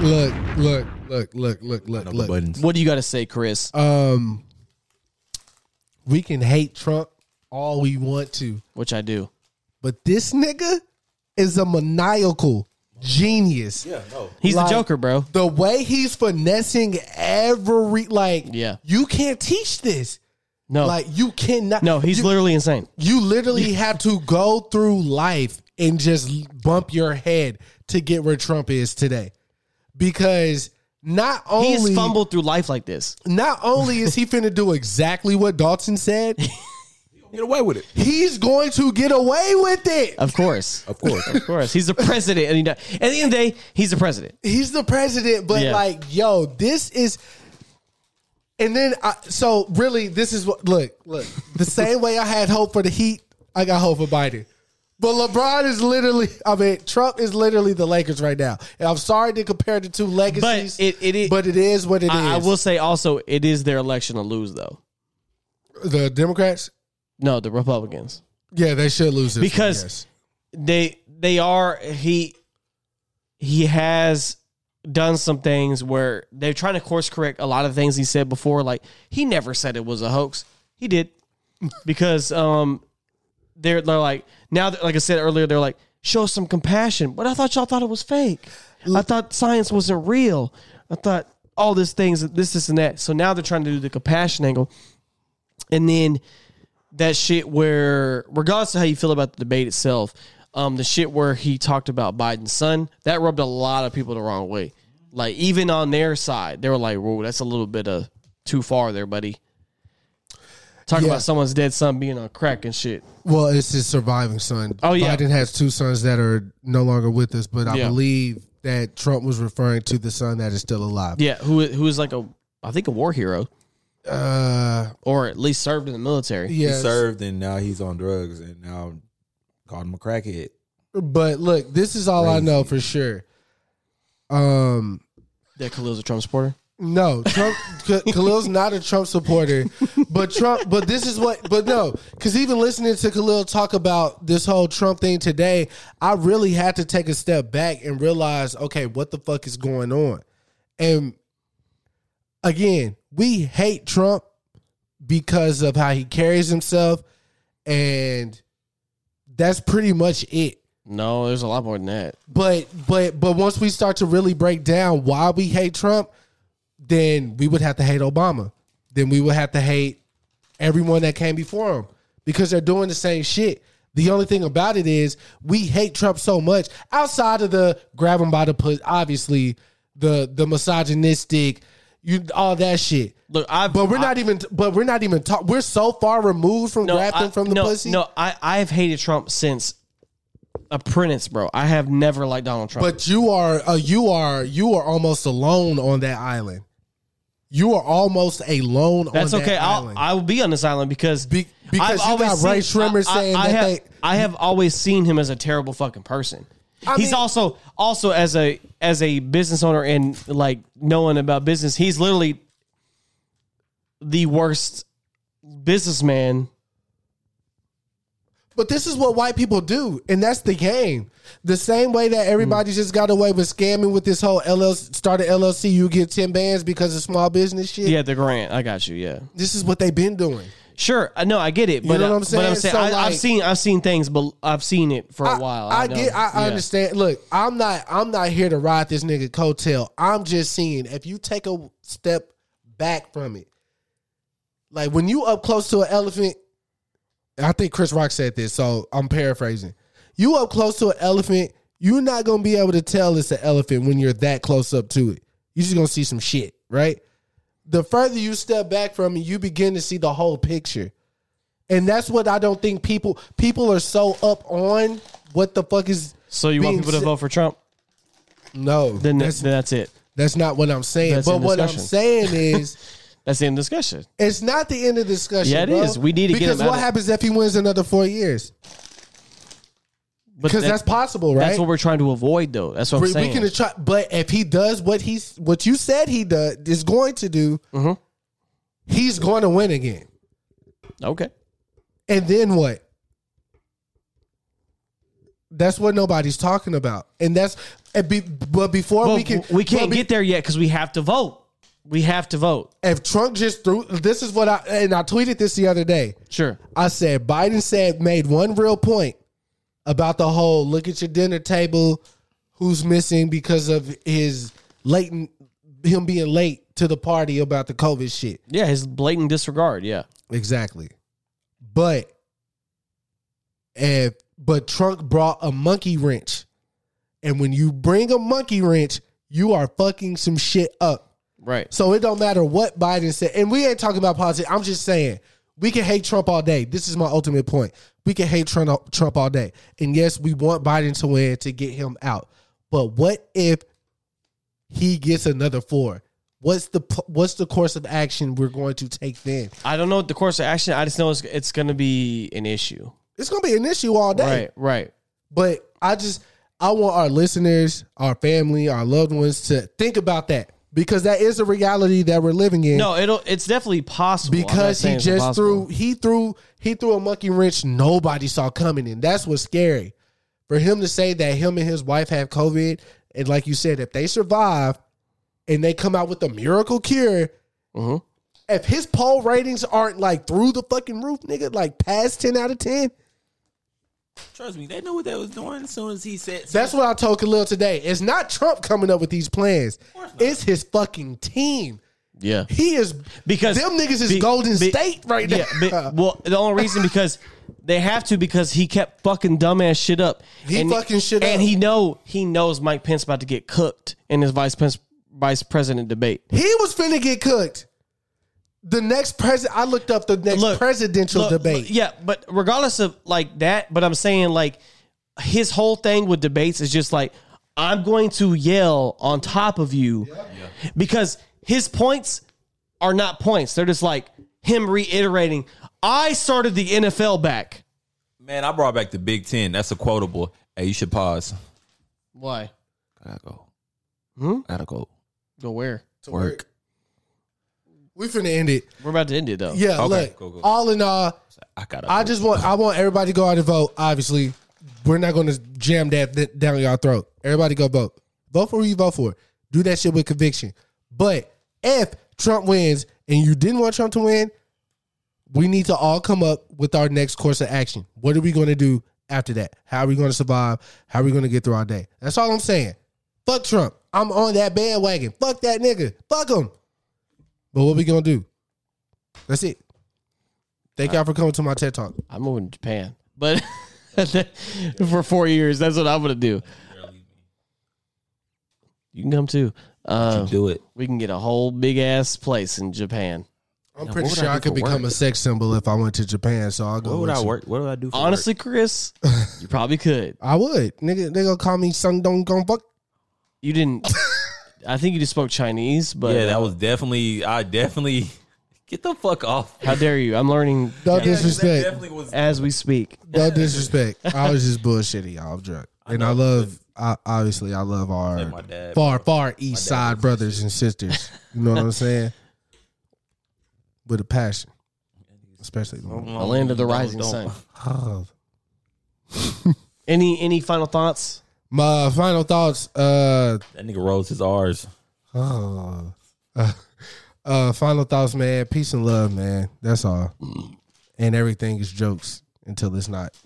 Speaker 2: Look, look, look, look, look, look,
Speaker 4: Double
Speaker 2: look.
Speaker 4: buttons.
Speaker 1: What do you got to say, Chris?
Speaker 2: Um, we can hate Trump all we want to,
Speaker 1: Which I do.
Speaker 2: but this nigga is a maniacal genius. Yeah.
Speaker 1: He's
Speaker 2: Like-
Speaker 1: the Joker, bro.
Speaker 2: The way he's finessing every like,
Speaker 1: Yeah.
Speaker 2: you can't teach this.
Speaker 1: No,
Speaker 2: Like you cannot.
Speaker 1: no, he's
Speaker 2: you,
Speaker 1: literally insane.
Speaker 2: You literally have to go through life and just bump your head to get where Trump is today, because not only
Speaker 1: He's fumbled through life like this.
Speaker 2: not only is he finna do exactly what Dalton said,
Speaker 4: Get away with it.
Speaker 2: he's going to get away with it.
Speaker 1: Of course.
Speaker 4: Of course.
Speaker 1: Of course, he's the president, and he, at the end of the day, he's the president.
Speaker 2: He's the president, but
Speaker 1: Yeah.
Speaker 2: like, yo, this is. And then, I, so really, this is what look, look. The same way I had hope for the Heat, I got hope for Biden. But LeBron is literally, I mean, Trump is literally the Lakers right now. And I'm sorry to compare the two legacies,
Speaker 1: it- it is-
Speaker 2: but it is what it is.
Speaker 1: I, I will say also, it is their election to lose, though.
Speaker 2: the Democrats,
Speaker 1: No, the Republicans
Speaker 2: yeah, they should lose this one,
Speaker 1: Because-
Speaker 2: yes.
Speaker 1: they they are he he has done some things where they're trying to course correct a lot of things he said before. Like he never said it was a hoax. He did because um they're they're like now that- like I said earlier they're like show some compassion. But I thought y'all thought it was fake. I thought science wasn't real. I thought all these things this this and that. So now they're trying to do the compassion angle, and then that shit where regardless of how you feel about the debate itself, um, the shit where he talked about Biden's son that rubbed a lot of people the wrong way. Like even on their side, they were like, "Whoa, that's a little bit of too far there, buddy." Talk
Speaker 2: Yeah.
Speaker 1: about someone's dead son being on crack and shit.
Speaker 2: Well, it's his surviving son.
Speaker 1: Oh, yeah.
Speaker 2: Biden has two sons that are no longer with us, but I
Speaker 1: Yeah.
Speaker 2: believe that Trump was referring to the son that is still alive.
Speaker 1: Yeah, who who is like a I think a war hero
Speaker 2: Uh,
Speaker 1: or at least served in the military.
Speaker 4: He
Speaker 2: yes.
Speaker 4: served and now he's on drugs and now called him a crackhead.
Speaker 2: But look, this is all I know for sure. Um,
Speaker 1: That Khalil's a Trump supporter.
Speaker 2: no, Trump K- Khalil's not a Trump supporter, but Trump. But this is what. But no, because even listening to Khalil talk about this whole Trump thing today, I really had to take a step back and realize, okay, what the fuck is going on, and again, we hate Trump because of how he carries himself, and that's pretty much it.
Speaker 1: No, there's a lot more than that.
Speaker 2: But but but once we start to really break down why we hate Trump, then we would have to hate Obama. Then we would have to hate everyone that came before him because they're doing the same shit. The only thing about it is we hate Trump so much outside of the grab him by the pussy, obviously the the misogynistic, you all that shit.
Speaker 1: Look, I
Speaker 2: but we're not even but we're not even talk. We're so far removed from grabbing
Speaker 1: I-
Speaker 2: from the
Speaker 1: no,
Speaker 2: pussy.
Speaker 1: No, I I've hated Trump since apprentice, bro. I have never liked Donald Trump.
Speaker 2: But you are uh, you are you are almost alone on that island. You are almost alone
Speaker 1: That's
Speaker 2: on
Speaker 1: okay.
Speaker 2: that
Speaker 1: I'll,
Speaker 2: island.
Speaker 1: I will be on this island because
Speaker 2: because you got
Speaker 1: always
Speaker 2: Ray Shrimmer saying
Speaker 1: I
Speaker 2: that
Speaker 1: have,
Speaker 2: they-
Speaker 1: I have always seen him as a terrible fucking person.
Speaker 2: I
Speaker 1: he's
Speaker 2: mean-
Speaker 1: also also as a as a business owner and like knowing about business, he's literally the worst businessman.
Speaker 2: But this is what white people do, and that's the game. The same way that everybody
Speaker 1: Hmm.
Speaker 2: just got away with scamming with this whole LLC, start an LLC, you get 10 bands because of small business shit.
Speaker 1: Yeah, the grant. I got you. Yeah.
Speaker 2: This is what they've been doing.
Speaker 1: Sure, I know I get it,
Speaker 2: You
Speaker 1: but
Speaker 2: know what I'm
Speaker 1: uh, but
Speaker 2: saying?
Speaker 1: I'm saying
Speaker 2: So,
Speaker 1: I,
Speaker 2: like-
Speaker 1: I've seen I've seen things, but I've seen it for a
Speaker 2: I-
Speaker 1: while.
Speaker 2: I,
Speaker 1: know.
Speaker 2: get. I, I
Speaker 1: Yeah.
Speaker 2: understand. Look, I'm not. I'm not here to ride this nigga coattail. I'm just seeing if you take a step back from it. Like when you up close to an elephant, I think Chris Rock said this, so I'm paraphrasing. You up close to an elephant, you're not gonna be able to tell it's an elephant when you're that close up to it. You're just gonna see some shit, right? The further you step back from it, you begin to see the whole picture. And that's what I don't think people people are so up on what the fuck is
Speaker 1: So you want
Speaker 2: being
Speaker 1: people to
Speaker 2: said-
Speaker 1: vote for Trump?
Speaker 2: No.
Speaker 1: Then that's, then that's it.
Speaker 2: That's not what I'm saying.
Speaker 1: That's
Speaker 2: but
Speaker 1: in
Speaker 2: what I'm
Speaker 1: discussion.
Speaker 2: saying is
Speaker 1: That's the end of discussion.
Speaker 2: it's not the end of discussion.
Speaker 1: Yeah, it
Speaker 2: it is.
Speaker 1: is. We need to get
Speaker 2: because
Speaker 1: him out
Speaker 2: what
Speaker 1: of-
Speaker 2: happens if he wins another four years? Because that's possible, right?
Speaker 1: That's what we're trying to avoid, though. That's what I'm
Speaker 2: we, we
Speaker 1: saying.
Speaker 2: can try, but if he does what he's what you said he does is going to do,
Speaker 1: Mm-hmm.
Speaker 2: he's going to win again.
Speaker 1: okay.
Speaker 2: And then what? That's what nobody's talking about, and that's and be, but before
Speaker 1: Well,
Speaker 2: we can
Speaker 1: we
Speaker 2: but
Speaker 1: can't
Speaker 2: be-
Speaker 1: get there yet because we have to vote. We have to vote.
Speaker 2: if Trump just threw this is what I and I tweeted this the other day.
Speaker 1: Sure.
Speaker 2: I said Biden said made one real point about the whole look at your dinner table, who's missing because of his late him being late to the party about the COVID shit.
Speaker 1: Yeah, his blatant disregard. Yeah.
Speaker 2: Exactly. But if but Trump brought a monkey wrench. And when you bring a monkey wrench, you are fucking some shit up.
Speaker 1: Right.
Speaker 2: So it don't matter what Biden said. And we ain't talking about politics. I'm just saying we can hate Trump all day. This is my ultimate point. We can hate Trump, Trump all day. And yes, we want Biden to win to get him out. But what if he gets another four? What's the p- what's the course of action we're going to take then?
Speaker 1: I don't know the course of action. I just know it's, it's going to be an issue.
Speaker 2: It's gonna be an issue all day.
Speaker 1: Right. Right.
Speaker 2: But I just I want our listeners, our family, our loved ones to think about that because that is a reality that we're living in.
Speaker 1: No, it'll. It's definitely possible I'm not
Speaker 2: because
Speaker 1: saying
Speaker 2: he
Speaker 1: it's
Speaker 2: just
Speaker 1: impossible.
Speaker 2: threw he threw he threw a monkey wrench nobody saw coming and that's what's scary for him to say that him and his wife have covid and like you said if they survive and they come out with a miracle cure
Speaker 1: Mm-hmm.
Speaker 2: if his poll ratings aren't like through the fucking roof nigga like past 10 out of 10
Speaker 4: Trust me, they knew what they was doing as soon as he said.
Speaker 2: that's what i told khalil today it's not trump coming up with these plans it's his fucking team
Speaker 1: Yeah.
Speaker 2: he is
Speaker 1: because
Speaker 2: them niggas is
Speaker 1: be-
Speaker 2: golden
Speaker 1: be-
Speaker 2: state right
Speaker 1: yeah,
Speaker 2: now
Speaker 1: be- well, the only reason because they have to because he kept fucking dumbass shit up.
Speaker 2: He fucking shit
Speaker 1: and
Speaker 2: up.
Speaker 1: he know he knows Mike Pence about to get cooked in his vice pres- vice president debate.
Speaker 2: He was finna get cooked. The next president, I looked up the next presidential
Speaker 1: Look,
Speaker 2: debate.
Speaker 1: look, yeah, but regardless of like that, but I'm saying like his whole thing with debates is just like I'm going to yell on top of you because his points are not points. They're just like him reiterating, "I started the NFL back."
Speaker 4: Man, I brought back the Big Ten. That's a quotable. Hey, you should pause.
Speaker 1: Why?
Speaker 4: I gotta go.
Speaker 1: Hmm?
Speaker 4: I gotta go.
Speaker 1: Go where?
Speaker 4: Work.
Speaker 2: We finna end it.
Speaker 1: We're about to end it though.
Speaker 2: Yeah, look. All in all,
Speaker 4: I gotta.
Speaker 2: I just want I want everybody to go out and vote. Obviously, we're not going to jam that th- down your throat. Everybody go vote. Vote for who you vote for. Do that shit with conviction. But if Trump wins and you didn't want Trump to win, we need to all come up with our next course of action. What are we going to do after that? How are we going to survive? How are we going to get through our day? That's all I'm saying. Fuck Trump. I'm on that bandwagon. Fuck that nigga. Fuck him. But what we going to do? That's it. Thank y'all for coming to my TED Talk.
Speaker 1: I'm moving to Japan. But for four years, that's what I'm gonna do. You can come too. Um,
Speaker 4: do it.
Speaker 1: We can get a whole big ass place in Japan.
Speaker 2: I'm pretty sure I, could become a sex symbol if I went to Japan. So I'll go.
Speaker 4: What would
Speaker 2: with
Speaker 4: I
Speaker 2: you.
Speaker 4: work? What would I do? For
Speaker 1: Honestly, Chris, you probably could.
Speaker 2: I would. Nigga, they gonna call me Sung Dong Gong Fuck.
Speaker 1: You didn't. I think you just spoke Chinese, but
Speaker 4: yeah, that was definitely. I definitely get the fuck off.
Speaker 1: How dare you? I'm learning
Speaker 2: No disrespect.
Speaker 1: as we speak.
Speaker 2: No disrespect. I was just bullshitting y'all. I'm drunk. And I, love, I, obviously, I love our
Speaker 4: my dad,
Speaker 2: far, far east side brothers and sisters. You know what I'm saying? With a passion. Especially the
Speaker 1: The land of the rising sun.
Speaker 2: Oh.
Speaker 1: Any any final thoughts?
Speaker 2: My final thoughts. Uh,
Speaker 4: That nigga rolls his R's.
Speaker 2: oh. uh, uh, final thoughts, man. Peace and love, man. That's all. And everything is jokes until it's not.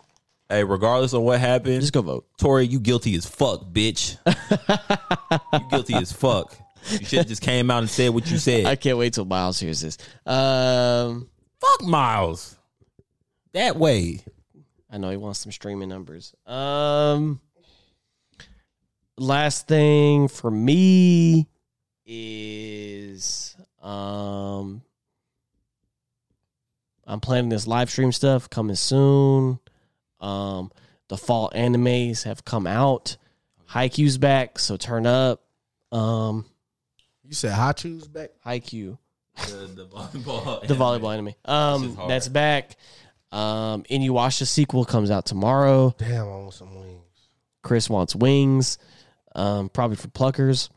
Speaker 4: Hey, regardless of what happened,
Speaker 1: Just go vote.
Speaker 4: Tori, you guilty as fuck, bitch. you guilty as fuck. You should just came out and said what you said.
Speaker 1: I can't wait till Miles hears this. Um,
Speaker 4: fuck Miles. That way.
Speaker 1: I know he wants some streaming numbers. Um, last thing for me is um, I'm planning this live stream stuff coming soon. Um, the fall animes have come out. Haikyuu's back, so turn up. Um,
Speaker 2: You said hot shoes back?
Speaker 1: Haikyuu
Speaker 4: The, the volleyball.
Speaker 1: the volleyball anime.
Speaker 4: This
Speaker 1: Um,
Speaker 4: is hard.
Speaker 1: that's back. Um, Inuyasha sequel comes out tomorrow.
Speaker 2: Damn, I want some wings.
Speaker 1: Chris wants wings, um, probably for pluckers.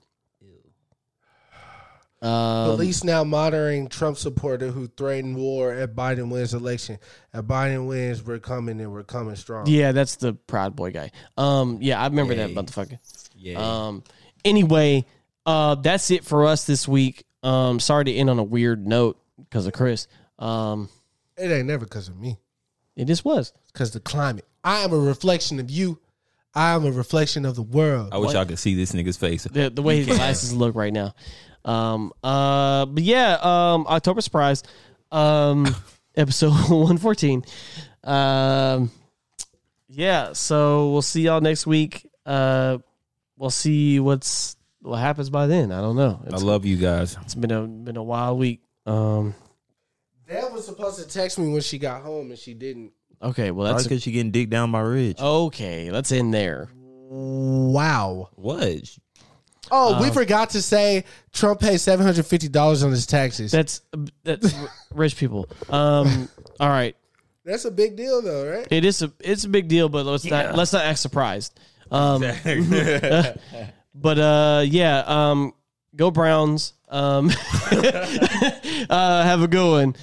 Speaker 1: Um,
Speaker 2: Police now monitoring Trump supporter who threatened war at Biden wins election. If Biden wins, we're coming and we're coming strong.
Speaker 1: yeah, that's the Proud Boy guy. Um, yeah, I remember that
Speaker 4: Yay.
Speaker 1: motherfucker.
Speaker 4: Yeah.
Speaker 1: Um, anyway, uh, that's it for us this week. Um, sorry to end on a weird note because of Chris. Um,
Speaker 2: It ain't never because of me.
Speaker 1: it just was.
Speaker 2: It's because the climate. I am a reflection of you. I am a reflection of the world.
Speaker 1: Oh.
Speaker 4: I wish y'all could see this nigga's face.
Speaker 1: the, the way his glasses look right now. Um, uh, but yeah, um, October surprise, um, episode one fourteen. Um, yeah, so we'll see y'all next week. Uh, we'll see what's what happens by then. I don't know.
Speaker 4: I
Speaker 1: It's,
Speaker 4: love you guys.
Speaker 1: it's been a been a wild week. Um,
Speaker 2: Dad was supposed to text me when she got home and she didn't.
Speaker 1: okay, well
Speaker 4: That's
Speaker 1: that's
Speaker 4: because she getting digged down by Ridge.
Speaker 1: okay. Let's end there.
Speaker 2: Wow.
Speaker 4: What?
Speaker 2: Oh, we forgot to say Trump paid seven hundred fifty dollars on his taxes.
Speaker 1: That's that's rich people. Um, all right.
Speaker 2: That's a big deal, though, right?
Speaker 1: It is a it's a big deal, but let's not let's not act surprised. Um, but uh, yeah, um, go Browns. Um, uh, have a good one.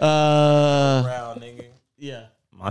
Speaker 1: Uh, yeah.
Speaker 4: My